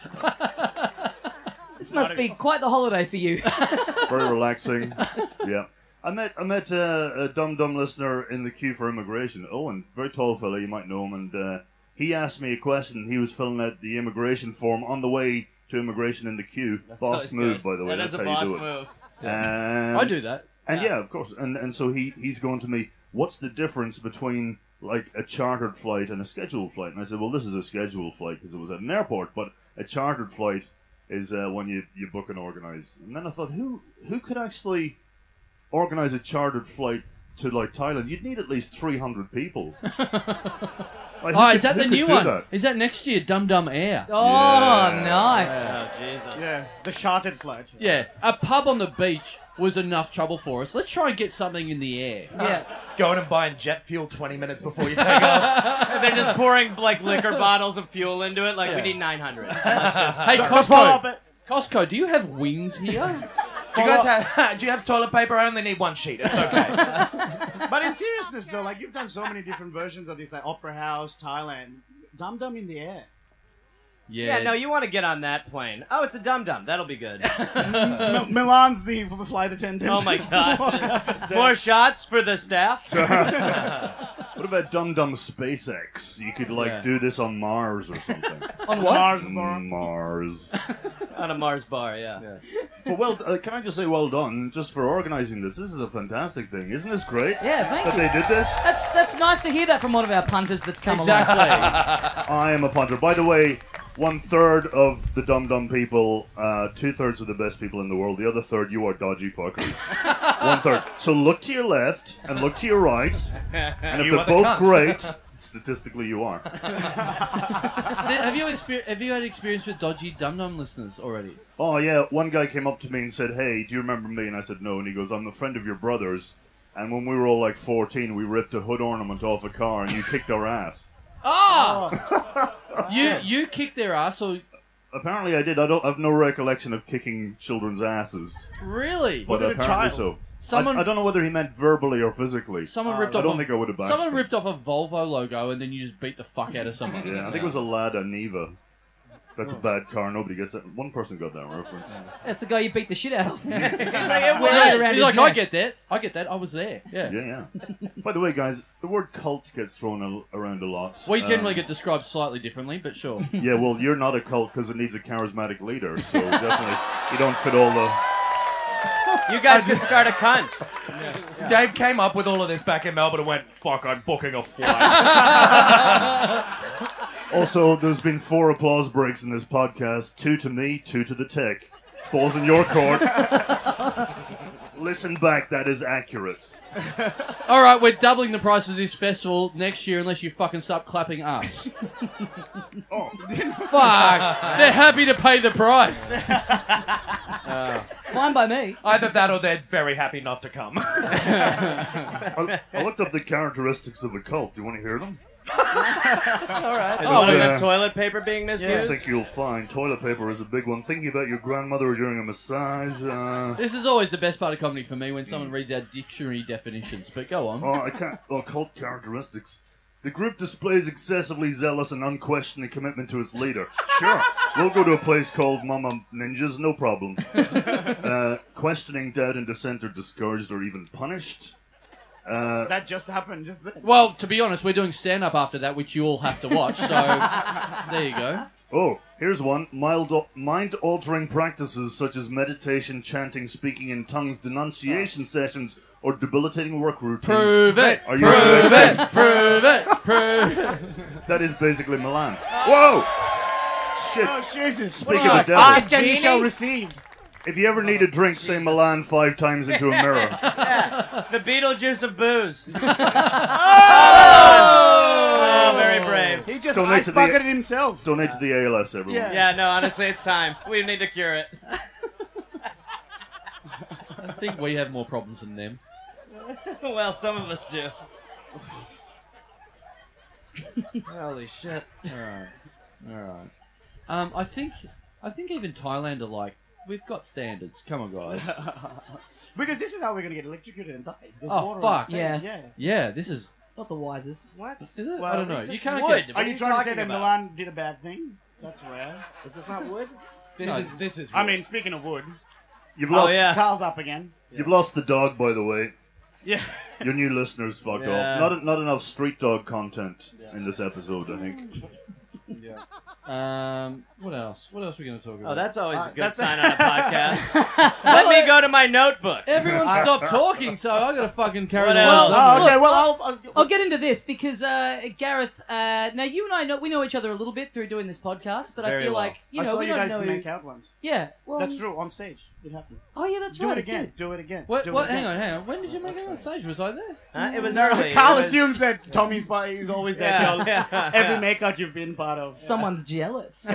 Speaker 3: This must be quite the holiday for you.
Speaker 9: Very
Speaker 7: [laughs]
Speaker 9: relaxing. Yeah. I met I met uh, a dumb dumb listener in the queue for immigration. Owen, very tall fella, you might know him, and uh, he asked me a question. He was filling out the immigration form on the way to immigration in the queue. boss
Speaker 7: always
Speaker 9: move,
Speaker 7: good.
Speaker 9: by the way.
Speaker 7: That
Speaker 9: That's
Speaker 7: is a
Speaker 9: how
Speaker 7: boss
Speaker 9: you do it.
Speaker 7: move.
Speaker 9: Um,
Speaker 4: I do that.
Speaker 9: And yeah, of course. And and so he he's going to me, what's the difference between like a chartered flight and a scheduled flight? And I said, well, this is a scheduled flight because it was at an airport, but a chartered flight is uh, when you you book and organize. And then I thought, who who could actually organize a chartered flight to like Thailand? You'd need at least three
Speaker 4: [laughs]
Speaker 9: hundred people. Like, who
Speaker 4: Oh, is
Speaker 9: could-
Speaker 4: that
Speaker 9: who
Speaker 4: the
Speaker 9: could
Speaker 4: new
Speaker 9: do
Speaker 4: one?
Speaker 9: that?
Speaker 4: Is that next year? Dum Dum Air.
Speaker 3: Oh,
Speaker 9: Yeah.
Speaker 3: nice.
Speaker 7: Oh Jesus.
Speaker 6: Yeah, the chartered flight.
Speaker 4: Yeah, a pub on the beach was enough trouble for us. Let's try and get something in the
Speaker 9: [laughs]
Speaker 4: air.
Speaker 8: Going and buying jet fuel 20 minutes before you take off.
Speaker 7: [laughs] They're just pouring like liquor bottles of fuel into it. Like we need 900. Let's just-
Speaker 4: Hey,
Speaker 6: Follow-up,
Speaker 4: Costco.
Speaker 6: uh,
Speaker 4: Costco, do you have
Speaker 3: [laughs]
Speaker 4: wings here?
Speaker 8: do you guys have? [laughs] Do you have toilet paper? I only need one sheet. It's okay.
Speaker 6: But in seriousness, though, like you've done so many different versions of this, like Opera House, Thailand, Dum Dum in the air.
Speaker 4: yeah.
Speaker 7: [laughs] yeah, no, you want to get on that plane. Oh, it's a dum dum. That'll be
Speaker 8: [laughs]
Speaker 7: good.
Speaker 6: Mil- Milan's the the flight attendant.
Speaker 7: [laughs] Oh my god. More shots for the [laughs] staff.
Speaker 9: What about Dum Dum SpaceX? You could like
Speaker 4: Yeah.
Speaker 9: do this on Mars or
Speaker 4: [laughs]
Speaker 9: something. Mm,
Speaker 3: On what?
Speaker 6: Mars bar.
Speaker 9: Mars.
Speaker 7: on a Mars bar, yeah.
Speaker 9: But well, uh, can I just say well done just for organising this? This is a fantastic thing, isn't this great?
Speaker 3: Yeah, thank
Speaker 9: That
Speaker 3: you.
Speaker 9: they did this.
Speaker 3: That's that's nice to hear that from one of our punters that's [laughs] come along.
Speaker 4: Exactly.
Speaker 9: I am a punter. By the way, one third of the dumb dumb people, uh, two thirds of the best people in the world. The other third, you are
Speaker 3: [laughs]
Speaker 9: dodgy fuckers. one third. So look to your left and look to your right, and if
Speaker 8: You
Speaker 9: they're
Speaker 8: are the
Speaker 9: both
Speaker 8: cunt.
Speaker 9: great,
Speaker 8: [laughs]
Speaker 9: statistically you are.
Speaker 4: Did- have you exper- have you had experience with dodgy Dum Dum listeners already?
Speaker 9: Oh yeah, one guy came up to me and said, "Hey, do you remember me?" And I said, "No." And he goes, "I'm a friend of your brother's." And when we were all like 14, we ripped a hood ornament off a car, and you kicked our ass. Oh!
Speaker 4: Ah,
Speaker 9: [laughs]
Speaker 4: you you kicked their ass or
Speaker 9: Apparently, I did. I don't I have no recollection of kicking children's asses,
Speaker 4: really?
Speaker 9: but
Speaker 6: it a
Speaker 9: apparently
Speaker 6: child?
Speaker 9: so.
Speaker 4: Someone-
Speaker 9: I, I don't know whether he meant verbally or physically.
Speaker 4: Someone ripped
Speaker 9: uh, I
Speaker 4: off.
Speaker 9: don't
Speaker 4: a,
Speaker 9: think I would have bashed
Speaker 4: Someone
Speaker 9: them.
Speaker 4: ripped off a Volvo logo and then you just beat the fuck out of someone.
Speaker 9: Yeah, I think it was a lad, a Neva. That's a bad car. Nobody gets that. One person got that reference.
Speaker 3: That's the guy you beat the shit out of.
Speaker 4: Yeah,
Speaker 3: Around
Speaker 4: he's
Speaker 3: his
Speaker 4: like,
Speaker 3: neck.
Speaker 4: I get that. I get that. I was there. Yeah.
Speaker 9: Yeah, yeah. By the way, guys, the word cult gets thrown a, around a lot.
Speaker 4: We generally
Speaker 9: Um,
Speaker 4: get described slightly differently, but sure.
Speaker 9: Yeah, well, you're not a cult because it needs a charismatic leader, so
Speaker 4: [laughs]
Speaker 9: definitely you don't fit all the.
Speaker 7: You guys could start a cunt.
Speaker 8: Dave came up with all of this back in Melbourne and went, "Fuck, I'm booking a
Speaker 7: [laughs]
Speaker 8: flight."
Speaker 9: Also, there's been four applause breaks in this podcast: two to me, two to the tech. Balls in your court. Listen back; that is accurate.
Speaker 4: All right, we're doubling the price of this festival next year unless you fucking stop clapping
Speaker 9: [laughs]
Speaker 4: us.
Speaker 9: Oh.
Speaker 4: Fuck. They're happy to pay the
Speaker 9: [laughs]
Speaker 4: price.
Speaker 3: Fine by me.
Speaker 8: Either that or they're very happy not to come.
Speaker 9: I, I looked up the characteristics of a cult. Do you want to hear them?
Speaker 7: Oh,
Speaker 9: Oh, yeah.
Speaker 7: the [laughs] toilet paper being
Speaker 9: I
Speaker 7: misused.
Speaker 9: think you'll find toilet paper is a big one. Thinking about your grandmother during a massage. Uh,
Speaker 4: This is always the best part of comedy for me when someone reads our dictionary definitions, but go on.
Speaker 9: Oh, I can't. Oh, cult characteristics. The group displays excessively zealous and unquestioning commitment to its leader. Sure. we'll go to a place called Mama Ninjas, no problem. uh, questioning doubt and dissent are discouraged or even punished. Uh,
Speaker 6: [laughs] That just happened just then.
Speaker 4: Well, to be honest, we're doing stand up after that, which you all have to watch,
Speaker 9: [laughs]
Speaker 4: so there you go.
Speaker 9: oh, here's one. Mild, mind altering practices such as meditation, chanting, speaking in tongues, denunciation sessions, or debilitating work routines.
Speaker 4: Prove it!
Speaker 9: Are
Speaker 4: Prove
Speaker 9: you sure it
Speaker 4: it!
Speaker 9: exists?
Speaker 4: Prove it! Prove it!
Speaker 9: That is basically Milan. Whoa! Shit.
Speaker 6: Oh Jesus!
Speaker 9: Speaking of devil.
Speaker 6: Ask and you shall receive.
Speaker 9: If you ever need a drink, say Milan five times into a mirror.
Speaker 7: The Beetlejuice of [laughs] booze.
Speaker 6: Ah!
Speaker 7: oh, very brave.
Speaker 6: He just
Speaker 9: Donate
Speaker 6: ice
Speaker 9: to the-
Speaker 6: bucketed himself. [laughs]
Speaker 9: Donate to the ALS, everyone.
Speaker 6: Yeah.
Speaker 7: Yeah, no, honestly, it's time. We need to cure it. [laughs]
Speaker 4: I think we have more problems than them.
Speaker 7: Well, some of us do. Holy shit.
Speaker 4: All right. Um, I think I think even Thailand are like. we- we've got standards. Come on,
Speaker 6: [laughs]
Speaker 4: guys.
Speaker 6: because this is how we're going to get electrocuted and die. There's
Speaker 4: Oh,
Speaker 6: water
Speaker 4: fuck.
Speaker 6: On stage.
Speaker 3: Yeah.
Speaker 6: yeah.
Speaker 4: Yeah, this is.
Speaker 3: Not the [laughs] wisest.
Speaker 7: What?
Speaker 4: Is it? I
Speaker 6: Well,
Speaker 4: don't know.
Speaker 6: it's
Speaker 4: You
Speaker 6: just
Speaker 4: can't
Speaker 7: wood.
Speaker 4: get.
Speaker 7: What
Speaker 6: Are
Speaker 7: are
Speaker 6: you
Speaker 7: you
Speaker 6: trying to say
Speaker 7: talking
Speaker 6: that
Speaker 7: about?
Speaker 6: Milan did a bad thing? That's rare.
Speaker 7: Is this not wood?
Speaker 8: This
Speaker 4: No.
Speaker 8: is this is.
Speaker 6: I mean, speaking of wood,
Speaker 9: You've lost.
Speaker 7: yeah.
Speaker 6: Carl's up again.
Speaker 9: You've lost the dog, by the way.
Speaker 6: Yeah.
Speaker 9: Your new listeners, fuck
Speaker 7: Yeah.
Speaker 9: off. Not not enough street dog content in this episode, I think.
Speaker 4: Yeah. [laughs] Um. What else? What else are we going to talk about?
Speaker 7: Oh, that's always
Speaker 6: Uh,
Speaker 7: a good
Speaker 6: that's-
Speaker 7: [laughs] sign on a podcast. Let me go to my notebook.
Speaker 6: [laughs]
Speaker 4: Everyone stopped talking, so I got to fucking carry
Speaker 7: What
Speaker 4: the
Speaker 7: else?
Speaker 4: loads
Speaker 6: Oh,
Speaker 4: on.
Speaker 6: okay. Well, I'll, I'll,
Speaker 3: I'll get into this because uh, Gareth. Uh, now you and I know we know each other a little bit through doing this podcast, but I
Speaker 7: Very
Speaker 3: feel
Speaker 7: well.
Speaker 3: like you
Speaker 6: I
Speaker 3: know
Speaker 6: saw
Speaker 3: we
Speaker 6: you
Speaker 3: don't
Speaker 6: guys
Speaker 3: know.
Speaker 6: make out once.
Speaker 3: Yeah, well,
Speaker 6: That's true. On stage, it happened.
Speaker 3: Oh yeah, that's
Speaker 6: do
Speaker 3: right.
Speaker 6: it
Speaker 3: I did.
Speaker 6: again. Do it again.
Speaker 4: What,
Speaker 6: do
Speaker 4: what,
Speaker 6: it again.
Speaker 4: hang on, hang on. When did you make it on stage? Was I there?
Speaker 7: Huh? Uh,
Speaker 6: [laughs]
Speaker 7: It was
Speaker 6: No,
Speaker 7: early.
Speaker 6: Carl
Speaker 7: It was-
Speaker 6: assumes that Tommy's by is always there.
Speaker 7: [laughs] Yeah,
Speaker 6: Carl.
Speaker 7: yeah.
Speaker 6: Every [laughs] makeout you've been part of.
Speaker 3: Someone's jealous.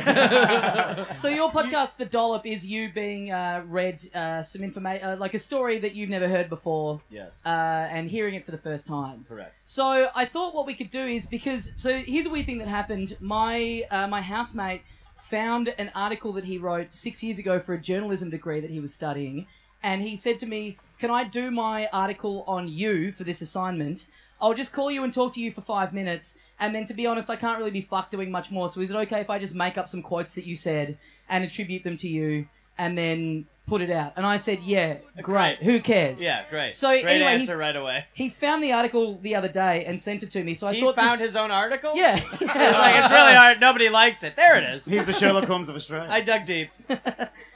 Speaker 3: so your podcast, The Dollop, is you being uh, read uh, some information, uh, like a story that you've never heard before,
Speaker 7: Yes.
Speaker 3: uh, and hearing it for the first time.
Speaker 7: Correct.
Speaker 3: So I thought what we could do is because so here's a weird thing that happened. My uh, my housemate found an article that he wrote six years ago for a journalism degree that he was studying, and he said to me, "Can I do my article on you for this assignment? I'll just call you and talk to you for five minutes." And then, to be honest, I can't really be fucked doing much more. So is it okay if I just make up some quotes that you said and attribute them to you, and then put it out? And I said, "Yeah, great. Who cares?"
Speaker 7: Yeah, great.
Speaker 3: So
Speaker 7: great
Speaker 3: anyway, he-
Speaker 7: answer right away.
Speaker 3: He found the article the other day and sent it to me, so I
Speaker 7: he
Speaker 3: thought
Speaker 7: found
Speaker 3: this...
Speaker 7: his own article.
Speaker 3: [laughs] Yeah.
Speaker 7: [laughs] It's like it's
Speaker 3: [laughs]
Speaker 7: really hard. Nobody likes it. There it is.
Speaker 6: He's the Sherlock Holmes of Australia.
Speaker 7: I dug deep.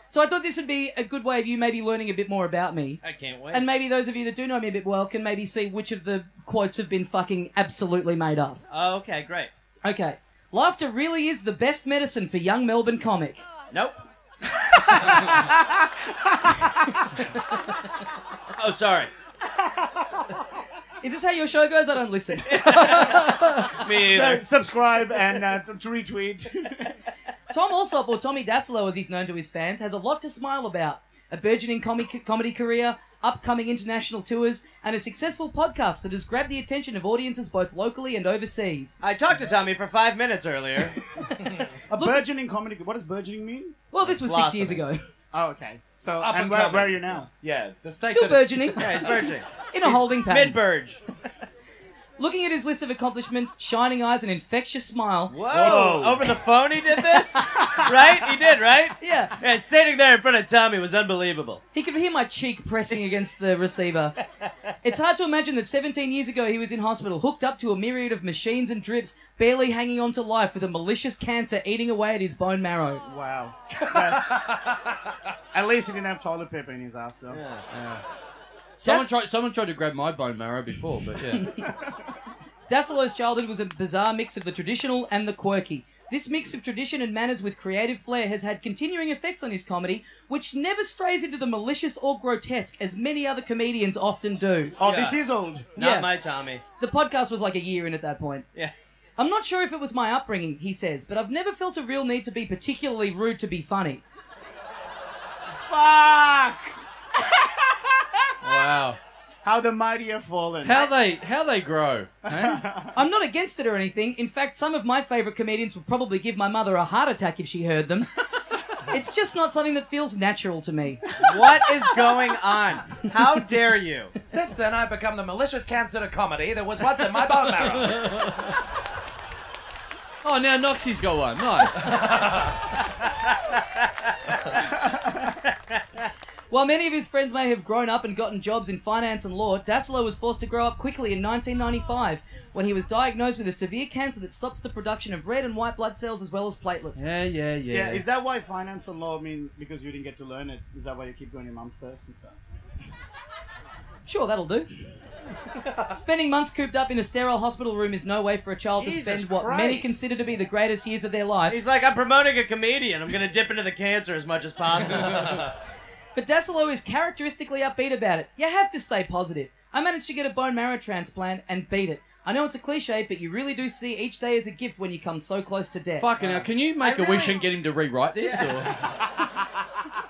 Speaker 3: so I thought this would be a good way of you maybe learning a bit more about me.
Speaker 7: I can't wait.
Speaker 3: And maybe those of you that do know me a bit well can maybe see which of the quotes have been fucking absolutely made up.
Speaker 7: oh, okay, great.
Speaker 3: Okay. Laughter really is the best medicine for young Melbourne comic. [laughs]
Speaker 7: Nope. oh, sorry.
Speaker 3: Is this how your show goes? I don't listen.
Speaker 7: Me
Speaker 6: So
Speaker 7: either.
Speaker 6: subscribe and uh, to to retweet.
Speaker 3: Tom Alsop, or Tommy Dassolo as he's known to his fans, has a lot to smile about. A burgeoning comic comedy career, upcoming international tours, and a successful podcast that has grabbed the attention of audiences both locally and overseas.
Speaker 7: I talked to Tommy for five minutes earlier.
Speaker 6: a burgeoning comedy. What does burgeoning mean?
Speaker 3: Well, this was six years ago.
Speaker 7: Blossoming.
Speaker 6: Oh, okay. So
Speaker 8: Up
Speaker 6: and
Speaker 8: and
Speaker 6: where,
Speaker 8: coming.
Speaker 6: where are you now?
Speaker 8: yeah, the state
Speaker 3: Still
Speaker 8: that it's-
Speaker 3: burgeoning.
Speaker 7: Yeah, he's
Speaker 3: [laughs]
Speaker 7: burging.
Speaker 3: In a holding pattern.
Speaker 7: Mid burge.
Speaker 3: Looking at his list of accomplishments, shining eyes, and infectious smile.
Speaker 7: Whoa. Over the phone, he did this? right? He did, right?
Speaker 3: Yeah,
Speaker 7: Yeah, standing there in front of Tommy was unbelievable.
Speaker 3: he could hear my cheek pressing against the receiver. It's hard to imagine that 17 years ago he was in hospital, hooked up to a myriad of machines and drips, barely hanging on to life with a malicious cancer eating away at his bone marrow.
Speaker 6: [laughs] Wow. That's, at least he didn't have toilet paper in his ass though.
Speaker 4: Someone
Speaker 3: That's-
Speaker 4: tried. Someone tried to grab my bone marrow before, but yeah.
Speaker 6: [laughs]
Speaker 3: Dassilo's childhood was a bizarre mix of the traditional and the quirky. This mix of tradition and manners with creative flair has had continuing effects on his comedy, which never strays into the malicious or grotesque as many other comedians often do.
Speaker 6: Oh,
Speaker 7: Yeah.
Speaker 6: this is old.
Speaker 7: Not
Speaker 3: Yeah.
Speaker 7: my Tommy.
Speaker 3: The podcast was like a year in at that point.
Speaker 7: Yeah.
Speaker 3: I'm not sure if it was my upbringing, he says, but I've never felt a real need to be particularly rude to be funny.
Speaker 6: Fuck!
Speaker 4: wow.
Speaker 6: How the mighty have fallen.
Speaker 4: How they how they
Speaker 6: [laughs]
Speaker 4: grow? eh?
Speaker 3: I'm not against it or anything. In fact, some of my favourite comedians would probably give my mother a heart attack if she heard them. [laughs] it's just not something that feels natural to me.
Speaker 7: [laughs] What is going on? How dare you?
Speaker 8: Since then, I've become the malicious cancer of comedy that was once in my bone marrow.
Speaker 4: Oh, now Noxie's got one.
Speaker 6: [laughs]
Speaker 4: Nice.
Speaker 3: While many of his friends may have grown up and gotten jobs in finance and law, Dassler was forced to grow up quickly in 1995 when he was diagnosed with a severe cancer that stops the production of red and white blood cells as well as platelets.
Speaker 4: Yeah, yeah, yeah.
Speaker 6: yeah. is that why finance and law mean because you didn't get to learn it? Is that why you keep going to your mum's purse and stuff?
Speaker 3: Sure, that'll do. Spending months cooped up in a sterile hospital room is no way for a child
Speaker 7: Jesus
Speaker 3: to spend what
Speaker 7: Christ.
Speaker 3: many consider to be the greatest years of their life.
Speaker 7: [laughs] He's like, I'm promoting a comedian. I'm going to dip into the cancer as much as possible.
Speaker 3: But Dasilo is characteristically upbeat about it. You have to stay positive. I managed to get a bone marrow transplant and beat it. I know it's a cliche, but you really do see each day as a gift when you come so close to death.
Speaker 4: Fucking hell. Can you make a wish and get him to rewrite this? Or?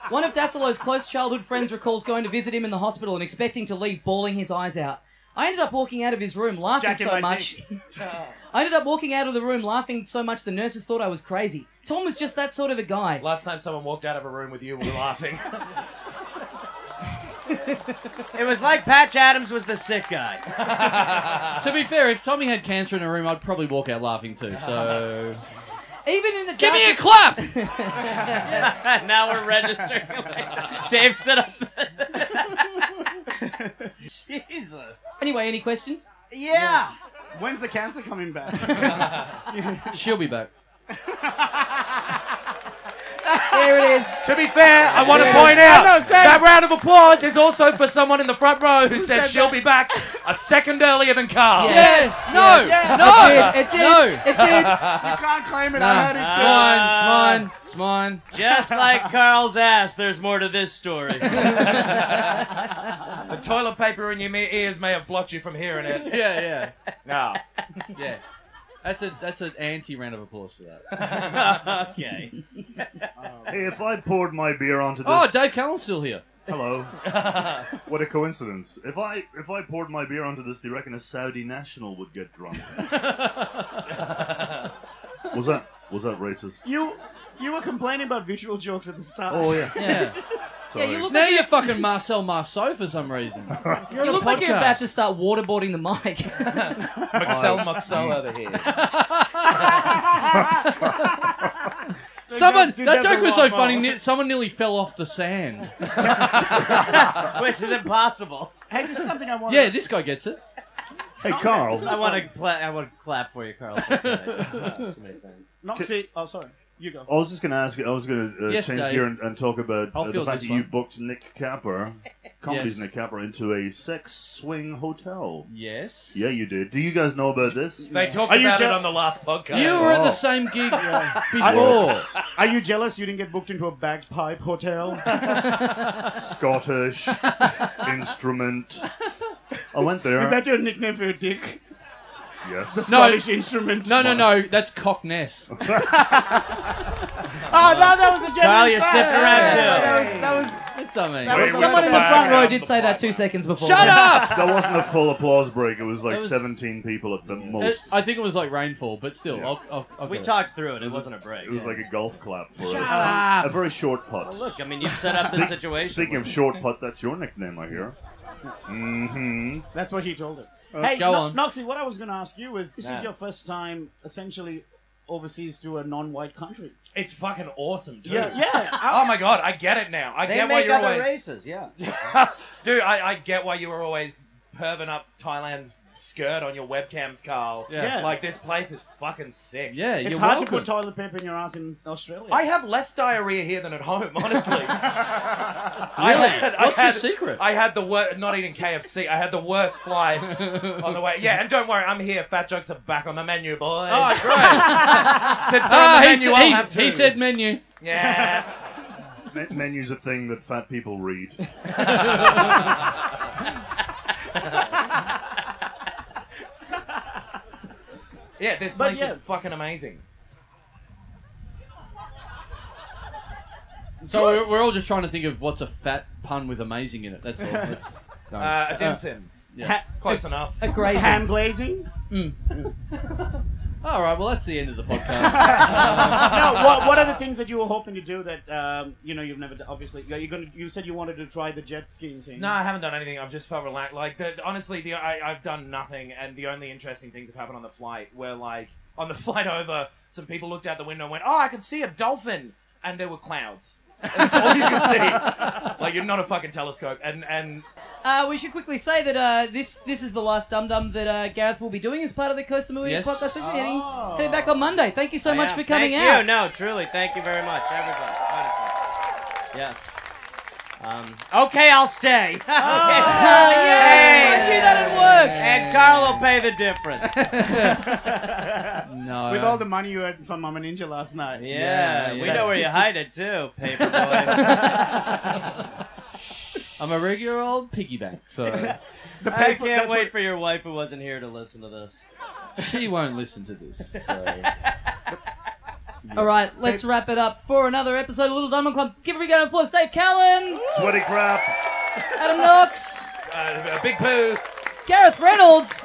Speaker 3: One of Dassilo's close childhood friends recalls going to visit him in the hospital and expecting to leave bawling his eyes out. I ended up walking out of his room laughing
Speaker 6: Jackie
Speaker 3: so
Speaker 6: my
Speaker 3: much. [laughs] I ended up walking out of the room laughing so much the nurses thought I was crazy. Tom was just that sort of a guy.
Speaker 8: [laughs] Last time someone walked out of a room with you, we were laughing.
Speaker 7: [laughs] It was like Patch Adams was the sick guy.
Speaker 4: [laughs]
Speaker 7: [laughs]
Speaker 4: To be fair, if Tommy had cancer in a room, I'd probably walk out laughing too. [laughs] So
Speaker 3: Even in the
Speaker 4: give me a
Speaker 3: darkest-
Speaker 4: clap.
Speaker 7: now we're registering.
Speaker 8: [laughs]
Speaker 7: Dave set up. [laughs] Jesus.
Speaker 3: Anyway, any questions?
Speaker 7: Yeah.
Speaker 6: When's the cancer coming back? 'Cause-
Speaker 4: She'll be [laughs] back.
Speaker 3: There it is.
Speaker 8: to be fair, I want to point out that round of applause is also for someone in the front row who said she'll be back a second earlier than Carl.
Speaker 4: Yes. No.
Speaker 3: It did. It did.
Speaker 4: Oh. No.
Speaker 3: It did.
Speaker 6: you can't claim it.
Speaker 4: Nah.
Speaker 6: I heard it.
Speaker 4: It's
Speaker 6: Joe.
Speaker 4: mine. It's mine. It's mine.
Speaker 7: Just like Carl's ass, there's more to this story.
Speaker 8: [laughs] The toilet paper in your me- ears may have blocked you from hearing it.
Speaker 4: [laughs] Yeah.
Speaker 8: No.
Speaker 4: Yeah. Yeah. That's a that's an anti round of applause for that.
Speaker 7: okay.
Speaker 9: [laughs] Hey, if I poured my beer onto this,
Speaker 4: Oh, Dave Cullen's still here.
Speaker 9: hello. what a coincidence! If I if I poured my beer onto this, do you reckon a Saudi national would get drunk? was that was that racist?
Speaker 6: You you were complaining about visual jokes at the start.
Speaker 9: Oh yeah.
Speaker 4: [laughs] Yeah.
Speaker 9: Sorry.
Speaker 3: you look-
Speaker 4: now you're fucking Marcel Marceau for some [laughs] reason. You're on
Speaker 3: You
Speaker 4: a
Speaker 3: look
Speaker 4: podcast.
Speaker 3: like you're about to start waterboarding the mic.
Speaker 8: Muxel Muxel Oh, over here.
Speaker 4: Someone
Speaker 6: Did
Speaker 4: that
Speaker 6: that
Speaker 4: joke
Speaker 6: the
Speaker 4: was so
Speaker 6: wrong
Speaker 4: funny.
Speaker 6: one.
Speaker 4: ne- someone nearly fell off the [laughs] sand.
Speaker 7: [laughs] Which is impossible.
Speaker 6: Hey, this is something I want.
Speaker 4: Yeah, this guy gets it.
Speaker 9: Hey Carl,
Speaker 7: I want to pla- I want to clap for you, Carl. Fuck that. Just, uh, too many things.
Speaker 6: Noxie. Oh, sorry. You go.
Speaker 9: I was just going to ask. I was going to uh,
Speaker 4: Yes,
Speaker 9: change
Speaker 4: Dave.
Speaker 9: gear and, and talk about
Speaker 4: I'll
Speaker 9: uh, the
Speaker 4: field
Speaker 9: fact
Speaker 4: this
Speaker 9: that you
Speaker 4: one.
Speaker 9: booked Nick Capper, comedy's
Speaker 4: Yes.
Speaker 9: Nick Capper, into a sex swing hotel.
Speaker 4: Yes.
Speaker 9: Yeah, you did. Do you guys know about
Speaker 6: [laughs]
Speaker 9: this?
Speaker 8: They talked
Speaker 6: Are you
Speaker 8: about it
Speaker 6: jealous?
Speaker 8: on the last podcast.
Speaker 4: You were at
Speaker 9: Oh.
Speaker 4: the same gig before.
Speaker 6: Are you jealous you didn't get booked into a bagpipe hotel?
Speaker 9: Scottish instrument. I went there.
Speaker 6: [laughs] Is that your nickname for your dick?
Speaker 9: yes.
Speaker 4: No.
Speaker 6: Scottish instrument.
Speaker 4: No, no, no. That's Cockness.
Speaker 6: Oh, no, that was a gentleman.
Speaker 7: Carl, you sniffed around too.
Speaker 6: That was, that was
Speaker 4: That's something.
Speaker 6: That was-
Speaker 3: Someone in the
Speaker 8: Wow.
Speaker 3: front row did say that two seconds before.
Speaker 4: Shut
Speaker 9: [laughs]
Speaker 4: up.
Speaker 9: That wasn't a full applause break. It was like
Speaker 4: That was-
Speaker 9: 17 people at the
Speaker 4: It-
Speaker 9: most.
Speaker 4: I think it was like rainfall, but still,
Speaker 9: Yeah.
Speaker 4: I'll, I'll, I'll
Speaker 7: We
Speaker 4: go.
Speaker 7: talked through it. It wasn't a break.
Speaker 9: It was like a golf clap for
Speaker 4: Shut
Speaker 9: it.
Speaker 4: up.
Speaker 9: A very short
Speaker 6: Oh,
Speaker 9: putt.
Speaker 7: Look, I mean, you've set up the situation.
Speaker 9: Speaking of
Speaker 7: where-
Speaker 9: short putt, that's your nickname, I hear. Mm-hmm.
Speaker 6: That's what he told us. Uh, hey,
Speaker 4: go
Speaker 6: No-
Speaker 4: on.
Speaker 6: Noxie, what I was going to ask you is this
Speaker 7: Nah.
Speaker 6: is your first time essentially overseas to a non-white country.
Speaker 8: It's fucking awesome, too.
Speaker 6: Yeah, yeah. [laughs]
Speaker 8: Oh my god, I get it now. I
Speaker 7: They
Speaker 8: get why
Speaker 7: make
Speaker 8: you're
Speaker 7: other
Speaker 8: always.
Speaker 7: races, yeah.
Speaker 8: Dude, I, I get why you were always perving up Thailand's skirt on your webcams, Carl.
Speaker 4: Yeah.
Speaker 6: Yeah.
Speaker 8: Like, this place is fucking sick.
Speaker 4: Yeah,
Speaker 6: it's
Speaker 4: you're
Speaker 6: hard
Speaker 4: welcome.
Speaker 6: to put toilet paper in your ass in [laughs] Australia.
Speaker 8: I have less diarrhea here than at home,
Speaker 6: [laughs]
Speaker 8: honestly. I
Speaker 4: Really?
Speaker 8: had, I
Speaker 4: What's
Speaker 8: had,
Speaker 4: your secret?
Speaker 8: I had the worst, not eating KFC, I had the worst flight on the way. Yeah, and don't worry, I'm here. Fat jokes are back on the menu, boys.
Speaker 4: Oh, great.
Speaker 8: Since they're on
Speaker 4: ah,
Speaker 8: the
Speaker 4: he,
Speaker 8: menu, I'll have
Speaker 4: said-
Speaker 8: two.
Speaker 4: he, he said menu.
Speaker 8: yeah.
Speaker 9: Me- menu's a thing that fat people read.
Speaker 8: Yeah, this
Speaker 6: But
Speaker 8: place
Speaker 6: yeah.
Speaker 8: is fucking amazing.
Speaker 4: So we're, we're all just trying to think of what's a fat pun with amazing in it. That's all. That's, no.
Speaker 8: Uh, a dim sim.
Speaker 4: yeah.
Speaker 8: Close enough.
Speaker 3: A grazing.
Speaker 6: ham glazing.
Speaker 4: all right. Well, that's the end of the podcast.
Speaker 6: [laughs] no, what, what are the things that you were hoping to do that um, you know you've never done? Obviously, you're gonna. You said you wanted to try the jet skiing thing.
Speaker 8: No, I haven't done anything. I've just felt relaxed. Like, the, honestly, the, I, I've done nothing, and the only interesting things have happened on the flight were like, on the [laughs] flight over, some people looked out the window and went, "Oh, I can see a dolphin," and there were clouds. That's all you could
Speaker 7: [laughs]
Speaker 8: see. Like, you're not a fucking telescope. And and
Speaker 3: Uh, we should quickly say that uh, this this is the last Dum Dum that uh, Gareth will be doing as part of the Costa Movie
Speaker 4: Yes.
Speaker 3: podcast. special. Heading,
Speaker 6: Oh.
Speaker 3: heading back on Monday. Thank you so much
Speaker 7: Yeah.
Speaker 3: for coming
Speaker 7: thank
Speaker 3: out.
Speaker 7: you. No, truly, thank you very much, everybody. Honestly. Yes. Um, okay, I'll stay. [laughs]
Speaker 3: Oh,
Speaker 7: okay.
Speaker 3: Ah, I knew that would work.
Speaker 7: And Carl will pay the difference.
Speaker 3: [laughs]
Speaker 4: no.
Speaker 6: [laughs] With all the money you earned from Mama Ninja last night.
Speaker 7: Yeah,
Speaker 4: yeah.
Speaker 7: we know where you hide it too, paperboy.
Speaker 4: I'm a regular old piggy bank, so
Speaker 7: I
Speaker 6: Paper-
Speaker 7: can't
Speaker 6: that's
Speaker 7: wait for your wife who wasn't here to listen to this.
Speaker 4: she won't listen to this.
Speaker 3: [laughs]
Speaker 4: So.
Speaker 3: All right, let's wrap it up for another episode of Little Dum Dum Club. Give a big round of applause, Dave Callan,
Speaker 9: Sweaty crap.
Speaker 3: Adam Knox,
Speaker 8: uh, a big poo.
Speaker 3: Gareth Reynolds,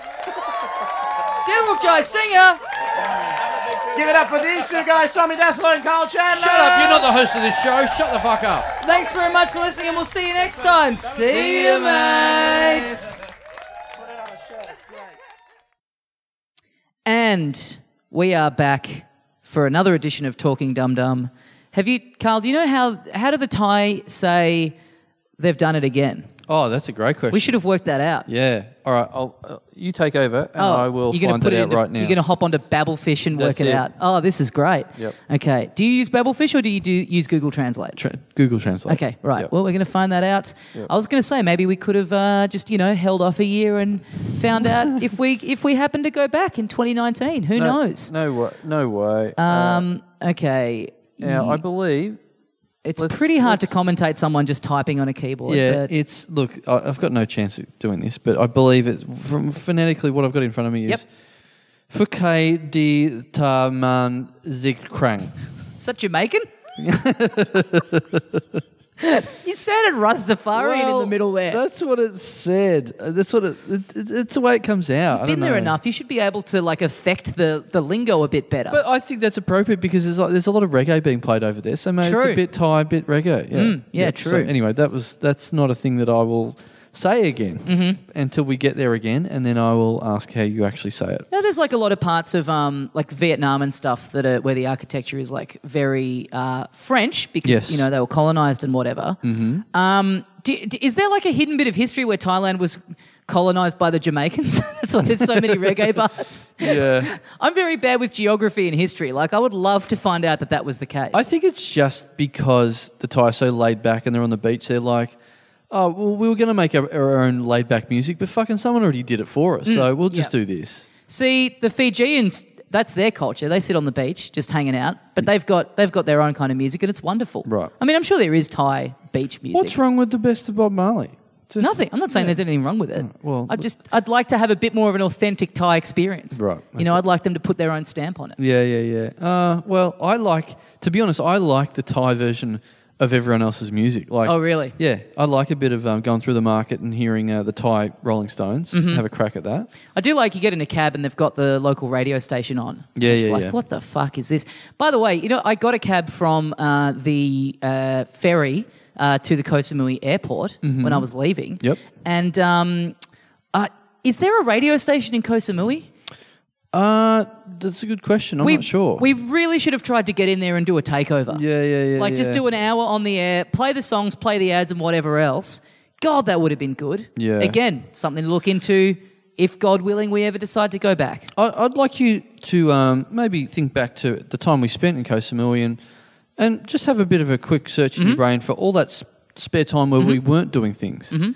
Speaker 3: Devil Jai Singer.
Speaker 6: Give it up for these two guys, Tommy Dassler and Carl Chandler.
Speaker 4: Shut up! You're not the host of this show. Shut the fuck up.
Speaker 3: Thanks very much for listening, and we'll see you next time. See you, mates. And we are back for another edition of Talking Dum Dum. Have you, Carl? Do you know how how do the Thai say they've done it again?
Speaker 4: Oh, that's a great question.
Speaker 3: We should have worked that out.
Speaker 4: Yeah. All right. I'll, uh, you take over, and I will
Speaker 3: Oh, you're gonna
Speaker 4: find
Speaker 3: put
Speaker 4: that
Speaker 3: it
Speaker 4: out
Speaker 3: into-
Speaker 4: right now.
Speaker 3: You're going to hop onto Babelfish and
Speaker 4: That's
Speaker 3: work it,
Speaker 4: it.
Speaker 3: out. Oh, this is great.
Speaker 4: Yep.
Speaker 3: Okay. Do you use Babelfish or do you do use Google Translate?
Speaker 4: Tra- Google Translate.
Speaker 3: Okay, right.
Speaker 4: Yep.
Speaker 3: Well, we're going to find that out. I was going to say maybe we could have uh, just you know held off a year and found
Speaker 4: [laughs]
Speaker 3: out if we if we happen to go back in 2019. Who
Speaker 4: no,
Speaker 3: knows?
Speaker 4: No way. No way. Uh,
Speaker 3: Um, okay,
Speaker 4: now I believe.
Speaker 3: it's
Speaker 4: let's-
Speaker 3: pretty hard to
Speaker 4: let's-
Speaker 3: commentate someone just typing on a keyboard.
Speaker 4: Yeah,
Speaker 3: but-
Speaker 4: it's look. I, I've got no chance of doing this, but I believe it's from phonetically what I've got in front of me
Speaker 3: Yep.
Speaker 4: is Fukai di Taman Zigkrang.
Speaker 3: is that Jamaican? [laughs] you sounded Rastafarian in the middle there.
Speaker 4: That's what it said. Uh, That's what it. it, it it's the way it comes out. I
Speaker 3: been
Speaker 4: don't
Speaker 3: there
Speaker 4: know.
Speaker 3: enough. You should be able to like affect the, the lingo a bit better.
Speaker 4: But I think that's appropriate because there's like, there's a lot of reggae being played over there, so maybe it's
Speaker 3: True. Mm,
Speaker 4: a bit Thai, a bit reggae. Yeah,
Speaker 3: yeah,
Speaker 4: So
Speaker 3: true.
Speaker 4: anyway, that was that's not a thing that I will say again
Speaker 3: Mm-hmm.
Speaker 4: until we get there again, and then I will ask how you actually say
Speaker 3: [laughs]
Speaker 4: it.
Speaker 3: No, there's like a lot of parts of um, like Vietnam and stuff that are where the architecture is like very uh, French because
Speaker 4: Yes.
Speaker 3: you know they were colonized and whatever. Mm-hmm. Um, do, do- is there like a hidden bit of history where Thailand was colonized by the Jamaicans? [laughs] That's why there's so
Speaker 4: [laughs]
Speaker 3: many reggae bars.
Speaker 4: Yeah,
Speaker 3: I'm very bad with geography and history. Like I would love to find out that that was the case.
Speaker 4: I think it's just because the Thai are so laid back and they're on the beach. They're like. Oh well, we were going to make our, our own laid-back music, but fucking someone already did it for us, so we'll just
Speaker 3: Mm, yeah.
Speaker 4: do this.
Speaker 3: See, the Fijians, that's their culture. They sit on the beach just hanging out, but they've got they've got their own kind of music, and it's wonderful.
Speaker 4: Right.
Speaker 3: I mean, I'm sure there is Thai beach music.
Speaker 4: What's wrong with the best of Bob Marley? Just-
Speaker 3: Nothing. I'm not saying
Speaker 4: Yeah. Mm.
Speaker 3: there's anything wrong with it.
Speaker 4: well,
Speaker 3: I just I'd like to have a bit more of an authentic Thai experience.
Speaker 4: Right,
Speaker 3: You know,
Speaker 4: okay.
Speaker 3: I'd like them to put their own stamp on it.
Speaker 4: Yeah, yeah, yeah. Uh, well, I like, to be honest, I like the Thai version of everyone else's music. Like,
Speaker 3: Oh, really?
Speaker 4: Yeah, I like a bit of um, going through the market and hearing uh, the Thai Rolling Stones.
Speaker 3: Mm-hmm.
Speaker 4: Have a crack at that.
Speaker 3: I do like you get in a cab and they've got the local radio station on.
Speaker 4: Yeah,
Speaker 3: it's
Speaker 4: yeah,
Speaker 3: like,
Speaker 4: yeah.
Speaker 3: What the fuck is this? By the way, you know, I got a cab from uh, the uh, ferry uh, to the Koh Samui airport when I was leaving.
Speaker 4: Mm-hmm. Yep.
Speaker 3: And um, uh, is there a radio station in Koh Samui?
Speaker 4: Uh, that's a good question. I'm
Speaker 3: we,
Speaker 4: not sure.
Speaker 3: We really should have tried to get in there and do a takeover.
Speaker 4: yeah, yeah, yeah.
Speaker 3: Like just
Speaker 4: yeah.
Speaker 3: do an hour on the air, play the songs, play the ads, and whatever else. God, that would have been good.
Speaker 4: Yeah.
Speaker 3: Again, something to look into if God willing we ever decide to go back.
Speaker 4: I, I'd like you to um, maybe think back to the time we spent in Koh Samui and, and just have a bit of a quick search in
Speaker 3: Mm-hmm.
Speaker 4: your brain for all that s- spare time where we weren't doing things.
Speaker 3: Mm-hmm.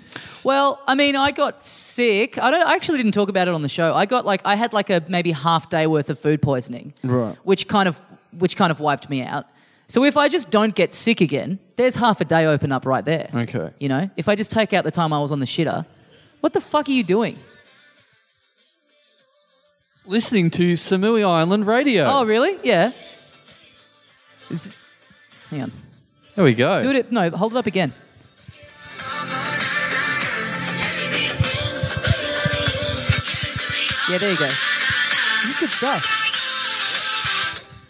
Speaker 3: Well, I mean, I got sick. I don't I actually didn't talk about it on the show. I got like I had like a maybe half day worth of food poisoning.
Speaker 4: Right.
Speaker 3: Which kind of which kind of wiped me out. So if I just don't get sick again, there's half a day open up right there.
Speaker 4: Okay.
Speaker 3: You know, if I just take out the time I was on the shitter, what the fuck are you doing?
Speaker 4: Listening to Samui Island Radio.
Speaker 3: Oh, really? Yeah. Is- hang on.
Speaker 4: There we go.
Speaker 3: Do it. No, hold it up again. Yeah, there you go. This is good stuff.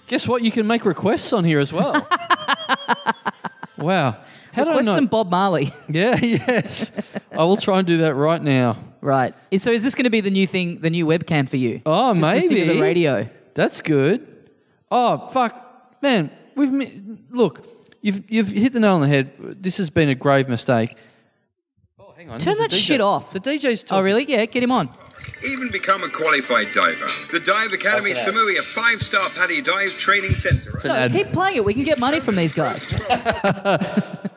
Speaker 4: Guess what? You can make requests on here
Speaker 3: [laughs]
Speaker 4: as well. wow. How do I
Speaker 3: Request
Speaker 4: know?
Speaker 3: some Bob Marley.
Speaker 4: yeah, yes. I will try and do that [laughs] right now.
Speaker 3: right. Is- So is this going to be the new thing, the new webcam for you?
Speaker 4: Oh,
Speaker 3: Just listening to
Speaker 4: maybe.
Speaker 3: the radio.
Speaker 4: That's good. Oh, fuck. Man, we've. Mi- look, you've, you've hit the nail on the head. This has been a grave mistake. Oh, hang on.
Speaker 3: Turn
Speaker 4: there's a
Speaker 3: that
Speaker 4: DJ.
Speaker 3: shit off.
Speaker 4: The DJ's
Speaker 3: Oh,
Speaker 4: talking.
Speaker 3: really? Yeah, get him on.
Speaker 10: Even become a qualified diver. The Dive Academy Samui, a five-star paddy dive training centre.
Speaker 4: It's an
Speaker 3: No,
Speaker 4: ad.
Speaker 3: keep playing it. We can get money from these guys.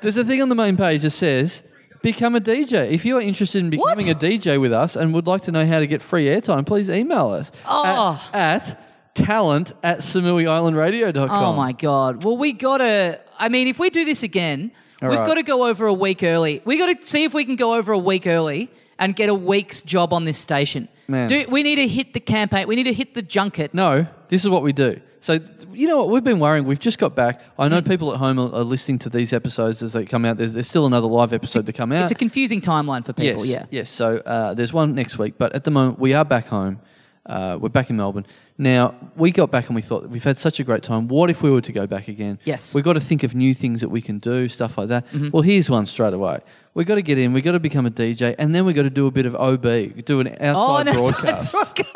Speaker 4: There's a thing on the main page that says become a DJ. If you are interested in becoming
Speaker 3: What?
Speaker 4: a DJ with us and would like to know how to get free airtime, please email us
Speaker 3: Oh.
Speaker 4: at, at talent at samuiislandradio.com.
Speaker 3: Oh my god. Well, we gotta. I mean, if we do this again,
Speaker 4: All
Speaker 3: we've
Speaker 4: right.
Speaker 3: got to go over a week early. We got to see if we can go over a week early and get a week's job on this station.
Speaker 4: man.
Speaker 3: Do we need to hit the campaign? We need to hit the junket.
Speaker 4: No, this is what we do. So, th- you know what? We've been worrying. We've just got back. I
Speaker 3: Hmm.
Speaker 4: know people at home are, are listening to these episodes as they come out. There's, there's still another live episode to come out.
Speaker 3: It's a confusing timeline for people.
Speaker 4: Yes,
Speaker 3: Yeah.
Speaker 4: yes. So uh, there's one next week, but at the moment we are back home. Uh, we're back in Melbourne now. We got back and we thought we've had such a great time. What if we were to go back again?
Speaker 3: Yes. Mm-hmm.
Speaker 4: we've got to think of new things that we can do, stuff like that. Well, here's one straight away. We've got to get in. We've got to become a DJ, and then we've got to do a bit of OB, do an
Speaker 3: [laughs]
Speaker 4: outside
Speaker 3: an outside
Speaker 4: broadcast.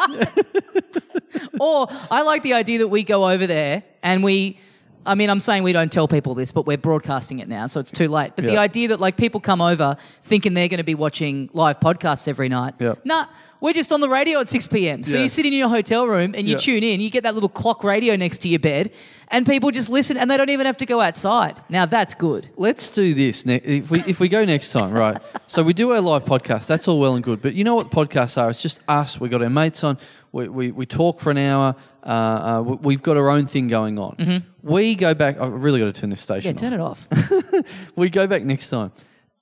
Speaker 3: Or I like the idea that we go over there and we. I mean, I'm saying we don't tell people this, but we're broadcasting it now, so it's too late. But the
Speaker 4: Yeah.
Speaker 3: idea that like people come over thinking they're going to be watching live podcasts every night.
Speaker 4: Yeah.
Speaker 3: Nah, we're just on the radio at 6 p.m. So
Speaker 4: Yeah.
Speaker 3: you sit in your hotel room and you
Speaker 4: Yeah.
Speaker 3: tune in. You get that little clock radio next to your bed, and people just listen, and they don't even have to go outside. Now that's good.
Speaker 4: Let's do this. Ne- if we if we go next time, right? So we do our live podcast. That's all well and good, but you know what podcasts are? It's just us. We got our mates on. We we, we talk for an hour. Uh, uh, we- we've got our own thing going on. We go back. I've really got to turn this
Speaker 3: Mm-hmm. Yeah,
Speaker 4: station.
Speaker 3: turn
Speaker 4: off.
Speaker 3: it off.
Speaker 4: We go back next time,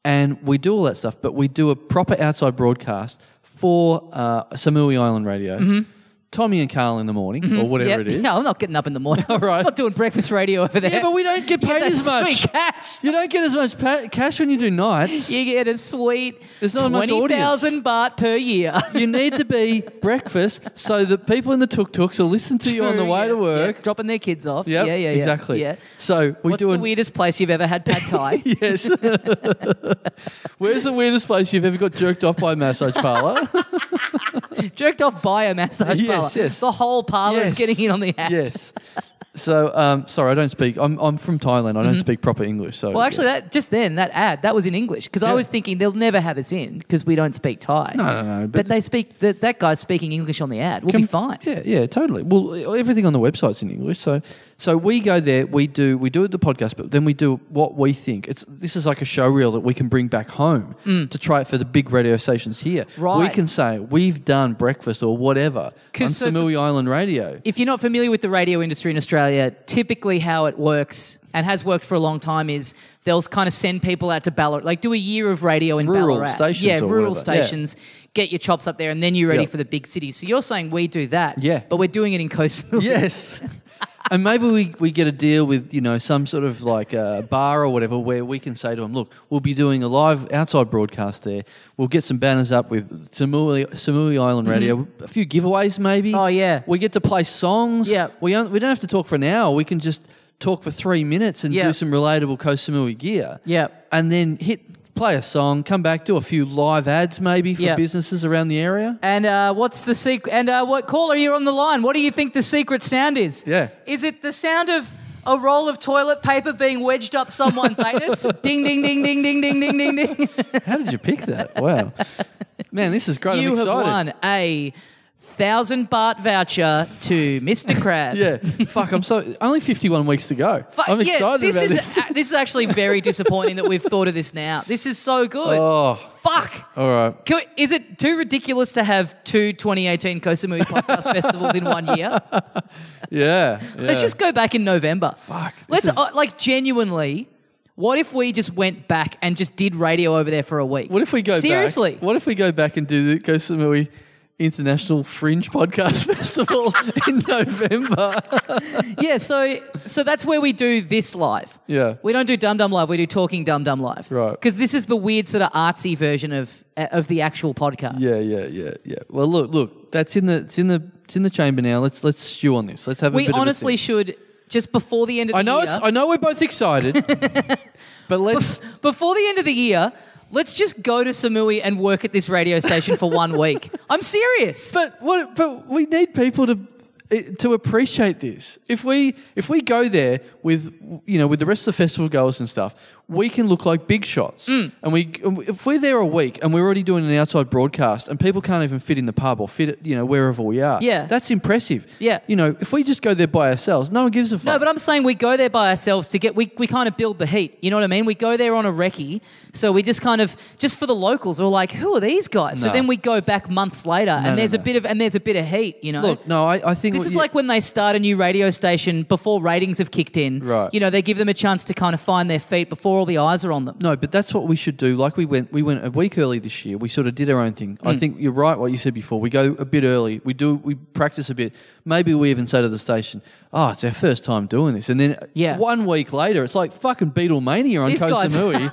Speaker 4: and we do all that stuff. But we do a proper outside broadcast for uh, Samui Island Radio. Tommy and Carl in the morning, or whatever
Speaker 3: Mm-hmm. [laughs] Yeah.
Speaker 4: it is.
Speaker 3: No, I'm not getting up in the morning. [laughs]
Speaker 4: All right.
Speaker 3: I'm not doing breakfast radio over there.
Speaker 4: Yeah, but we don't get
Speaker 3: You
Speaker 4: paid
Speaker 3: that
Speaker 4: as much.
Speaker 3: sweet cash.
Speaker 4: You don't get as much pa- cash when you do
Speaker 3: [laughs]
Speaker 4: nights.
Speaker 3: You get a sweet
Speaker 4: There's not much audience.
Speaker 3: 20,000 baht per year.
Speaker 4: [laughs] You need to be breakfast so that people in the tuk tuks will listen to you on the
Speaker 3: [laughs]
Speaker 4: way
Speaker 3: Yeah,
Speaker 4: to work.
Speaker 3: yeah, dropping their kids off.
Speaker 4: Yep,
Speaker 3: yeah, yeah, yeah.
Speaker 4: exactly.
Speaker 3: Yeah.
Speaker 4: So we
Speaker 3: What's
Speaker 4: do
Speaker 3: the
Speaker 4: an-
Speaker 3: weirdest place you've ever
Speaker 4: [laughs]
Speaker 3: had pad thai?
Speaker 4: Yes. Where's the weirdest place you've ever got jerked off by a massage
Speaker 3: [laughs]
Speaker 4: parlor?
Speaker 3: [laughs] Jerked off by a massage
Speaker 4: Yes,
Speaker 3: parlor.
Speaker 4: yes.
Speaker 3: The whole parlor's
Speaker 4: Yes.
Speaker 3: getting in on the act.
Speaker 4: yes. So um, sorry, I don't speak. I'm I'm from Thailand. I don't speak proper English. So
Speaker 3: Mm-hmm. Well, actually, that just then that ad that was in English because I
Speaker 4: Yeah.
Speaker 3: was thinking they'll never have us in because we don't speak Thai. No,
Speaker 4: no, no,
Speaker 3: But,
Speaker 4: but-
Speaker 3: they speak that that guy's speaking English on the ad. We'll be fine.
Speaker 4: Yeah, yeah, totally. Well, everything on the website's in English, so so we go there, we do we do the podcast, but then we do what we think. It's this is like a show reel that we can bring back home to try it for the big radio stations here. We
Speaker 3: Mm. Right.
Speaker 4: can say we've done breakfast or whatever on
Speaker 3: 'Cause so-
Speaker 4: Samui Island Radio.
Speaker 3: if you're not familiar with the radio industry in Australia, typically how it works and has worked for a long time is they'll kind of send people out to Ballarat, like do a year of radio in
Speaker 4: Rural
Speaker 3: Ballarat.
Speaker 4: stations
Speaker 3: yeah,
Speaker 4: or
Speaker 3: rural
Speaker 4: whatever, yeah.
Speaker 3: stations. Get your chops up there, and then you're ready
Speaker 4: Yeah.
Speaker 3: for the big city. So you're saying we do that,
Speaker 4: Yeah.
Speaker 3: but we're doing it in Coast.
Speaker 4: [laughs]
Speaker 3: [laughs] Mills.
Speaker 4: Yes. and maybe we, we get a deal with, you know, some sort of like a bar or whatever where we can say to them, look, we'll be doing a live outside broadcast there. We'll get some banners up with Samui, Samui Island Radio, a few giveaways maybe.
Speaker 3: Mm-hmm. Oh, yeah.
Speaker 4: We get to play songs.
Speaker 3: Yeah.
Speaker 4: We don't, we don't have to talk for an hour. We can just talk for three minutes and
Speaker 3: Yeah.
Speaker 4: do some relatable Koh Samui gear.
Speaker 3: Yeah.
Speaker 4: And then hit play a song, come back, do a few live ads maybe for
Speaker 3: Yeah.
Speaker 4: businesses around the area.
Speaker 3: And uh, what's the secret? And uh, what caller you're on the line? What do you think the secret sound is?
Speaker 4: Yeah.
Speaker 3: Is it the sound of a roll of toilet paper being wedged up
Speaker 4: [laughs]
Speaker 3: someone's anus? Ding ding ding ding ding ding ding ding ding.
Speaker 4: How did you pick
Speaker 3: [laughs]
Speaker 4: that? Wow. Man, this is great. I'm
Speaker 3: you have
Speaker 4: excited.
Speaker 3: won a thousand baht voucher to Mr.
Speaker 4: [laughs]
Speaker 3: Crab.
Speaker 4: Yeah, fuck. I'm so only 51 weeks to go.
Speaker 3: Fu-
Speaker 4: I'm
Speaker 3: yeah,
Speaker 4: excited
Speaker 3: this
Speaker 4: about
Speaker 3: is
Speaker 4: this.
Speaker 3: a- this is actually very disappointing that we've thought of this now. This is so good.
Speaker 4: oh,
Speaker 3: Fuck.
Speaker 4: all right.
Speaker 3: Can we- is it too ridiculous to have two 2018 Kosamui
Speaker 4: [laughs]
Speaker 3: podcast festivals in one year? [laughs]
Speaker 4: Yeah,
Speaker 3: Let's
Speaker 4: yeah.
Speaker 3: just go back in November.
Speaker 4: Fuck, this
Speaker 3: Let's
Speaker 4: is-
Speaker 3: uh, like genuinely. What if we just went back and just did radio over there for a week?
Speaker 4: What if we go
Speaker 3: seriously?
Speaker 4: Back, what if we go back and do the Kosamui International Fringe Podcast [laughs] Festival in November?
Speaker 3: Yeah, so so that's where we do this live.
Speaker 4: Yeah.
Speaker 3: we don't do Dum Dum Live. We do Talking Dum Dum Live.
Speaker 4: Right.
Speaker 3: Because this is the weird sort of artsy version of of the actual podcast.
Speaker 4: yeah, yeah, yeah, yeah. Well, look, look. That's in the it's in the it's in the chamber now. Let's let's stew on this. Let's have a
Speaker 3: We
Speaker 4: bit
Speaker 3: honestly
Speaker 4: Of a think.
Speaker 3: should just before the end of
Speaker 4: I know
Speaker 3: the
Speaker 4: it's.
Speaker 3: year.
Speaker 4: I know we're
Speaker 3: [laughs]
Speaker 4: both excited, but let's.
Speaker 3: Before the end of the year, let's just go to Samui and work at this radio station for
Speaker 4: [laughs]
Speaker 3: one week. I'm serious.
Speaker 4: But what? But we need people to eh, to appreciate this. If we if we go there with you know with the rest of the festival goers and stuff, we can look like big shots.
Speaker 3: Mm.
Speaker 4: And we if we're there a week and we're already doing an outside broadcast and people can't even fit in the pub or fit it you know wherever we are.
Speaker 3: Yeah.
Speaker 4: that's impressive.
Speaker 3: Yeah.
Speaker 4: you know if we just go there by ourselves, no one gives a fuck.
Speaker 3: No, but I'm saying we go there by ourselves to get we, we kind of build the heat. You know what I mean? We go there on a recce, so we just kind of just for the locals. We're like, who are these guys?
Speaker 4: No.
Speaker 3: So then we go back months later,
Speaker 4: no,
Speaker 3: and there's
Speaker 4: no.
Speaker 3: a bit of and there's a bit of heat. You know,
Speaker 4: look, no, I, I think
Speaker 3: This
Speaker 4: what
Speaker 3: is
Speaker 4: you-
Speaker 3: like when they start a new radio station before ratings have kicked in, and
Speaker 4: Right.
Speaker 3: you know they give them a chance to kind of find their feet before all the eyes are on them.
Speaker 4: No, but that's what we should do. Like we went, we went a week early this year. We sort of did our own thing.
Speaker 3: Mm.
Speaker 4: I think you're right. What you said before, we go a bit early. We do, we practice a bit. Maybe we even say to the station, "Oh, it's our first time doing this." And then,
Speaker 3: Yeah.
Speaker 4: one week later, it's like fucking Beatlemania on
Speaker 3: This
Speaker 4: Koh
Speaker 3: guy's- [laughs]
Speaker 4: Samui.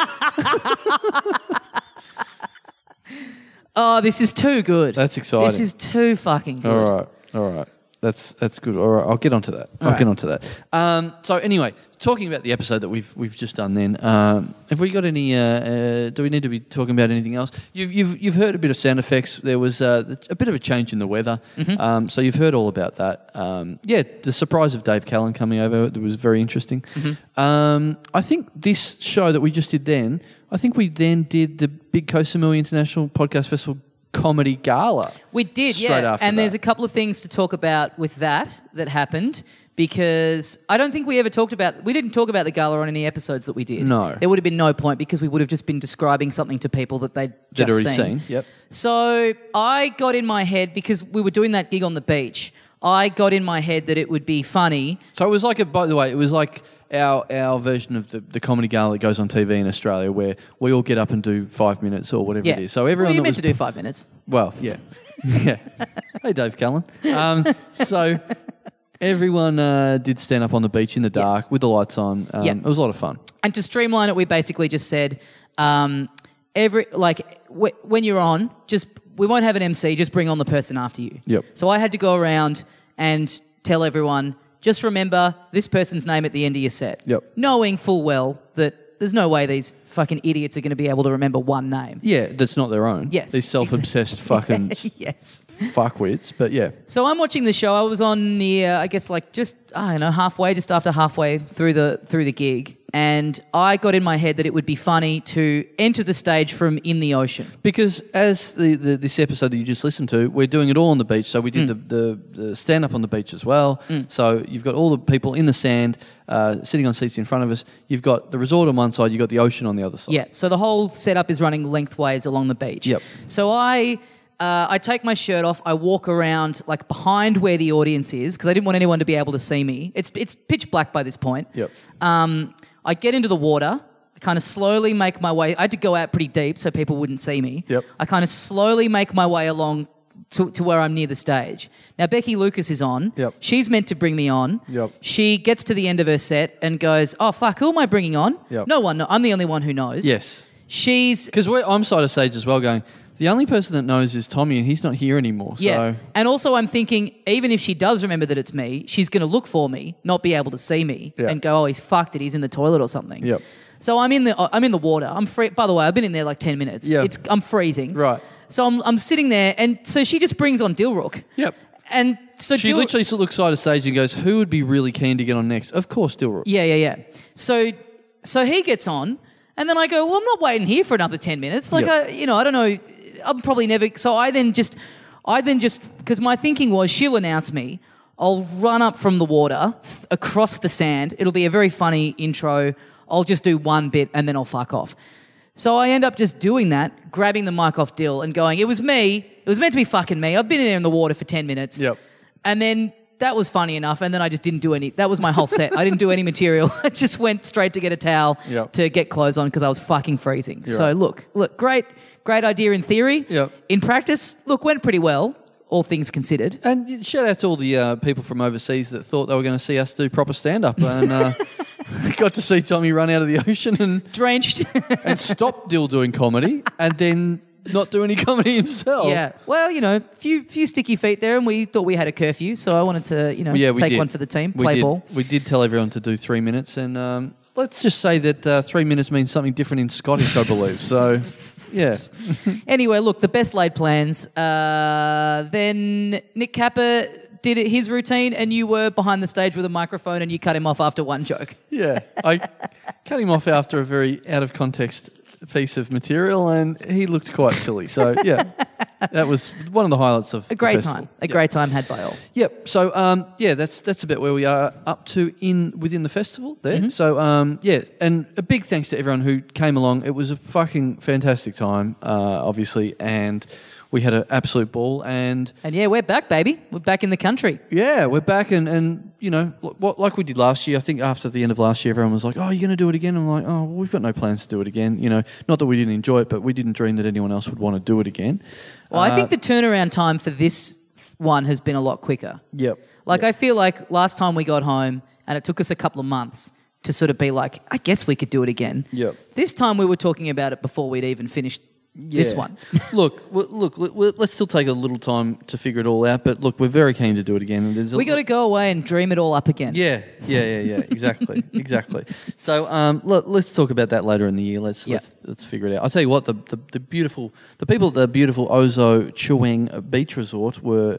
Speaker 3: Oh, this is too good.
Speaker 4: That's exciting.
Speaker 3: This is too fucking good.
Speaker 4: All right, all right. That's that's good. All right, I'll get onto that. I'll
Speaker 3: right.
Speaker 4: get onto that. Um, so anyway, talking about the episode that we've we've just done. Then um, have we got any? Uh, uh, do we need to be talking about anything else? You've you've you've heard a bit of sound effects. There was uh, th- a bit of a change in the weather.
Speaker 3: Mm-hmm.
Speaker 4: Um, so you've heard all about that. Um, yeah, the surprise of Dave Callan coming over that was very interesting.
Speaker 3: Mm-hmm.
Speaker 4: Um, I think this show that we just did then. I think we then did the big Kosamui International Podcast Festival comedy gala.
Speaker 3: We did,
Speaker 4: Straight
Speaker 3: yeah.
Speaker 4: after
Speaker 3: and
Speaker 4: that.
Speaker 3: there's a couple of things to talk about with that that happened because I don't think we ever talked about we didn't talk about the gala on any episodes that we did.
Speaker 4: No.
Speaker 3: there would have been no point because we would have just been describing something to people that they'd
Speaker 4: that
Speaker 3: just
Speaker 4: already seen. Yep.
Speaker 3: So I got in my head because we were doing that gig on the beach. I got in my head that it would be funny.
Speaker 4: So it was like a. By the way, it was like our our version of the, the comedy gala that goes on TV in Australia, where we all get up and do five minutes or whatever
Speaker 3: Yeah.
Speaker 4: it is. So everyone
Speaker 3: well, you
Speaker 4: that
Speaker 3: meant
Speaker 4: was
Speaker 3: to do five minutes.
Speaker 4: well, yeah, [laughs] yeah. hey, Dave Callan. Um, so everyone uh, did stand up on the beach in the dark
Speaker 3: Yes.
Speaker 4: with the lights on. Um,
Speaker 3: Yeah.
Speaker 4: It was a lot of fun.
Speaker 3: And to streamline it, we basically just said, um, every like w- when you're on, just we won't have an MC. Just bring on the person after you.
Speaker 4: Yep.
Speaker 3: So I had to go around and tell everyone, just remember this person's name at the end of your set.
Speaker 4: Yep.
Speaker 3: Knowing full well that there's no way these fucking idiots are going to be able to remember one name.
Speaker 4: Yeah, that's not their own.
Speaker 3: Yes.
Speaker 4: these self-obsessed
Speaker 3: [laughs]
Speaker 4: fucking s-
Speaker 3: yes.
Speaker 4: fuckwits. But yeah,
Speaker 3: So I'm watching the show. I was on the, uh, I guess, like just I don't know, halfway, just after halfway through the through the gig, and I got in my head that it would be funny to enter the stage from in the ocean.
Speaker 4: Because as the, the this episode that you just listened to, we're doing it all on the beach. So we did
Speaker 3: Mm.
Speaker 4: the, the, the stand up on the beach as well. So you've got all the people in the sand, uh, sitting on seats in front of us. You've got the resort on one side, you've got the ocean on the other side.
Speaker 3: Yeah. So the whole setup is running lengthways along the beach.
Speaker 4: Yep.
Speaker 3: So I. Uh, I take my shirt off. I walk around like behind where the audience is because I didn't want anyone to be able to see me. It's it's pitch black by this point.
Speaker 4: Yep.
Speaker 3: Um, I get into the water. I kind of slowly make my way. I had to go out pretty deep so people wouldn't see me.
Speaker 4: Yep.
Speaker 3: I kind of slowly make my way along to, to where I'm near the stage. Now Becky Lucas is on.
Speaker 4: Yep.
Speaker 3: She's meant to bring me on.
Speaker 4: Yep.
Speaker 3: She gets to the end of her set and goes, "Oh fuck, who am I bringing on?
Speaker 4: Yep.
Speaker 3: No one. No, I'm the only one who knows."
Speaker 4: Yes.
Speaker 3: She's
Speaker 4: Because I'm side of stage as well, going, the only person that knows is Tommy, and he's not here anymore. So
Speaker 3: Yeah. And also, I'm thinking, even if she does remember that it's me, she's going to look for me, not be able to see me,
Speaker 4: Yeah.
Speaker 3: and go, "Oh, he's fucked it. He's in the toilet or something."
Speaker 4: Yep.
Speaker 3: So I'm in the uh, I'm in the water. I'm free. By the way, I've been in there like ten minutes.
Speaker 4: Yeah.
Speaker 3: It's I'm freezing.
Speaker 4: Right.
Speaker 3: So I'm I'm sitting there, and so she just brings on Dilrook.
Speaker 4: Yep.
Speaker 3: And so
Speaker 4: she
Speaker 3: Dil-
Speaker 4: literally sort of looks side of stage and goes, who would be really keen to get on next? Of course, Dilroy.
Speaker 3: Yeah, yeah, yeah. So so he gets on, and then I go, well, I'm not waiting here for another ten minutes. Like
Speaker 4: Yeah.
Speaker 3: I, you know, I don't know. I'm probably never. So I then just, I then just because my thinking was she'll announce me. I'll run up from the water th- across the sand. It'll be a very funny intro. I'll just do one bit and then I'll fuck off. So I end up just doing that, grabbing the mic off Dill and going, "It was me. It was meant to be fucking me. I've been in there in the water for ten minutes."
Speaker 4: Yep.
Speaker 3: And then that was funny enough. And then I just didn't do any. That was my whole set. I didn't do any material. [laughs] I just went straight to get a towel
Speaker 4: Yep.
Speaker 3: to get clothes on because I was fucking freezing. so
Speaker 4: right.
Speaker 3: look, look, great, great idea in theory.
Speaker 4: Yep.
Speaker 3: In practice, look, went pretty well, all things considered.
Speaker 4: And shout out to all the uh, people from overseas that thought they were going to see us do proper stand up and uh, [laughs] got to see Tommy run out of the ocean and,
Speaker 3: Drenched. [laughs]
Speaker 4: and stop Dill doing comedy and then not do any comedy himself.
Speaker 3: yeah. Well, you know, few few sticky feet there, and we thought we had a curfew, so I wanted to, you know,
Speaker 4: Well, yeah, we
Speaker 3: take
Speaker 4: did.
Speaker 3: one for the team,
Speaker 4: We
Speaker 3: play
Speaker 4: did.
Speaker 3: ball.
Speaker 4: We did tell everyone to do three minutes, and um, let's just say that uh, three minutes means something different in Scottish, I believe. So, yeah.
Speaker 3: Anyway, look, the best laid plans. Uh, then Nick Capper did his routine, and you were behind the stage with a microphone, and you cut him off after one joke.
Speaker 4: Yeah. I cut him off after a very out of context piece of material, and he looked quite silly. So, yeah. That was one of the highlights of
Speaker 3: A great time. A great time had by all.
Speaker 4: Yep. So um, yeah, that's that's about where we are up to in within the festival there.
Speaker 3: Mm-hmm.
Speaker 4: So um, yeah, and a big thanks to everyone who came along. It was a fucking fantastic time, uh, obviously, and We had an absolute ball, and
Speaker 3: And yeah, we're back, baby. We're back in the country.
Speaker 4: yeah, we're back, and, and you know, l- what, like we did last year. I think after the end of last year, everyone was like, "Oh, you're going to do it again?" I'm like, "Oh, well, we've got no plans to do it again." You know, not that we didn't enjoy it, but we didn't dream that anyone else would want to do it again.
Speaker 3: Well, I
Speaker 4: Uh,
Speaker 3: think the turnaround time for this one has been a lot quicker.
Speaker 4: Yep.
Speaker 3: Like, I feel like last time we got home, and it took us a couple of months to sort of be like, I guess we could do it again.
Speaker 4: Yep.
Speaker 3: This time we were talking about it before we'd even finished this
Speaker 4: Yeah.
Speaker 3: one.
Speaker 4: [laughs] look, w- look, l- w- let's still take a little time to figure it all out. But look, we're very keen to do it again. and there's a
Speaker 3: We got to go away and dream it all up again.
Speaker 4: Yeah, yeah, yeah, yeah.
Speaker 3: [laughs]
Speaker 4: Exactly, exactly. So um, let, let's talk about that later in the year. Let's
Speaker 3: Yeah.
Speaker 4: let's, let's figure it out. I'll tell you what. The, the, the beautiful the people at the beautiful Ozo Chuang Beach Resort were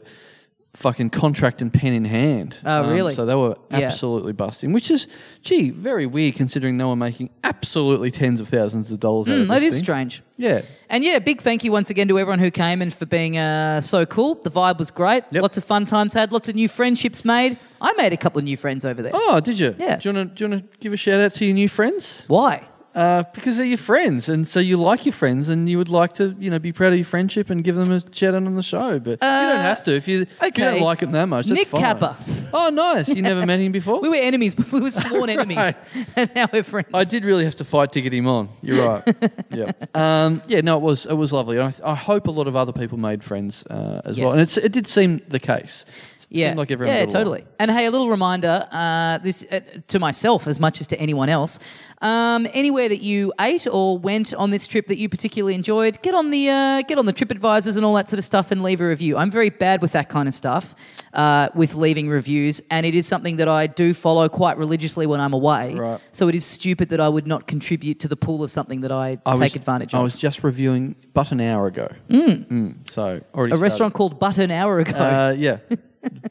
Speaker 4: fucking contract and pen in hand. Um,
Speaker 3: Oh, really?
Speaker 4: So they were
Speaker 3: Yeah.
Speaker 4: absolutely busting, which is gee very weird considering they were making absolutely tens of thousands of dollars. out
Speaker 3: Mm,
Speaker 4: of
Speaker 3: that
Speaker 4: this
Speaker 3: is
Speaker 4: thing.
Speaker 3: strange.
Speaker 4: Yeah.
Speaker 3: And yeah, big thank you once again to everyone who came and for being uh, so cool. The vibe was great.
Speaker 4: Yep.
Speaker 3: Lots of fun times had. Lots of new friendships made. I made a couple of new friends over there.
Speaker 4: Oh, did you?
Speaker 3: Yeah.
Speaker 4: Do you want to do you want to give a shout out to your new friends?
Speaker 3: Why?
Speaker 4: Uh, because they're your friends, and so you like your friends, and you would like to, you know, be proud of your friendship and give them a shout out on the show. But you don't have to if you, if you
Speaker 3: Uh, okay.
Speaker 4: don't like them that much. That's
Speaker 3: Nick
Speaker 4: fine.
Speaker 3: Capper.
Speaker 4: Oh, nice! You never met him
Speaker 3: [laughs]
Speaker 4: before.
Speaker 3: We were enemies, but we were
Speaker 4: [laughs]
Speaker 3: sworn enemies, [laughs] and now we're friends.
Speaker 4: I did really have to fight to get him on. You're
Speaker 3: [laughs]
Speaker 4: right. yeah. Um, yeah. No, it was it was lovely. I, I hope a lot of other people made friends uh, as
Speaker 3: Yes.
Speaker 4: well, and it's, it did seem the case. It
Speaker 3: Yeah,
Speaker 4: Seemed like everyone.
Speaker 3: yeah,
Speaker 4: got along.
Speaker 3: totally. And hey, a little reminder uh, this uh, to myself as much as to anyone else. Um, anywhere that you ate or went on this trip that you particularly enjoyed, get on the uh, get on the trip advisors and all that sort of stuff and leave a review. I'm very bad with that kind of stuff, uh, with leaving reviews, and it is something that I do follow quite religiously when I'm away.
Speaker 4: Right.
Speaker 3: So it is stupid that I would not contribute to the pool of something that I,
Speaker 4: I
Speaker 3: take
Speaker 4: was,
Speaker 3: advantage
Speaker 4: I
Speaker 3: of.
Speaker 4: was just reviewing but an hour ago. Mm, so already
Speaker 3: a
Speaker 4: started.
Speaker 3: restaurant called Butter an hour ago.
Speaker 4: Uh, yeah.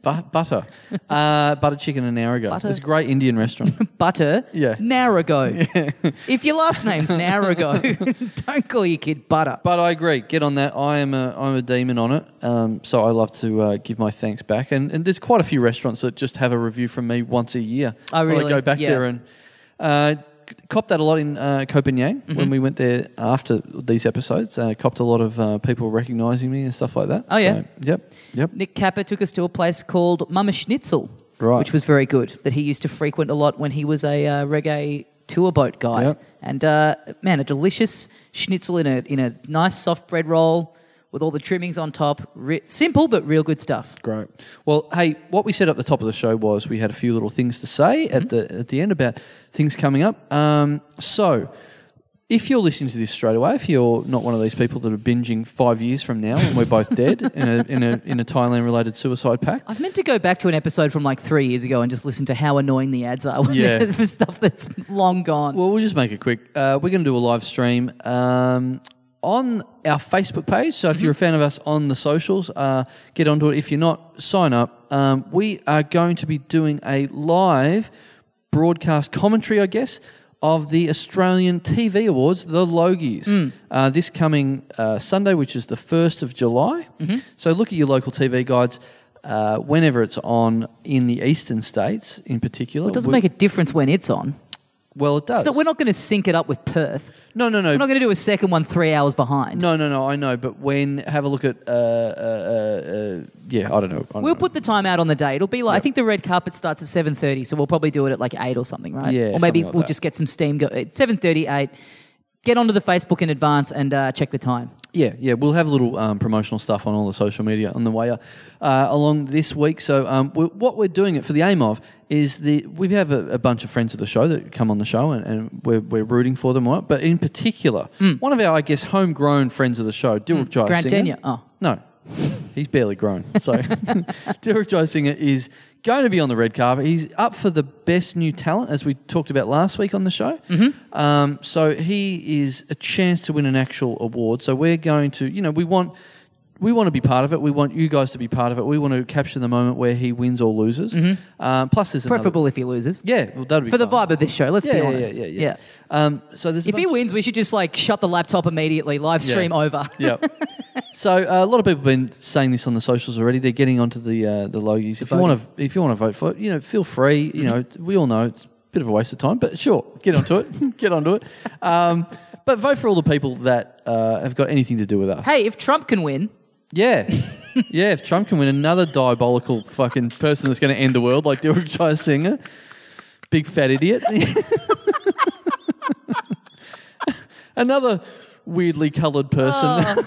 Speaker 4: Bu- butter. Uh, butter chicken an hour ago. It was a great Indian
Speaker 3: [laughs]
Speaker 4: restaurant.
Speaker 3: Butter.
Speaker 4: Yeah. [laughs]
Speaker 3: Narago. if your last name's Narago, [laughs] don't call your kid Butter.
Speaker 4: but I agree. Get on that. I am a I'm a demon on it. Um, so I love to uh, give my thanks back. And and there's quite a few restaurants that just have a review from me once a year.
Speaker 3: Oh,
Speaker 4: Where
Speaker 3: really?
Speaker 4: I go back
Speaker 3: Yeah.
Speaker 4: there and uh, c- copped that a lot in uh, Copenhagen
Speaker 3: Mm-hmm.
Speaker 4: when we went there after these episodes. Uh, copped a lot of uh, people recognizing me and stuff like that.
Speaker 3: Oh, yeah.
Speaker 4: Yep. Yep.
Speaker 3: Nick Kappa took us to a place called Mama Schnitzel,
Speaker 4: Right.
Speaker 3: which was very good, that he used to frequent a lot when he was a uh, reggae tour boat guide.
Speaker 4: Yep.
Speaker 3: And uh, man, a delicious schnitzel in a, in a nice soft bread roll with all the trimmings on top. Re- simple, but real good stuff.
Speaker 4: Great. Well, hey, what we said at the top of the show was we had a few little things to say at the at the end about things coming up. Um, so, if you're listening to this straight away, if you're not one of these people that are binging five years from now and we're both dead in a in a in a Thailand related suicide pact,
Speaker 3: I've meant to go back to an episode from like three years ago and just listen to how annoying the ads are [laughs]
Speaker 4: Yeah.
Speaker 3: for stuff that's long gone.
Speaker 4: Well, we'll just make it quick. Uh, we're going to do a live stream um, on our Facebook page. So if you're a fan of us on the socials, uh, get onto it. If you're not, sign up. Um, we are going to be doing a live broadcast commentary, I guess. Of the Australian TV Awards, the Logies,
Speaker 3: Mm.
Speaker 4: uh, this coming uh, Sunday, which is the 1st of July.
Speaker 3: Mm-hmm.
Speaker 4: So look at your local TV guides uh, whenever it's on in the eastern states in particular.
Speaker 3: It doesn't make a difference when it's on.
Speaker 4: Well, it does.
Speaker 3: It's not- we're not going to sync it up with Perth.
Speaker 4: No, no, no.
Speaker 3: We're not going to do a second one three hours behind.
Speaker 4: No, no, no. I know, but when have a look at uh, uh, uh, uh, yeah, I don't know. I don't
Speaker 3: We'll
Speaker 4: know.
Speaker 3: put the time out on the day. It'll be like I think the red carpet starts at seven thirty, so we'll probably do it at like eight or something, right?
Speaker 4: Yeah,
Speaker 3: or maybe
Speaker 4: something like
Speaker 3: we'll
Speaker 4: that.
Speaker 3: just get some steam. Go eh, seven thirty eight. Get onto the Facebook in advance and uh, check the time.
Speaker 4: yeah, yeah. We'll have little um, promotional stuff on all the social media on the way uh, along this week. So um, we what we're doing it for the aim of is the we have a, a bunch of friends of the show that come on the show and, and we're, we're rooting for them, right? But in particular,
Speaker 3: Mm.
Speaker 4: one of our I guess homegrown friends of the show, Dilruk Jai
Speaker 3: Grant
Speaker 4: Singer.
Speaker 3: Denyer. Oh.
Speaker 4: No, he's barely grown. So
Speaker 3: [laughs]
Speaker 4: Derek Joe Singer is going to be on the red carpet. He's up for the best new talent, as we talked about last week on the show.
Speaker 3: Mm-hmm.
Speaker 4: Um, so he is a chance to win an actual award. So we're going to, you know, we want. We want to be part of it. We want you guys to be part of it. We want to capture the moment where he wins or loses. Um, plus, there's another-
Speaker 3: Preferable if he loses.
Speaker 4: yeah, well, that'd be
Speaker 3: Mm-hmm. For the
Speaker 4: fun.
Speaker 3: vibe of this show, let's
Speaker 4: Yeah,
Speaker 3: be
Speaker 4: yeah,
Speaker 3: honest.
Speaker 4: yeah, yeah, yeah. Um, so there's a
Speaker 3: If he
Speaker 4: bunch-
Speaker 3: wins, we should just like shut the laptop immediately, live stream
Speaker 4: Yeah.
Speaker 3: over.
Speaker 4: yeah. So uh, a lot of people have been saying this on the socials already. They're getting onto the uh, the logies. If you want to, if you want to vote for it, you know, feel free. You know, we all know it's a bit of a waste of time, but sure, get onto it, get onto it. Um, but vote for all the people that uh, have got anything to do with us.
Speaker 3: Hey, if Trump can win,
Speaker 4: Yeah. yeah, if Trump can win another diabolical fucking person that's going to end the world like Derek Jai Singer, big fat idiot. [laughs] another weirdly coloured person.
Speaker 3: [laughs]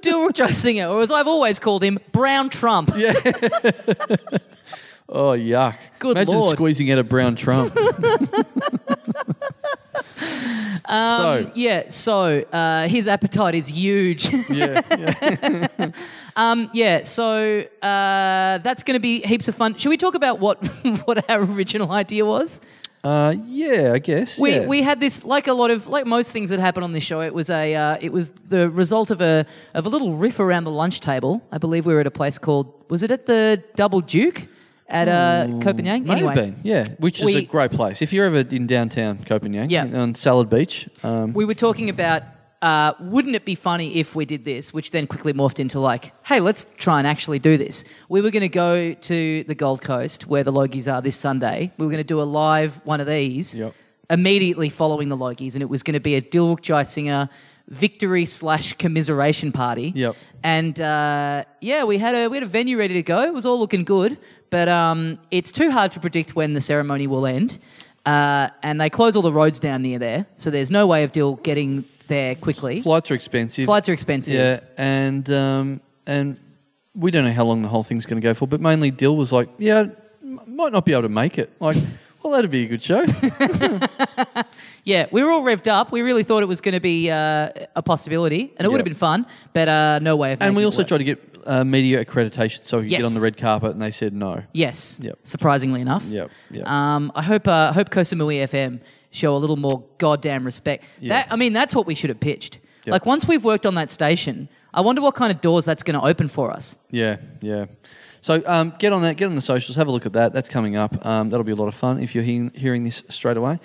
Speaker 3: Dilruk Jai Singer, or as I've always called him, Brown Trump. Yeah.
Speaker 4: Oh, yuck.
Speaker 3: Good
Speaker 4: Imagine
Speaker 3: Lord.
Speaker 4: squeezing out a
Speaker 3: [laughs]
Speaker 4: brown Trump. so,
Speaker 3: Yeah, so uh, his appetite is huge. [laughs] Um,
Speaker 4: yeah.
Speaker 3: Yeah, so uh, that's going to be heaps of fun. Should we talk about what [laughs] what our original idea was?
Speaker 4: Uh, yeah, I guess.
Speaker 3: We
Speaker 4: yeah.
Speaker 3: we had this like a lot of like most things that happen on this show. It was a uh, it was the result of a of a little riff around the lunch table. I believe we were at a place called was it at the Double Duke at uh, Copenhagen?
Speaker 4: May
Speaker 3: anyway,
Speaker 4: have been, yeah, which is
Speaker 3: We-
Speaker 4: a great place. If you're ever in downtown Copenhagen,
Speaker 3: Yeah.
Speaker 4: on Salad Beach, um,
Speaker 3: we were talking about uh, wouldn't it be funny if we did this, which then quickly morphed into like, hey, let's try and actually do this. We were going to go to the Gold Coast where the Logies are this Sunday. We were going to do a live one of these
Speaker 4: Yep.
Speaker 3: immediately following the Logies, and it was going to be a Dilruk Jai Singer victory slash commiseration party.
Speaker 4: Yep.
Speaker 3: And uh, yeah, we had a we had a venue ready to go. It was all looking good, but um, it's too hard to predict when the ceremony will end. Uh, and they close all the roads down near there, so there's no way of Dill getting there quickly.
Speaker 4: flights are expensive.
Speaker 3: Flights are expensive.
Speaker 4: Yeah, and um, and we don't know how long the whole thing's going to go for. But mainly, Dill was like, "Yeah, m- might not be able to make it." Like, [laughs] well, that'd be a
Speaker 3: [laughs]
Speaker 4: good show.
Speaker 3: Yeah, we were all revved up. We really thought it was going to be uh, a possibility, and it would have been
Speaker 4: Yep.
Speaker 3: fun, but uh, no way of.
Speaker 4: and
Speaker 3: making
Speaker 4: we
Speaker 3: it
Speaker 4: also
Speaker 3: work.
Speaker 4: tried to get uh, media accreditation so we could get
Speaker 3: Yes.
Speaker 4: on the red carpet, and they said no.
Speaker 3: Yes.
Speaker 4: Yep.
Speaker 3: Surprisingly enough.
Speaker 4: Yep, yep.
Speaker 3: Um, I hope uh, I hope Kosamui FM show a little more goddamn respect. That I mean, that's what we should have pitched.
Speaker 4: Yep.
Speaker 3: Like once we've worked on that station, I wonder what kind of doors that's going to open for us.
Speaker 4: Yeah, yeah. So um, get on that, get on the socials, have a look at that. That's coming up. Um, that'll be a lot of fun if you're hearing, hearing this straight away.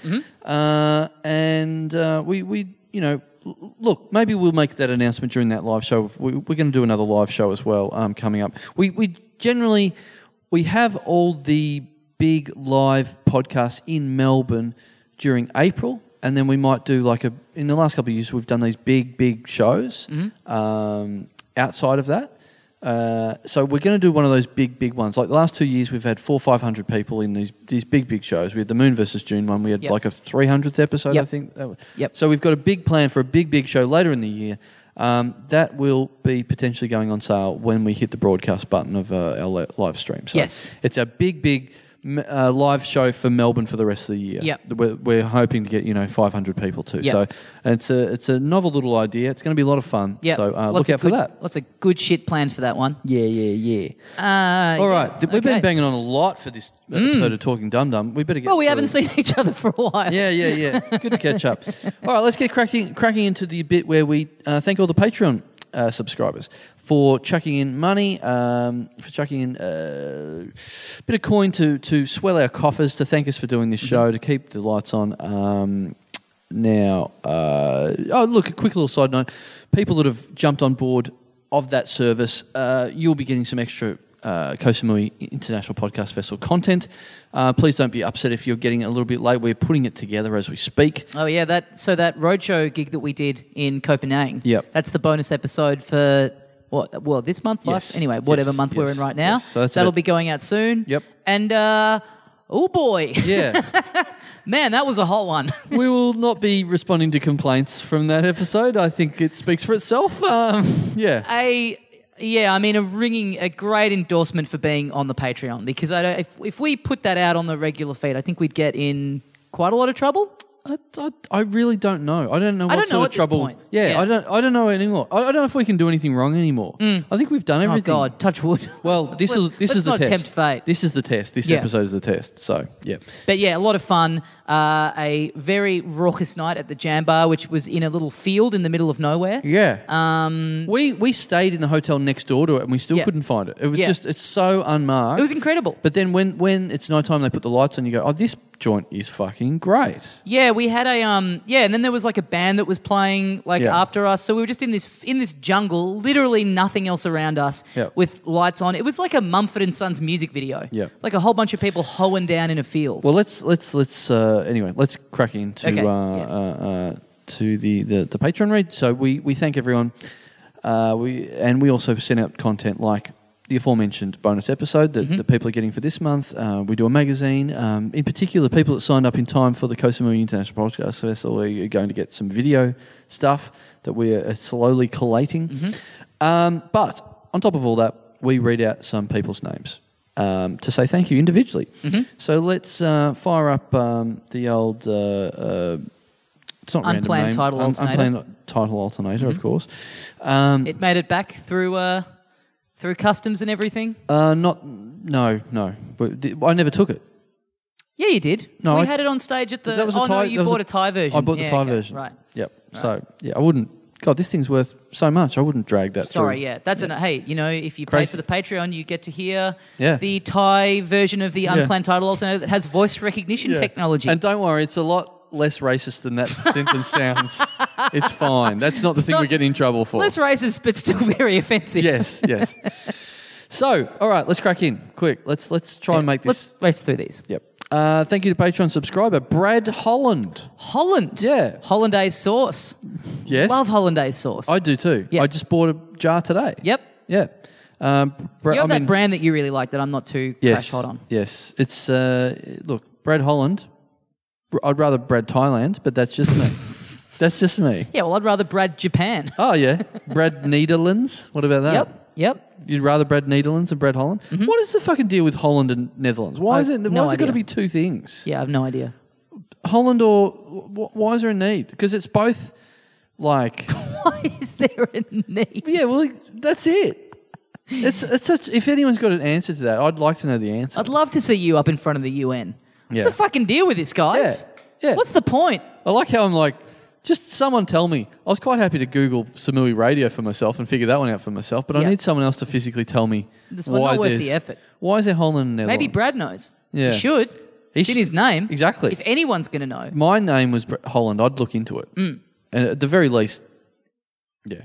Speaker 4: Uh, and uh, we, we, you know, l- look, maybe we'll make that announcement during that live show. We, we're going to do another live show as well um, coming up. We, we generally we have all the big live podcasts in Melbourne during April. And then we might do like a. In the last couple of years, we've done these big, big shows um, outside of that. Uh, so we're going to do one of those big, big ones. Like the last two years, we've had four, five hundred people in these these big, big shows. We had the Moon versus June one. We had
Speaker 3: Yep.
Speaker 4: like a three hundredth episode, I
Speaker 3: Yep.
Speaker 4: think. That was-
Speaker 3: Yep.
Speaker 4: So we've got a big plan for a big, big show later in the year. Um, that will be potentially going on sale when we hit the broadcast button of uh, our li- live stream. So
Speaker 3: Yes.
Speaker 4: it's a big, big m- uh, live show for Melbourne for the rest of the year.
Speaker 3: Yep.
Speaker 4: We're, we're hoping to get you know five hundred people too.
Speaker 3: Yep.
Speaker 4: So it's a it's a novel little idea. It's going to be a lot of fun.
Speaker 3: Yeah.
Speaker 4: So uh,
Speaker 3: Lots
Speaker 4: look
Speaker 3: of
Speaker 4: out for
Speaker 3: good-
Speaker 4: that.
Speaker 3: Lots of good shit planned for that one.
Speaker 4: Yeah, yeah, yeah. Uh, All right, we've
Speaker 3: okay. Mm.
Speaker 4: been banging on a lot for this episode of Talking Dum Dum. We better get.
Speaker 3: Well, we haven't
Speaker 4: through.
Speaker 3: seen each other for a while.
Speaker 4: Yeah, yeah,
Speaker 3: [laughs]
Speaker 4: yeah. Good to catch up. All right, let's get cracking cracking into the bit where we uh, thank all the Patreon uh, subscribers for chucking in money, um, for chucking in uh, a bit of coin to to swell our coffers, to thank us for doing this show, to keep the lights on. Um, now, uh, oh look, a quick little side note: people that have jumped on board of that service, uh, you'll be getting some extra uh, Kosamui International Podcast Festival content. Uh, please don't be upset if you're getting it a little bit late. We're putting it together as we speak.
Speaker 3: Oh yeah, that so that roadshow gig that we did in Copenhagen.
Speaker 4: Yep.
Speaker 3: That's the bonus episode for what? Well, this month, last
Speaker 4: Yes.
Speaker 3: anyway, whatever
Speaker 4: Yes.
Speaker 3: month we're
Speaker 4: Yes.
Speaker 3: in right now.
Speaker 4: Yes. So that's
Speaker 3: That'll
Speaker 4: about-
Speaker 3: be going out soon.
Speaker 4: Yep.
Speaker 3: And uh, oh boy,
Speaker 4: Yeah,
Speaker 3: man, that was a hot one. [laughs]
Speaker 4: we will not be responding to complaints from that episode. I think it speaks for itself. Um, yeah,
Speaker 3: a yeah, I mean a ringing, a great endorsement for being on the Patreon because I don't, if if we put that out on the regular feed, I think we'd get in quite a lot of trouble. Oh,
Speaker 4: I, I, I really don't know. I don't know what
Speaker 3: don't
Speaker 4: sort
Speaker 3: know
Speaker 4: of
Speaker 3: at this
Speaker 4: trouble.
Speaker 3: point.
Speaker 4: Yeah,
Speaker 3: Yeah.
Speaker 4: I don't. I don't know anymore. I, I don't know if we can do anything wrong anymore. I think we've done
Speaker 3: Oh
Speaker 4: everything.
Speaker 3: God, touch [laughs] wood.
Speaker 4: Well, this
Speaker 3: Let's-
Speaker 4: is this
Speaker 3: let's
Speaker 4: is the
Speaker 3: not
Speaker 4: test.
Speaker 3: tempt fate.
Speaker 4: This is the test. This
Speaker 3: Yeah.
Speaker 4: episode is the test. So yeah,
Speaker 3: But yeah, a lot of fun. Uh, a very raucous night at the Jam Bar, which was in a little field in the middle of nowhere.
Speaker 4: yeah. Um, we we stayed in the hotel next door to it, and we still
Speaker 3: Yeah.
Speaker 4: couldn't find it. It was
Speaker 3: Yeah.
Speaker 4: just it's so unmarked.
Speaker 3: It was incredible.
Speaker 4: But then when when it's night time, they put the lights on. You go, oh, this joint is fucking great.
Speaker 3: Yeah, we had a um yeah, and then there was like a band that was playing like
Speaker 4: Yeah.
Speaker 3: after us. So we were just in this in this jungle, literally nothing else around us
Speaker 4: Yeah.
Speaker 3: with lights on. It was like a Mumford and Sons music video.
Speaker 4: Yeah.
Speaker 3: Like a whole bunch of people hoeing down in a field.
Speaker 4: Well, let's let's let's uh, anyway. Let's crack into
Speaker 3: Okay,
Speaker 4: uh,
Speaker 3: yes.
Speaker 4: uh, uh, to the, the the Patreon read. So we we thank everyone. Uh, we and we also send out content like the aforementioned bonus episode that,
Speaker 3: Mm-hmm.
Speaker 4: that people are getting for this month. Uh, we do a magazine. Um, in particular, people that signed up in time for the Kosamui International Podcast Festival E are going to get some video stuff that we are slowly collating.
Speaker 3: Mm-hmm.
Speaker 4: Um, but on top of all that, we read out some people's names um, to say thank you individually.
Speaker 3: Mm-hmm.
Speaker 4: So let's uh, fire up um, the old. Uh, uh, it's not random
Speaker 3: Unplanned
Speaker 4: name.
Speaker 3: title alternator. Mm-hmm.
Speaker 4: Unplanned title alternator, of course. Um,
Speaker 3: It made it back through uh, through customs and everything.
Speaker 4: uh, not no no. But di- I never took it.
Speaker 3: Yeah, you did.
Speaker 4: No,
Speaker 3: we
Speaker 4: I-
Speaker 3: had it on stage at the.
Speaker 4: that was a
Speaker 3: oh no,
Speaker 4: Thai-
Speaker 3: you
Speaker 4: that was
Speaker 3: bought a, Thai version.
Speaker 4: I bought the
Speaker 3: Yeah,
Speaker 4: Thai
Speaker 3: okay,
Speaker 4: version.
Speaker 3: Right.
Speaker 4: Yep. So yeah, I wouldn't. God, this thing's worth so much. I wouldn't drag that.
Speaker 3: Sorry,
Speaker 4: through.
Speaker 3: yeah, that's an hey. You know, if you
Speaker 4: Crazy.
Speaker 3: pay for the Patreon, you get to hear
Speaker 4: Yeah.
Speaker 3: the Thai version of the
Speaker 4: Yeah.
Speaker 3: unplanned title alternative that has voice recognition
Speaker 4: Yeah.
Speaker 3: technology.
Speaker 4: And don't worry, it's a lot less racist than that sentence sounds. It's fine. That's not the thing
Speaker 3: Not-
Speaker 4: we get in trouble for.
Speaker 3: Less racist, but still [laughs] very offensive.
Speaker 4: yes, yes. So, all right, let's crack in quick. Let's let's try and make this.
Speaker 3: Let's race through these.
Speaker 4: Yep. Uh, thank you to Patreon subscriber Brad Holland.
Speaker 3: Holland.
Speaker 4: Yeah.
Speaker 3: Hollandaise sauce.
Speaker 4: Yes,
Speaker 3: Love hollandaise sauce.
Speaker 4: I do too.
Speaker 3: Yeah.
Speaker 4: I just bought a jar today.
Speaker 3: Yep.
Speaker 4: Yeah. Um, Bra-
Speaker 3: You have
Speaker 4: I
Speaker 3: that
Speaker 4: mean,
Speaker 3: brand that you really like that I'm not too
Speaker 4: yes,
Speaker 3: crash hot on.
Speaker 4: Yes, it's uh, look Brad Holland. Br- I'd rather Brad Thailand, but that's just
Speaker 3: [laughs]
Speaker 4: me. that's just me.
Speaker 3: Yeah, well, I'd rather Brad
Speaker 4: [laughs]
Speaker 3: Japan.
Speaker 4: Oh yeah,
Speaker 3: [laughs]
Speaker 4: Brad Nederlands. What about that?
Speaker 3: Yep. Yep.
Speaker 4: You'd rather Brad Nederlands than Brad Holland? What is the fucking deal with Holland and Netherlands? Why
Speaker 3: I-
Speaker 4: is it? Why
Speaker 3: no
Speaker 4: is it got to
Speaker 3: idea.
Speaker 4: be two things?
Speaker 3: Yeah, I have no idea. [laughs]
Speaker 4: Holland or wh- why is there a need? Because it's both
Speaker 3: [laughs]
Speaker 4: like
Speaker 3: Why is there a need?
Speaker 4: yeah, well that's it. It's it's such, if anyone's got an answer to that, I'd like to know the answer.
Speaker 3: I'd love to see you up in front of the UN. What's
Speaker 4: Yeah.
Speaker 3: the fucking deal with this, guys?
Speaker 4: Yeah, yeah.
Speaker 3: What's the point?
Speaker 4: I like how I'm like just someone tell me. I was quite happy to Google Samui Radio for myself and figure that one out for myself, but I
Speaker 3: Yeah.
Speaker 4: need someone else to physically tell me
Speaker 3: This one
Speaker 4: why
Speaker 3: not worth
Speaker 4: there's
Speaker 3: the effort.
Speaker 4: Why is there Holland and Netherlands?
Speaker 3: Maybe Brad knows.
Speaker 4: Yeah.
Speaker 3: He should.
Speaker 4: He
Speaker 3: it's
Speaker 4: should-
Speaker 3: in his name.
Speaker 4: Exactly.
Speaker 3: If anyone's going to know.
Speaker 4: my name was Brett Holland, I'd look into it.
Speaker 3: Mm.
Speaker 4: And at the very least, yeah.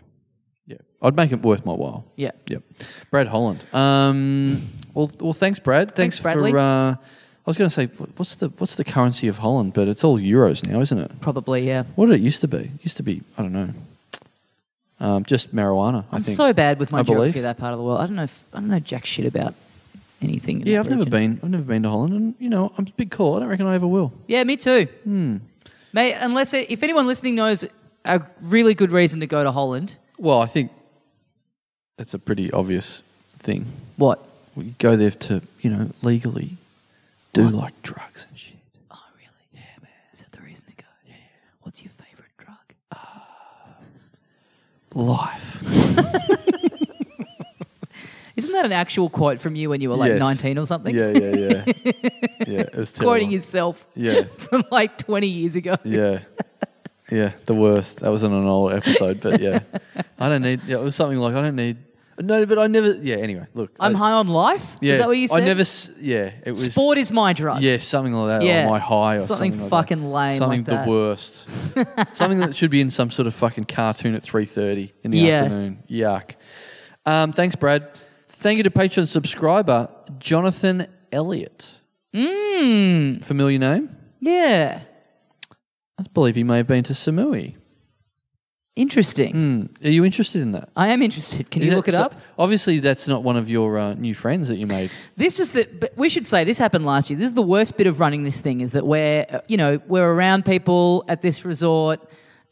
Speaker 4: Yeah. I'd make it worth my while.
Speaker 3: Yeah.
Speaker 4: Yep. Brad Holland. Um, well, well, thanks, Brad. Thanks,
Speaker 3: Thanks, Bradley.
Speaker 4: for. Uh, I was going to say, wh- what's the what's the currency of Holland? But it's all euros now, isn't it?
Speaker 3: Probably, yeah.
Speaker 4: What did it used to be? It used to be, I don't know, um, just marijuana. I
Speaker 3: I'm
Speaker 4: think.
Speaker 3: so bad with my
Speaker 4: I
Speaker 3: geography
Speaker 4: believe.
Speaker 3: of that part of the world. I don't know. If, I don't know jack shit about anything. in
Speaker 4: Yeah,
Speaker 3: that
Speaker 4: I've never
Speaker 3: region.
Speaker 4: been. I've never been to Holland, and you know, I'm a big call. I don't reckon I ever will.
Speaker 3: Yeah, me too.
Speaker 4: Hmm.
Speaker 3: Mate, unless it, if anyone listening knows a really good reason to go to Holland,
Speaker 4: Well, I think that's a pretty obvious thing.
Speaker 3: what?
Speaker 4: Well, you go there to, you know, legally do like drugs and shit.
Speaker 3: Oh, really? Yeah, man. Is that the reason to go? Yeah. What's your favorite drug?
Speaker 4: Life.
Speaker 3: Isn't that an actual quote from you when you were like 19 or something?
Speaker 4: Yeah, yeah,
Speaker 3: [laughs]
Speaker 4: yeah. yeah, it was terrible.
Speaker 3: Quoting yourself [laughs]
Speaker 4: Yeah,
Speaker 3: from like 20 years ago.
Speaker 4: yeah. Yeah, the worst. That was in an old episode, but
Speaker 3: [laughs]
Speaker 4: yeah. I don't need, yeah, it was something like, I don't need, no, but I never, yeah, anyway, look.
Speaker 3: I'm
Speaker 4: I,
Speaker 3: high on life?
Speaker 4: yeah,
Speaker 3: Is that what you said?
Speaker 4: I never, s- yeah, it was.
Speaker 3: Sport is my drug.
Speaker 4: Yeah, something like that.
Speaker 3: Yeah.
Speaker 4: Or my high or something.
Speaker 3: Something fucking
Speaker 4: like that.
Speaker 3: lame
Speaker 4: Something
Speaker 3: like
Speaker 4: the
Speaker 3: that. [laughs]
Speaker 4: worst. something that should be in some sort of fucking cartoon at three thirty in the
Speaker 3: Yeah.
Speaker 4: afternoon. Yuck. Um, thanks, Brad. Thank you to Patreon subscriber Jonathan Elliott. Mm. Familiar name?
Speaker 3: Hmm. Yeah.
Speaker 4: I believe he may have been to Samui.
Speaker 3: Interesting.
Speaker 4: Are you interested in that?
Speaker 3: I am interested. Can
Speaker 4: Hmm. Is
Speaker 3: you
Speaker 4: that-
Speaker 3: look it up?
Speaker 4: Obviously, that's not one of your uh, new friends that you made.
Speaker 3: This is the. But we should say this happened last year. This is the worst bit of running this thing is that we're uh, you know we're around people at this resort,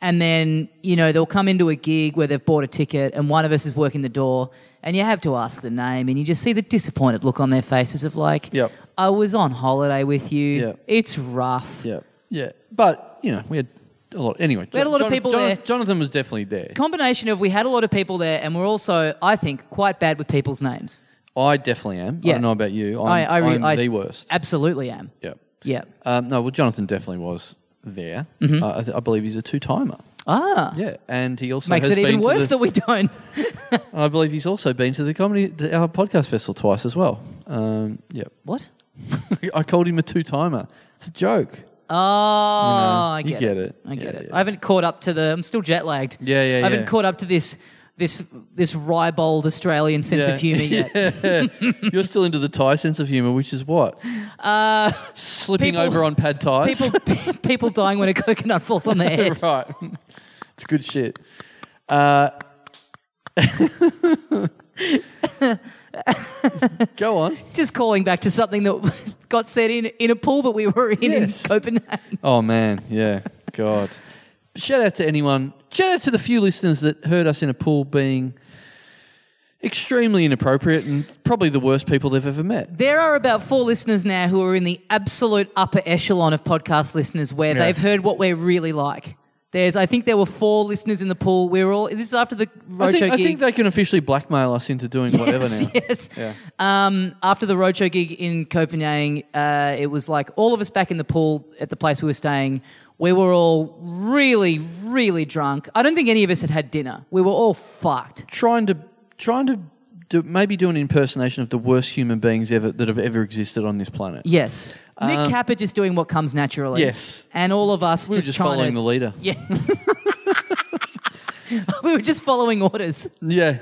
Speaker 3: and then you know they'll come into a gig where they've bought a ticket, and one of us is working the door, and you have to ask the name, and you just see the disappointed look on their faces of like,
Speaker 4: Yep.
Speaker 3: I was on holiday with you.
Speaker 4: Yep.
Speaker 3: It's rough.
Speaker 4: Yeah. Yeah. But, you know, we had a lot. Anyway,
Speaker 3: We had a lot of
Speaker 4: Jonathan-
Speaker 3: people
Speaker 4: Jonathan,
Speaker 3: there.
Speaker 4: Jonathan was definitely there.
Speaker 3: Combination of we had a lot of people there, and we're also I think quite bad with people's names.
Speaker 4: I definitely am. I
Speaker 3: Yeah.
Speaker 4: don't know about you. I'm,
Speaker 3: I- I re-
Speaker 4: am
Speaker 3: I-
Speaker 4: the worst.
Speaker 3: Absolutely am.
Speaker 4: yeah.
Speaker 3: Yeah.
Speaker 4: Um, no, well, Jonathan definitely was there.
Speaker 3: Mm-hmm.
Speaker 4: Uh, I, th- I believe he's a two-timer.
Speaker 3: Ah.
Speaker 4: Yeah, and he also
Speaker 3: Makes
Speaker 4: has
Speaker 3: it even
Speaker 4: been to
Speaker 3: worse
Speaker 4: the-
Speaker 3: that we don't.
Speaker 4: I believe he's also been to the comedy the, our podcast festival twice as well. Um, yeah, [laughs]
Speaker 3: What?
Speaker 4: I called him a two-timer. It's a
Speaker 3: [laughs]
Speaker 4: joke.
Speaker 3: Oh, I
Speaker 4: you
Speaker 3: get,
Speaker 4: get
Speaker 3: it.
Speaker 4: it.
Speaker 3: I get
Speaker 4: Yeah,
Speaker 3: it.
Speaker 4: yeah.
Speaker 3: I haven't caught up to the. I'm still jet lagged.
Speaker 4: Yeah, yeah,
Speaker 3: I haven't
Speaker 4: yeah.
Speaker 3: caught up to this this this ribald Australian sense
Speaker 4: Yeah.
Speaker 3: of humour
Speaker 4: [laughs]
Speaker 3: yet.
Speaker 4: You're still into the Thai sense of humour, which is what slipping
Speaker 3: Uh, people-
Speaker 4: over on pad ties.
Speaker 3: People [laughs] people dying when a
Speaker 4: [laughs]
Speaker 3: coconut falls on their head.
Speaker 4: right, it's good shit. Uh, [laughs] Go on.
Speaker 3: Just calling back to something that [laughs] got said in in a pool that we were in
Speaker 4: Yes.
Speaker 3: in Copenhagen.
Speaker 4: Oh man, yeah, God. Shout out to anyone. Shout out to the few listeners that heard us in a pool being extremely inappropriate and probably the worst people they've ever met.
Speaker 3: There are about four listeners now who are in the absolute upper echelon of podcast listeners where
Speaker 4: Yeah.
Speaker 3: they've heard what we're really like. There's, I think there were four listeners in the pool. We were all, this is after the roadshow
Speaker 4: I think, I
Speaker 3: gig.
Speaker 4: think they can officially blackmail us into doing whatever
Speaker 3: [laughs] yes,
Speaker 4: now.
Speaker 3: yes.
Speaker 4: Yeah.
Speaker 3: Um, after the roadshow gig in Copenhagen, uh, it was like all of us back in the pool at the place we were staying. We were all really, really drunk. I don't think any of us had had dinner. We were all fucked.
Speaker 4: Trying to trying to do, maybe do an impersonation of the worst human beings ever that have ever existed on this planet.
Speaker 3: Yes. Nick Capper just doing what comes naturally.
Speaker 4: Uh, Yes.
Speaker 3: And all of us
Speaker 4: We were
Speaker 3: just,
Speaker 4: just
Speaker 3: trying [laughs] to,
Speaker 4: following the leader.
Speaker 3: we were just following orders.
Speaker 4: Yeah.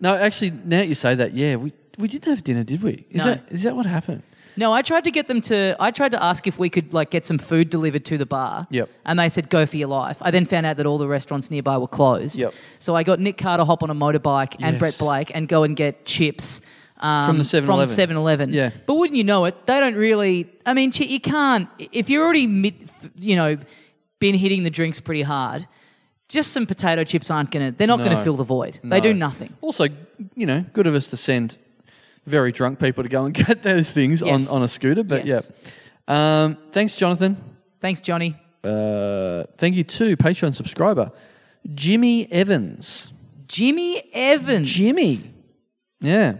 Speaker 4: No, actually, now that you say that, yeah, we, we didn't have dinner, did we? Is
Speaker 3: No.
Speaker 4: that is that what happened?
Speaker 3: No, I tried to get them to. I tried to ask if we could like get some food delivered to the bar.
Speaker 4: Yep.
Speaker 3: And they said go for your life. I then found out that all the restaurants nearby were closed.
Speaker 4: Yep.
Speaker 3: So I got Nick Carter hop on a motorbike and
Speaker 4: Yes.
Speaker 3: Brett Blake and go and get chips. Um,
Speaker 4: From the 7-Eleven.
Speaker 3: From 7-Eleven.
Speaker 4: Yeah.
Speaker 3: But wouldn't you know it? They don't really. I mean, chi- you can't if you're already mid. You know, been hitting the drinks pretty hard. Just some potato chips aren't gonna. They're not
Speaker 4: No.
Speaker 3: gonna fill the void. They do
Speaker 4: No.
Speaker 3: nothing.
Speaker 4: Also, you know, good of us to send very drunk people to go and [laughs] get those things
Speaker 3: Yes.
Speaker 4: on, on a scooter. But
Speaker 3: Yes.
Speaker 4: yeah. Um, thanks, Jonathan.
Speaker 3: Thanks, Johnny.
Speaker 4: Uh, thank you to Patreon subscriber Jimmy Evans.
Speaker 3: Jimmy Evans.
Speaker 4: Jimmy. Yeah,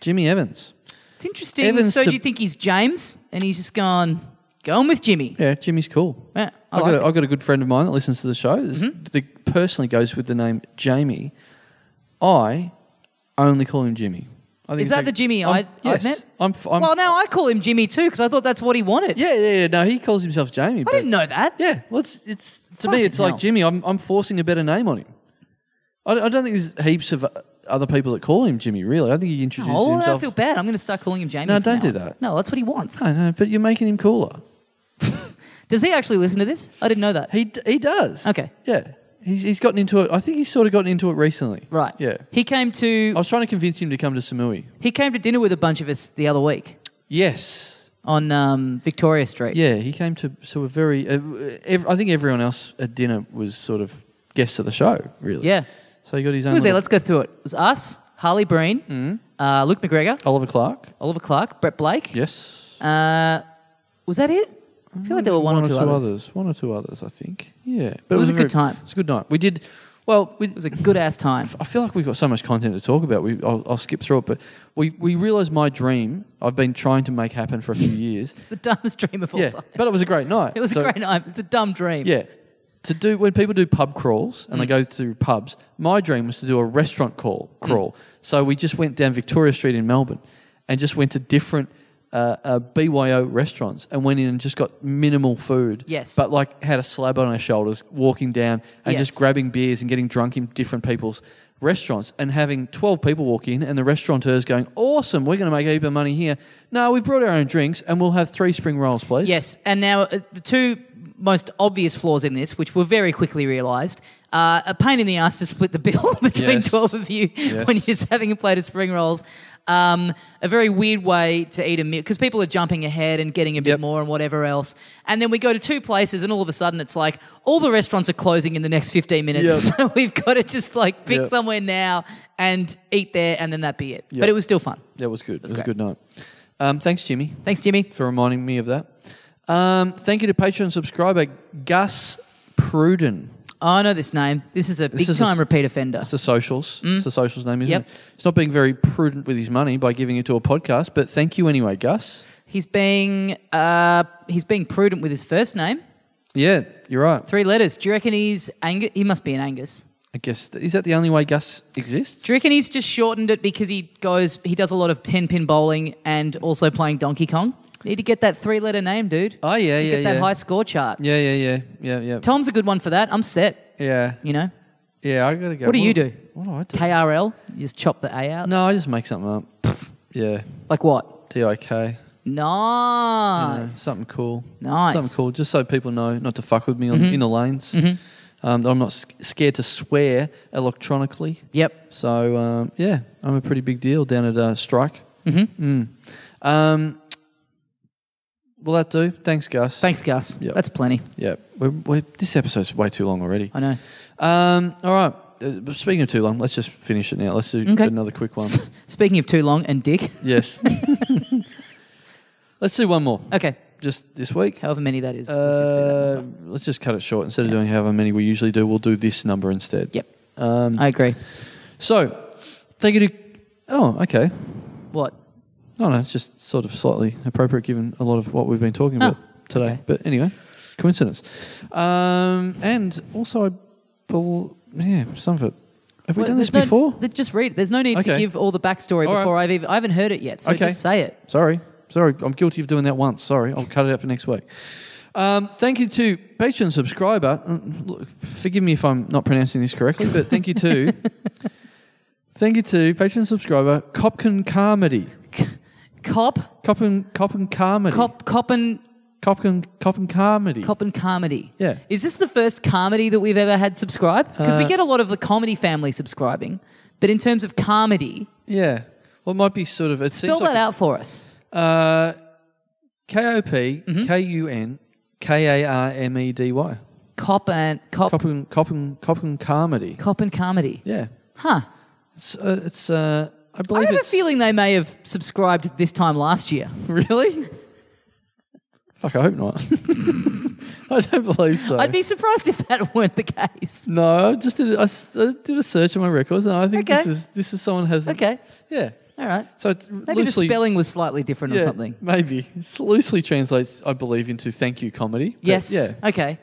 Speaker 4: Jimmy Evans.
Speaker 3: It's interesting.
Speaker 4: Evans
Speaker 3: so
Speaker 4: to-
Speaker 3: do you think he's James? And he's just gone, going with Jimmy.
Speaker 4: Yeah, Jimmy's cool.
Speaker 3: Yeah, I like
Speaker 4: I've,
Speaker 3: it.
Speaker 4: got
Speaker 3: Mm-hmm.
Speaker 4: a, I've got a good friend of mine that listens to the show This- that personally goes with the name Jamie. I only call him Jimmy. I think
Speaker 3: Is
Speaker 4: it's
Speaker 3: that the Jimmy
Speaker 4: I'm-
Speaker 3: I- I've
Speaker 4: yes,
Speaker 3: met?
Speaker 4: I'm, f- I'm,
Speaker 3: well, now I call him Jimmy too because I thought that's what he wanted.
Speaker 4: yeah, yeah, yeah. No, he calls himself Jamie.
Speaker 3: I
Speaker 4: but-
Speaker 3: didn't know that.
Speaker 4: Yeah, well, it's, it's to
Speaker 3: Fucking
Speaker 4: me, it's
Speaker 3: hell.
Speaker 4: like Jimmy. I'm, I'm forcing a better name on him. I, I don't think there's heaps of uh, other people that call him Jimmy. Really, I think he introduces
Speaker 3: Oh, I
Speaker 4: himself.
Speaker 3: feel bad. I'm going to start calling him Jamie.
Speaker 4: No,
Speaker 3: from
Speaker 4: don't
Speaker 3: now
Speaker 4: do
Speaker 3: on.
Speaker 4: that.
Speaker 3: No, that's what he wants.
Speaker 4: I know, but you're making him cooler.
Speaker 3: Does he actually listen to this? I didn't know that.
Speaker 4: He d- he does.
Speaker 3: Okay.
Speaker 4: Yeah, he's he's gotten into it. I think he's sort of gotten into it recently.
Speaker 3: right.
Speaker 4: Yeah.
Speaker 3: He came to
Speaker 4: I was trying to convince him to come to Samui.
Speaker 3: he came to dinner with a bunch of us the other week
Speaker 4: Yes.
Speaker 3: on um, Victoria Street.
Speaker 4: Yeah, he came to so a very. Uh, ev- I think everyone else at dinner was sort of guests of the show. Really.
Speaker 3: Yeah.
Speaker 4: So he got his own.
Speaker 3: Who was there?
Speaker 4: little-
Speaker 3: Let's go through it. It was us, Harley Breen,
Speaker 4: Mm.
Speaker 3: uh, Luke McGregor,
Speaker 4: Oliver Clark.
Speaker 3: Oliver Clark, Brett Blake.
Speaker 4: Yes.
Speaker 3: Uh, was that it? I feel like there were one, or two, others.
Speaker 4: One or two others, I think. Yeah, but
Speaker 3: was a good
Speaker 4: very-
Speaker 3: time.
Speaker 4: It was a good night. We did well. We,
Speaker 3: It was a good ass time.
Speaker 4: I feel like we've got so much content to talk about. We, I'll, I'll skip through it, but we we realized my dream I've been trying to make happen for a
Speaker 3: [laughs]
Speaker 4: few years.
Speaker 3: [laughs] the dumbest dream of all
Speaker 4: yeah,
Speaker 3: time.
Speaker 4: but it was a great night.
Speaker 3: It was
Speaker 4: So,
Speaker 3: a great night. It's a dumb dream. Mm.
Speaker 4: Yeah, to do when people do pub crawls and they go through pubs, my dream was to do a restaurant call crawl. So we just went down Victoria Street in Melbourne, and just went to different. Uh, uh, BYO restaurants and went in and just got minimal food.
Speaker 3: Yes.
Speaker 4: But like had a slab on our shoulders, walking down and
Speaker 3: Yes.
Speaker 4: just grabbing beers and getting drunk in different people's restaurants and having 12 people walk in and the restaurateur's going, awesome, we're going to make a heap of money here. No, we've brought our own drinks and we'll have three spring rolls, please.
Speaker 3: Yes. And now uh, the two most obvious flaws in this, which were very quickly realised, uh, a pain in the ass to split the bill [laughs] between
Speaker 4: Yes.
Speaker 3: 12 of you when you're just having a plate of spring rolls. Um, a very weird way to eat a meal because people are jumping ahead and getting a bit
Speaker 4: Yep.
Speaker 3: more and whatever else. And then we go to two places, and all of a sudden it's like all the restaurants are closing in the next 15 minutes.
Speaker 4: Yep.
Speaker 3: [laughs] So we've got to just like pick
Speaker 4: Yep.
Speaker 3: somewhere now and eat there, and then that be it. But it was still fun.
Speaker 4: That was good. It was, a good night. Um, thanks, Jimmy,
Speaker 3: Thanks, Jimmy.
Speaker 4: for reminding me of that. Um, thank you to Patreon subscriber Gus Pruden.
Speaker 3: Oh, I know this name. This is a big
Speaker 4: is a
Speaker 3: time
Speaker 4: s-
Speaker 3: repeat offender.
Speaker 4: It's the socials. It's the socials name, isn't
Speaker 3: Mm. Yep.
Speaker 4: it? He's not being very prudent with his money by giving it to a podcast, but thank you anyway, Gus.
Speaker 3: He's being uh, he's being prudent with his first name.
Speaker 4: Yeah, you're right.
Speaker 3: Three letters. Do you reckon he's Angus? He must be an Angus.
Speaker 4: I guess is that the only way Gus exists?
Speaker 3: Do you reckon he's just shortened it because he goes he does a lot of ten pin bowling and also playing Donkey Kong? Need to get that three letter name, dude.
Speaker 4: Oh yeah,
Speaker 3: You
Speaker 4: yeah,
Speaker 3: get that
Speaker 4: yeah.
Speaker 3: high score chart.
Speaker 4: yeah, yeah, yeah, yeah, yeah,
Speaker 3: Tom's a good one for that. I'm set.
Speaker 4: yeah,
Speaker 3: You know,
Speaker 4: yeah. I gotta go.
Speaker 3: What do you do?
Speaker 4: What do I do?
Speaker 3: KRL. You just chop the A out.
Speaker 4: no, I just make something up. yeah,
Speaker 3: Like what?
Speaker 4: D I K.
Speaker 3: Nice.
Speaker 4: Something cool.
Speaker 3: Nice. Mm-hmm.
Speaker 4: Something cool. Just so people know not to fuck with me on, in the lanes. um, that I'm not sc- scared to swear electronically.
Speaker 3: Yep.
Speaker 4: So um, yeah, I'm a pretty big deal down at uh, Strike. Mm.
Speaker 3: Mm-hmm.
Speaker 4: Um, will that do? Thanks, Gus.
Speaker 3: Thanks, Gus.
Speaker 4: Yep.
Speaker 3: That's plenty.
Speaker 4: Yeah, we're, we're, this episode's way too long already.
Speaker 3: I know. [laughs]
Speaker 4: Um, all right. Uh, but Speaking of too long, let's just finish it now. Let's do
Speaker 3: Okay.
Speaker 4: another quick one.
Speaker 3: Speaking of too long and dick. [laughs]
Speaker 4: yes. [laughs] let's do one more.
Speaker 3: Okay.
Speaker 4: Just this week.
Speaker 3: However many that is. Let's just do that.
Speaker 4: Uh, let's just cut it short. Instead of doing however many we usually do, we'll do this number instead.
Speaker 3: Yep. I agree.
Speaker 4: So, thank you to. Oh, okay.
Speaker 3: What?
Speaker 4: No, no, it's just sort of slightly appropriate given a lot of what we've been talking about today.
Speaker 3: Ah, okay.
Speaker 4: But anyway, coincidence. Um, and also, I bel yeah, some of it. Have we
Speaker 3: Well,
Speaker 4: done this
Speaker 3: there's no-
Speaker 4: before?
Speaker 3: th- just read it. There's no need to
Speaker 4: Okay.
Speaker 3: give all the backstory
Speaker 4: All right.
Speaker 3: before I've even, I haven't heard it yet. So
Speaker 4: Okay.
Speaker 3: just say it.
Speaker 4: Sorry. Sorry. I'm guilty of doing that once. Sorry. I'll cut it out for next week. Um, thank you to Patreon subscriber. mm, look, Forgive me if I'm not pronouncing this correctly, but thank
Speaker 3: [laughs]
Speaker 4: you to. Thank you to Patreon subscriber Copkin Carmody.
Speaker 3: Cop,
Speaker 4: Copkin Copkin Carmody.
Speaker 3: cop, cop and
Speaker 4: Copkin Copkin Carmody.
Speaker 3: cop and comedy.
Speaker 4: Yeah. Uh,
Speaker 3: Is this the first comedy that we've ever had subscribe? Because we get a lot of the comedy family subscribing, but in terms of comedy,
Speaker 4: yeah. Well, it might be sort of. It
Speaker 3: spell
Speaker 4: seems like
Speaker 3: that out Mm-hmm. for us.
Speaker 4: Uh, K O P K U N K A R M E D Y.
Speaker 3: Cop and cop, cop,
Speaker 4: Copkin Copkin Copkin Carmody.
Speaker 3: and comedy.
Speaker 4: Yeah.
Speaker 3: Huh.
Speaker 4: It's, uh, it's uh, I
Speaker 3: I
Speaker 4: believe
Speaker 3: have a
Speaker 4: it's
Speaker 3: feeling they may have subscribed this time last year. [laughs]
Speaker 4: really. Fuck, I hope not. [laughs] I don't believe so.
Speaker 3: I'd be surprised if that [laughs] weren't the case.
Speaker 4: no, I just did. a- I, s- I did a search on my records, and I think this
Speaker 3: Okay.
Speaker 4: is this is someone has.
Speaker 3: Okay.
Speaker 4: Yeah.
Speaker 3: All right.
Speaker 4: So it's
Speaker 3: Maybe
Speaker 4: loosely,
Speaker 3: the spelling was slightly different
Speaker 4: yeah,
Speaker 3: or something.
Speaker 4: Maybe it's loosely translates, I believe, into "thank you" comedy. but
Speaker 3: Yes.
Speaker 4: Yeah.
Speaker 3: Okay.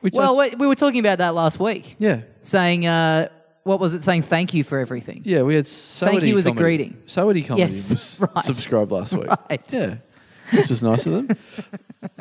Speaker 4: Which I-
Speaker 3: Well, we, we were talking about that last week,
Speaker 4: yeah.
Speaker 3: saying uh, what was it? Saying thank you for everything.
Speaker 4: Yeah, we had Saudi
Speaker 3: you was a
Speaker 4: comedy.
Speaker 3: greeting.
Speaker 4: Saudi comedy
Speaker 3: Yes,
Speaker 4: was
Speaker 3: [laughs] right.
Speaker 4: subscribed last week.
Speaker 3: Right.
Speaker 4: Yeah, which is nice of them.
Speaker 3: [laughs]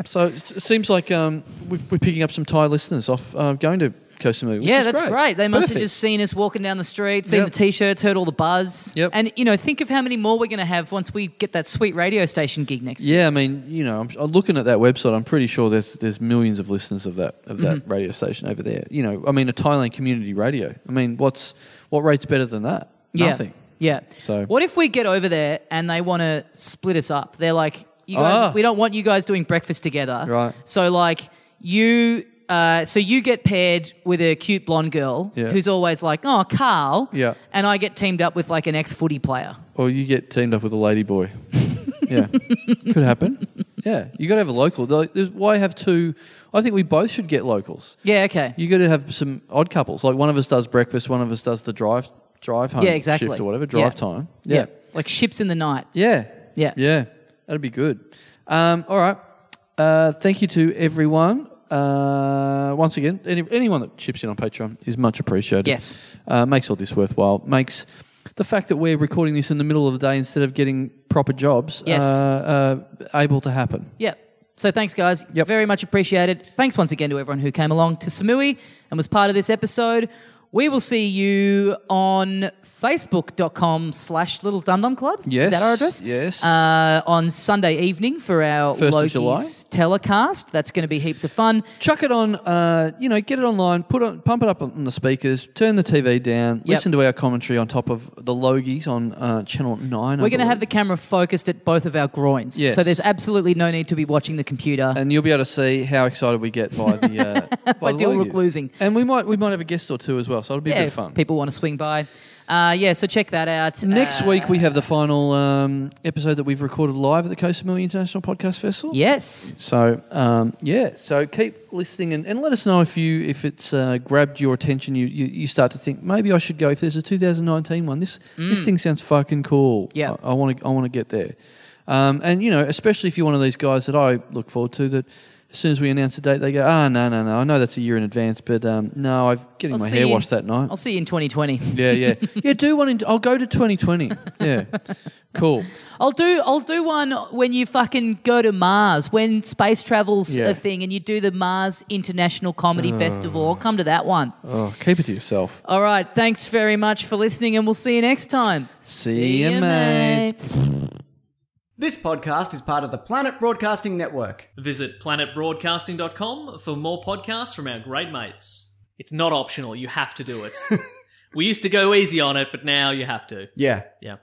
Speaker 4: So it s- seems like um, we've, we're picking up some Thai listeners off uh, going to Koh Samui. which
Speaker 3: Yeah,
Speaker 4: is
Speaker 3: that's great. They must
Speaker 4: Perfect.
Speaker 3: have just seen us walking down the street, seen
Speaker 4: Yep.
Speaker 3: the t-shirts, heard all the buzz.
Speaker 4: Yep.
Speaker 3: And you know, think of how many more we're going to have once we get that sweet radio station gig next year.
Speaker 4: Yeah, I mean, you know, I'm, I'm looking at that website. I'm pretty sure there's there's millions of listeners of that of that
Speaker 3: Mm-hmm.
Speaker 4: radio station over there. You know, I mean, a Thailand community radio. I mean, what's what rate's better than that?
Speaker 3: Yeah.
Speaker 4: Nothing.
Speaker 3: Yeah.
Speaker 4: So-
Speaker 3: what if we get over there and they want to split us up? They're like, you guys,
Speaker 4: Ah.
Speaker 3: we don't want you guys doing breakfast together.
Speaker 4: Right.
Speaker 3: So like you. Uh, so you get paired with a cute blonde girl
Speaker 4: Yeah.
Speaker 3: who's always like, "Oh, Carl,"
Speaker 4: Yeah.
Speaker 3: and I get teamed up with like an ex-footy player.
Speaker 4: Or you get teamed up with a
Speaker 3: [laughs]
Speaker 4: lady boy. yeah, could happen. Yeah, you got to have a local. Like, there's- Why have two? I think we both should get locals.
Speaker 3: Yeah, okay.
Speaker 4: You got to have some odd couples. Like one of us does breakfast, one of us does the drive drive home
Speaker 3: yeah, exactly.
Speaker 4: shift or whatever
Speaker 3: Yeah.
Speaker 4: drive time. Yeah.
Speaker 3: like ships in the night.
Speaker 4: yeah,
Speaker 3: Yeah.
Speaker 4: yeah. That'd be good. Um, all right. Uh, thank you to everyone. Uh, once again, any, anyone that chips in on Patreon is much appreciated.
Speaker 3: Yes.
Speaker 4: Uh, makes all this worthwhile. Makes the fact that we're recording this in the middle of the day instead of getting proper jobs
Speaker 3: Yes.
Speaker 4: uh, uh, able to happen.
Speaker 3: Yeah. So thanks, guys.
Speaker 4: Yep.
Speaker 3: Very much appreciated. Thanks once again to everyone who came along to Samui and was part of this episode. We will see you on facebook.com slash little dum dum club.
Speaker 4: Yes.
Speaker 3: Is that our address?
Speaker 4: Yes.
Speaker 3: Uh, on Sunday evening for our
Speaker 4: First of
Speaker 3: Loki's
Speaker 4: July.
Speaker 3: telecast. That's going to be heaps of fun.
Speaker 4: chuck it on uh, you know get it online put on pump it up on the speakers turn the tv down listen to our commentary on top of the logies on uh, channel 9
Speaker 3: We're going to have the camera focused at both of our groins.
Speaker 4: Yes.
Speaker 3: So there's absolutely no need to be watching the computer.
Speaker 4: and you'll be able to see how excited we get by the
Speaker 3: [laughs]
Speaker 4: uh, by,
Speaker 3: By
Speaker 4: the
Speaker 3: Dil
Speaker 4: Logies.
Speaker 3: losing.
Speaker 4: and we might we might have a guest or two as well so it'll be a
Speaker 3: yeah,
Speaker 4: bit of fun
Speaker 3: if people want to swing by. Uh, yeah, so check that out.
Speaker 4: Next
Speaker 3: Uh,
Speaker 4: week we have the final um, episode that we've recorded live at the Coast Samui International Podcast Festival.
Speaker 3: Yes.
Speaker 4: So um, yeah, so keep listening and, and let us know if you if it's uh, grabbed your attention. You, you you start to think maybe I should go. If there's a 2019 one, this this thing sounds fucking cool.
Speaker 3: Mm. Yeah.
Speaker 4: I want to I want to get there. Um, and you know, especially if you're one of these guys that I look forward to that. As soon as we announce a date, they go, "Ah, no, no, no! I know that's a year in advance, but um, no, I'm getting
Speaker 3: I'll
Speaker 4: my
Speaker 3: see
Speaker 4: hair
Speaker 3: you-
Speaker 4: washed that night."
Speaker 3: I'll see you in 2020.
Speaker 4: [laughs] yeah, yeah, yeah. Do one. In, I'll go
Speaker 3: [laughs]
Speaker 4: to 2020. Yeah, cool.
Speaker 3: I'll do I'll do one when you fucking go to Mars when space travel's
Speaker 4: Yeah. Uh.
Speaker 3: a thing and you do the Mars International Comedy Festival. I'll come to that one.
Speaker 4: Oh, keep it to yourself.
Speaker 3: All right, thanks very much for listening and we'll see you next time.
Speaker 4: See, you, mate.
Speaker 1: This podcast is part of the Planet Broadcasting Network.
Speaker 2: Visit planetbroadcasting.com for more podcasts from our great mates. It's
Speaker 8: [laughs]
Speaker 2: not optional. You have to do it. we used to go easy on it, but now you have to.
Speaker 1: Yeah.
Speaker 2: Yeah.